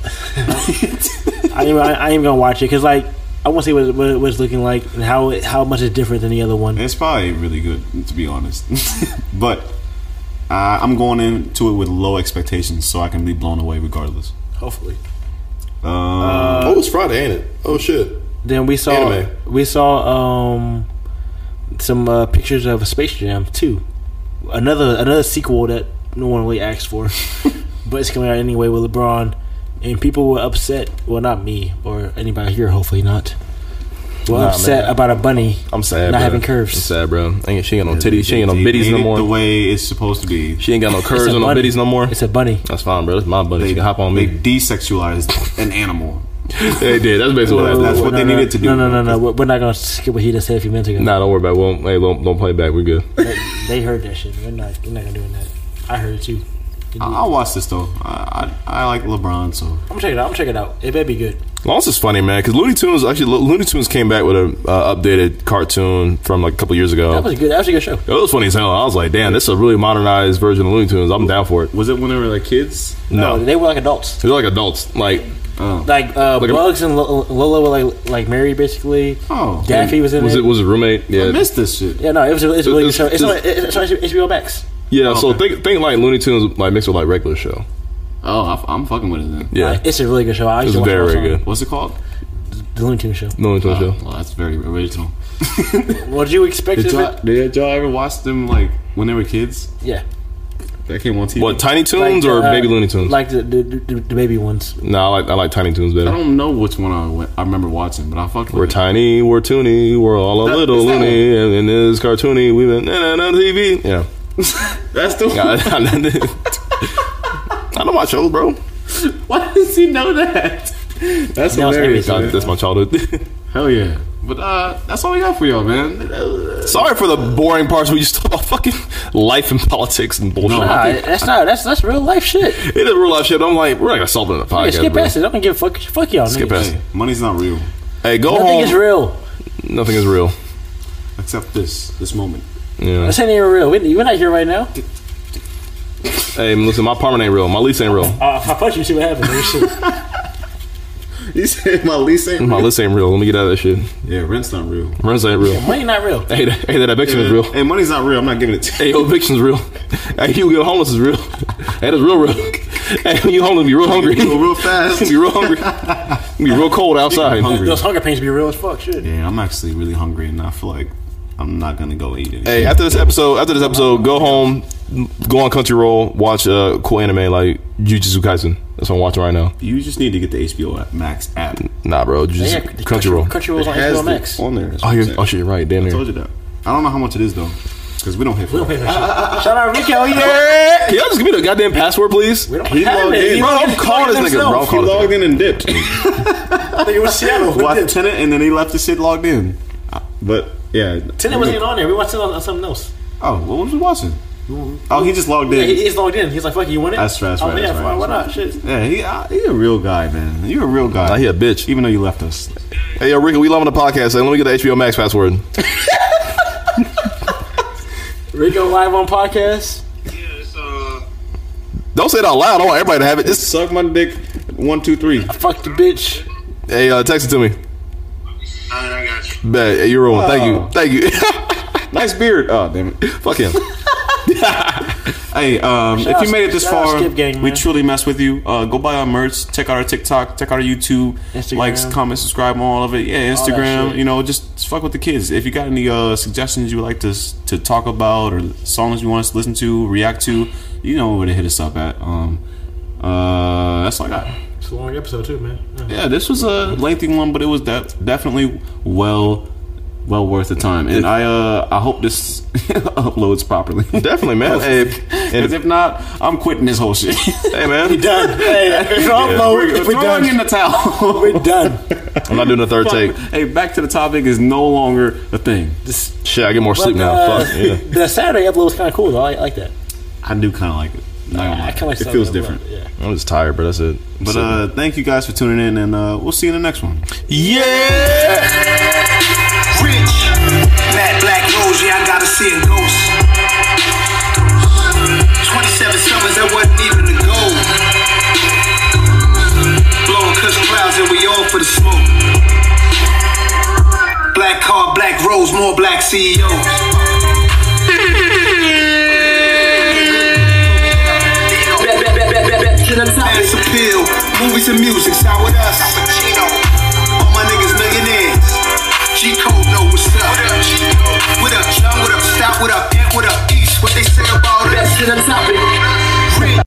[SPEAKER 2] I ain't, I, I ain't gonna watch it because like I want to see what, it- what, it- what it's looking like and how it, how much is different than the other one.
[SPEAKER 1] It's probably really good, to be honest. but uh, I'm going into it with low expectations, so I can be blown away regardless.
[SPEAKER 2] Hopefully.
[SPEAKER 1] Um,
[SPEAKER 3] oh, it's Friday, ain't it? Oh shit.
[SPEAKER 2] Then we saw
[SPEAKER 3] Anime.
[SPEAKER 2] we saw um some uh, pictures of Space Jam too. Another another sequel that no one really asked for, but it's coming out anyway with LeBron, and people were upset. Well, not me or anybody here. Hopefully not. Well,
[SPEAKER 3] Nah,
[SPEAKER 2] upset
[SPEAKER 3] man.
[SPEAKER 2] about a bunny.
[SPEAKER 3] I'm sad.
[SPEAKER 2] Not
[SPEAKER 3] bro.
[SPEAKER 2] having curves.
[SPEAKER 3] I'm sad, bro. Ain't, she ain't got no titties. She ain't got no
[SPEAKER 1] they
[SPEAKER 3] bitties
[SPEAKER 1] did
[SPEAKER 3] no
[SPEAKER 1] it
[SPEAKER 3] more.
[SPEAKER 1] The way it's supposed to be.
[SPEAKER 3] She ain't got no curves
[SPEAKER 2] a
[SPEAKER 3] or no
[SPEAKER 2] bunny.
[SPEAKER 3] bitties no more.
[SPEAKER 2] It's a bunny.
[SPEAKER 3] That's fine, bro. That's my buddy.
[SPEAKER 1] They
[SPEAKER 3] She can hop on
[SPEAKER 1] They
[SPEAKER 3] me.
[SPEAKER 1] desexualized an animal.
[SPEAKER 3] They did. That's basically what I
[SPEAKER 1] That's-
[SPEAKER 3] did.
[SPEAKER 1] that's what
[SPEAKER 2] Oh, no,
[SPEAKER 1] they
[SPEAKER 2] no,
[SPEAKER 1] needed to do.
[SPEAKER 2] No, no, no, no. We're we're not gonna skip what he just said a few minutes ago.
[SPEAKER 3] Nah, don't worry about it. Won't, hey, don't, don't play back. We're good.
[SPEAKER 2] They, they heard that shit. We're not. We're not gonna do that. I heard it too.
[SPEAKER 1] I- I'll watch this though. I, I, I like LeBron, so
[SPEAKER 2] I'm checking it out. I'm checking it out. It better be good.
[SPEAKER 3] Lost is funny, man, because Looney Tunes actually Lo- Looney Tunes came back with an uh, updated cartoon from like a couple years ago.
[SPEAKER 2] That was a good. That was a good show.
[SPEAKER 3] it was funny as hell. I was like, damn, this is a really modernized version of Looney Tunes. I'm down for it.
[SPEAKER 1] was it when they were like kids?
[SPEAKER 3] No,
[SPEAKER 2] they were like adults.
[SPEAKER 3] they're like adults. Like
[SPEAKER 2] Like uh,
[SPEAKER 3] Oh. Like a-
[SPEAKER 2] Bugs and Lo- Lola were like like married basically.
[SPEAKER 1] Oh.
[SPEAKER 2] Daffy was in
[SPEAKER 3] was
[SPEAKER 2] it.
[SPEAKER 3] it was it roommate?
[SPEAKER 1] I
[SPEAKER 3] Yeah,
[SPEAKER 1] missed this shit.
[SPEAKER 2] yeah, no, it was. A, it's a really good
[SPEAKER 3] It's-
[SPEAKER 2] show. It's, on,
[SPEAKER 3] it's-
[SPEAKER 2] it's on HBO Max.
[SPEAKER 3] yeah. So
[SPEAKER 1] Okay.
[SPEAKER 3] think think like Looney Tunes like mixed with like regular show.
[SPEAKER 1] Oh, I, am fucking with it then.
[SPEAKER 3] Yeah,
[SPEAKER 2] It's a really good show. I used
[SPEAKER 3] it's
[SPEAKER 2] to watch it all
[SPEAKER 3] very
[SPEAKER 2] the
[SPEAKER 3] very
[SPEAKER 2] time.
[SPEAKER 3] good.
[SPEAKER 1] What's it called?
[SPEAKER 2] The Looney Tunes show.
[SPEAKER 3] Looney Tunes
[SPEAKER 1] Oh,
[SPEAKER 3] show.
[SPEAKER 1] well, that's very original.
[SPEAKER 2] What did you expect?
[SPEAKER 1] Did
[SPEAKER 2] of
[SPEAKER 1] y'all,
[SPEAKER 2] it?
[SPEAKER 1] did y'all ever watch them like when they were kids?
[SPEAKER 2] Yeah.
[SPEAKER 1] That came on TV.
[SPEAKER 3] What Tiny Tunes
[SPEAKER 2] Like,
[SPEAKER 3] or
[SPEAKER 2] uh,
[SPEAKER 3] Baby Looney Tunes?
[SPEAKER 2] Like the the, the the baby ones.
[SPEAKER 3] no, I like I like Tiny Tunes
[SPEAKER 1] I
[SPEAKER 3] better.
[SPEAKER 1] don't know which one I, went, I remember watching, but I fucked
[SPEAKER 3] We're
[SPEAKER 1] with it.
[SPEAKER 3] tiny, we're toony, we're all a
[SPEAKER 1] That-
[SPEAKER 3] little
[SPEAKER 1] is that
[SPEAKER 3] loony, and, and this cartoony. We've been na na na TV. Yeah.
[SPEAKER 1] That's the
[SPEAKER 3] I,
[SPEAKER 1] one.
[SPEAKER 3] don't watch shows, bro.
[SPEAKER 1] Why does he know that? That's
[SPEAKER 2] Now it's
[SPEAKER 1] hilarious.
[SPEAKER 2] everything.
[SPEAKER 3] God,
[SPEAKER 1] man.
[SPEAKER 3] that's my childhood.
[SPEAKER 1] Hell yeah. But uh, that's all we got for y'all, man.
[SPEAKER 3] Sorry for the boring parts where you just talk about fucking life and politics and bullshit.
[SPEAKER 2] Nah, that's not. That's that's real life shit.
[SPEAKER 3] It is real life shit. I'm like, we're not gonna solve it in a
[SPEAKER 2] Yeah,
[SPEAKER 3] podcast.
[SPEAKER 2] skip
[SPEAKER 3] bro.
[SPEAKER 2] past it. I don't give a fuck. Fuck y'all.
[SPEAKER 3] Skip
[SPEAKER 2] Skip
[SPEAKER 3] past it. Oh.
[SPEAKER 1] Hey, money's not real
[SPEAKER 3] Hey, go
[SPEAKER 2] Nothing
[SPEAKER 3] home.
[SPEAKER 2] is real.
[SPEAKER 3] Nothing is real.
[SPEAKER 1] except this this moment.
[SPEAKER 3] Yeah.
[SPEAKER 2] This ain't even real. We, we're not here right now.
[SPEAKER 3] Hey, listen, my apartment ain't real. My lease ain't real.
[SPEAKER 2] Uh, if I punch you, see what happens.
[SPEAKER 1] You said my lease ain't
[SPEAKER 3] My lease ain't real. Let me get out of that shit.
[SPEAKER 1] Yeah, rent's not real.
[SPEAKER 3] Rents ain't real.
[SPEAKER 2] Money not real.
[SPEAKER 3] Hey, that, hey, that eviction is real.
[SPEAKER 1] Hey, money's not real. I'm not giving it to you.
[SPEAKER 3] Hey, yo, eviction's real. Hey, you get homeless is real. Hey, that's real real. Hey, when you homeless, be real hungry.
[SPEAKER 1] Go real fast.
[SPEAKER 3] be real hungry. Be real cold outside.
[SPEAKER 1] Hungry.
[SPEAKER 2] Those hunger pains be real as fuck. Shit.
[SPEAKER 1] Yeah, I'm actually really hungry, and I feel like I'm not gonna go eat it.
[SPEAKER 3] Hey, after this episode, after this episode, go home, go on Country Roll, watch uh, cool anime like Jujutsu Kaisen. That's what I'm watching right now.
[SPEAKER 1] you just need to get the HBO app- Max app. It
[SPEAKER 3] Nah, bro,
[SPEAKER 2] Yeah,
[SPEAKER 3] Jujutsu
[SPEAKER 2] Crunchyroll-
[SPEAKER 3] Country Roll.
[SPEAKER 2] Crunchyroll's on
[SPEAKER 1] has
[SPEAKER 2] HBO
[SPEAKER 1] the-
[SPEAKER 2] Max.
[SPEAKER 1] on there. that's
[SPEAKER 3] Oh,
[SPEAKER 1] what I'm
[SPEAKER 3] you're,
[SPEAKER 1] saying.
[SPEAKER 3] oh shit, you're right, damn
[SPEAKER 1] I told
[SPEAKER 3] near.
[SPEAKER 1] you that. I don't know how much it is though.
[SPEAKER 8] because we don't pay for it.
[SPEAKER 2] Shout out Rico,
[SPEAKER 3] yeah! Can y'all just give me the goddamn password, please? We don't
[SPEAKER 8] He have logged it. in.
[SPEAKER 3] Bro, I'm calling this nigga, bro. I'm
[SPEAKER 8] He
[SPEAKER 3] calling this
[SPEAKER 8] logged in and dipped.
[SPEAKER 2] It was Seattle.
[SPEAKER 8] Watched Tenant, and then he left the shit logged in. Uh, But yeah,
[SPEAKER 2] Tenet wasn't even on there. We watched it on, on something else.
[SPEAKER 8] Oh, what was we watching? Oh, he just logged
[SPEAKER 2] Yeah,
[SPEAKER 8] in.
[SPEAKER 2] he, he's logged in. He's like, "Fuck, it, you want it?"
[SPEAKER 8] That's right. That's
[SPEAKER 2] Oh,
[SPEAKER 8] right.
[SPEAKER 2] yeah,
[SPEAKER 8] that's right,
[SPEAKER 2] why
[SPEAKER 8] that's
[SPEAKER 2] not?
[SPEAKER 8] right.
[SPEAKER 2] Shit.
[SPEAKER 8] Yeah, he, uh, he a real guy, man. You a real guy.
[SPEAKER 3] Nah, he a bitch.
[SPEAKER 8] Even though you left us.
[SPEAKER 3] nigga. Hey, yo, Rico, we loving the podcast. Hey, let me get the HBO Max password.
[SPEAKER 2] Rico live on podcast.
[SPEAKER 3] Don't say it out loud. I want everybody to have it. Just
[SPEAKER 8] suck my dick. One, two, three.
[SPEAKER 2] Fuck the bitch.
[SPEAKER 3] Hey, uh, text it to me. Bet hey, you're on.
[SPEAKER 8] Oh.
[SPEAKER 3] Thank you. Thank you.
[SPEAKER 8] Nice beard. Oh, damn it.
[SPEAKER 3] Fuck him.
[SPEAKER 8] Hey,
[SPEAKER 2] Shout
[SPEAKER 8] um, if you
[SPEAKER 2] out-
[SPEAKER 8] made it this
[SPEAKER 2] shout out
[SPEAKER 8] far,
[SPEAKER 2] Skip Gang,
[SPEAKER 8] we
[SPEAKER 2] man.
[SPEAKER 8] truly mess with you. Uh, go buy our merch. Check out our TikTok. Check out our YouTube.
[SPEAKER 2] Instagram.
[SPEAKER 8] Likes, comments, subscribe on all of it. Yeah,
[SPEAKER 2] All that
[SPEAKER 8] Instagram.
[SPEAKER 2] shit.
[SPEAKER 8] You know, just, just fuck with the kids. If you got any uh, suggestions you would like to s- to talk about or songs you want us to listen to, react to, you know where to hit us up at. Um, uh, that's all I got.
[SPEAKER 2] It's a long episode too, man.
[SPEAKER 8] Yeah, this was a lengthy one, but it was de- definitely well well worth the time. And I uh I hope this uploads properly.
[SPEAKER 3] Definitely, man. Hey, if-
[SPEAKER 8] Because if not, I'm quitting this whole shit.
[SPEAKER 3] hey, man.
[SPEAKER 2] Done. Hey, it's all
[SPEAKER 8] We're,
[SPEAKER 2] low. We're
[SPEAKER 8] throwing
[SPEAKER 2] done.
[SPEAKER 8] in the towel.
[SPEAKER 2] We're done.
[SPEAKER 3] I'm not doing a third take.
[SPEAKER 8] Hey, back to the topic is no longer a thing.
[SPEAKER 2] This-
[SPEAKER 3] Shit, I get more sleep
[SPEAKER 2] but,
[SPEAKER 3] now.
[SPEAKER 2] uh,
[SPEAKER 3] Fuck. Yeah.
[SPEAKER 2] The Saturday upload was kind of cool though. I, I like that.
[SPEAKER 8] I do kind of like it. Not gonna
[SPEAKER 2] I
[SPEAKER 8] lie.
[SPEAKER 2] kind of like
[SPEAKER 8] it
[SPEAKER 2] Saturday
[SPEAKER 8] feels
[SPEAKER 2] upload.
[SPEAKER 8] different.
[SPEAKER 2] Yeah.
[SPEAKER 3] I'm just tired, but that's it.
[SPEAKER 8] But uh, thank you guys for tuning in, and uh, we'll see you in the next one.
[SPEAKER 3] yeah.
[SPEAKER 4] Rich, matte black rose, yeah, I gotta see a ghost. 27 summers, that wasn't even the goal. Blowing cuss clouds, and we all for the smoke. Black car, black rose, more black E CEOs. Mass appeal, movies and music, side with us. All my niggas millionaires. G Code know what's up. What up, John? What up, Stop? What up,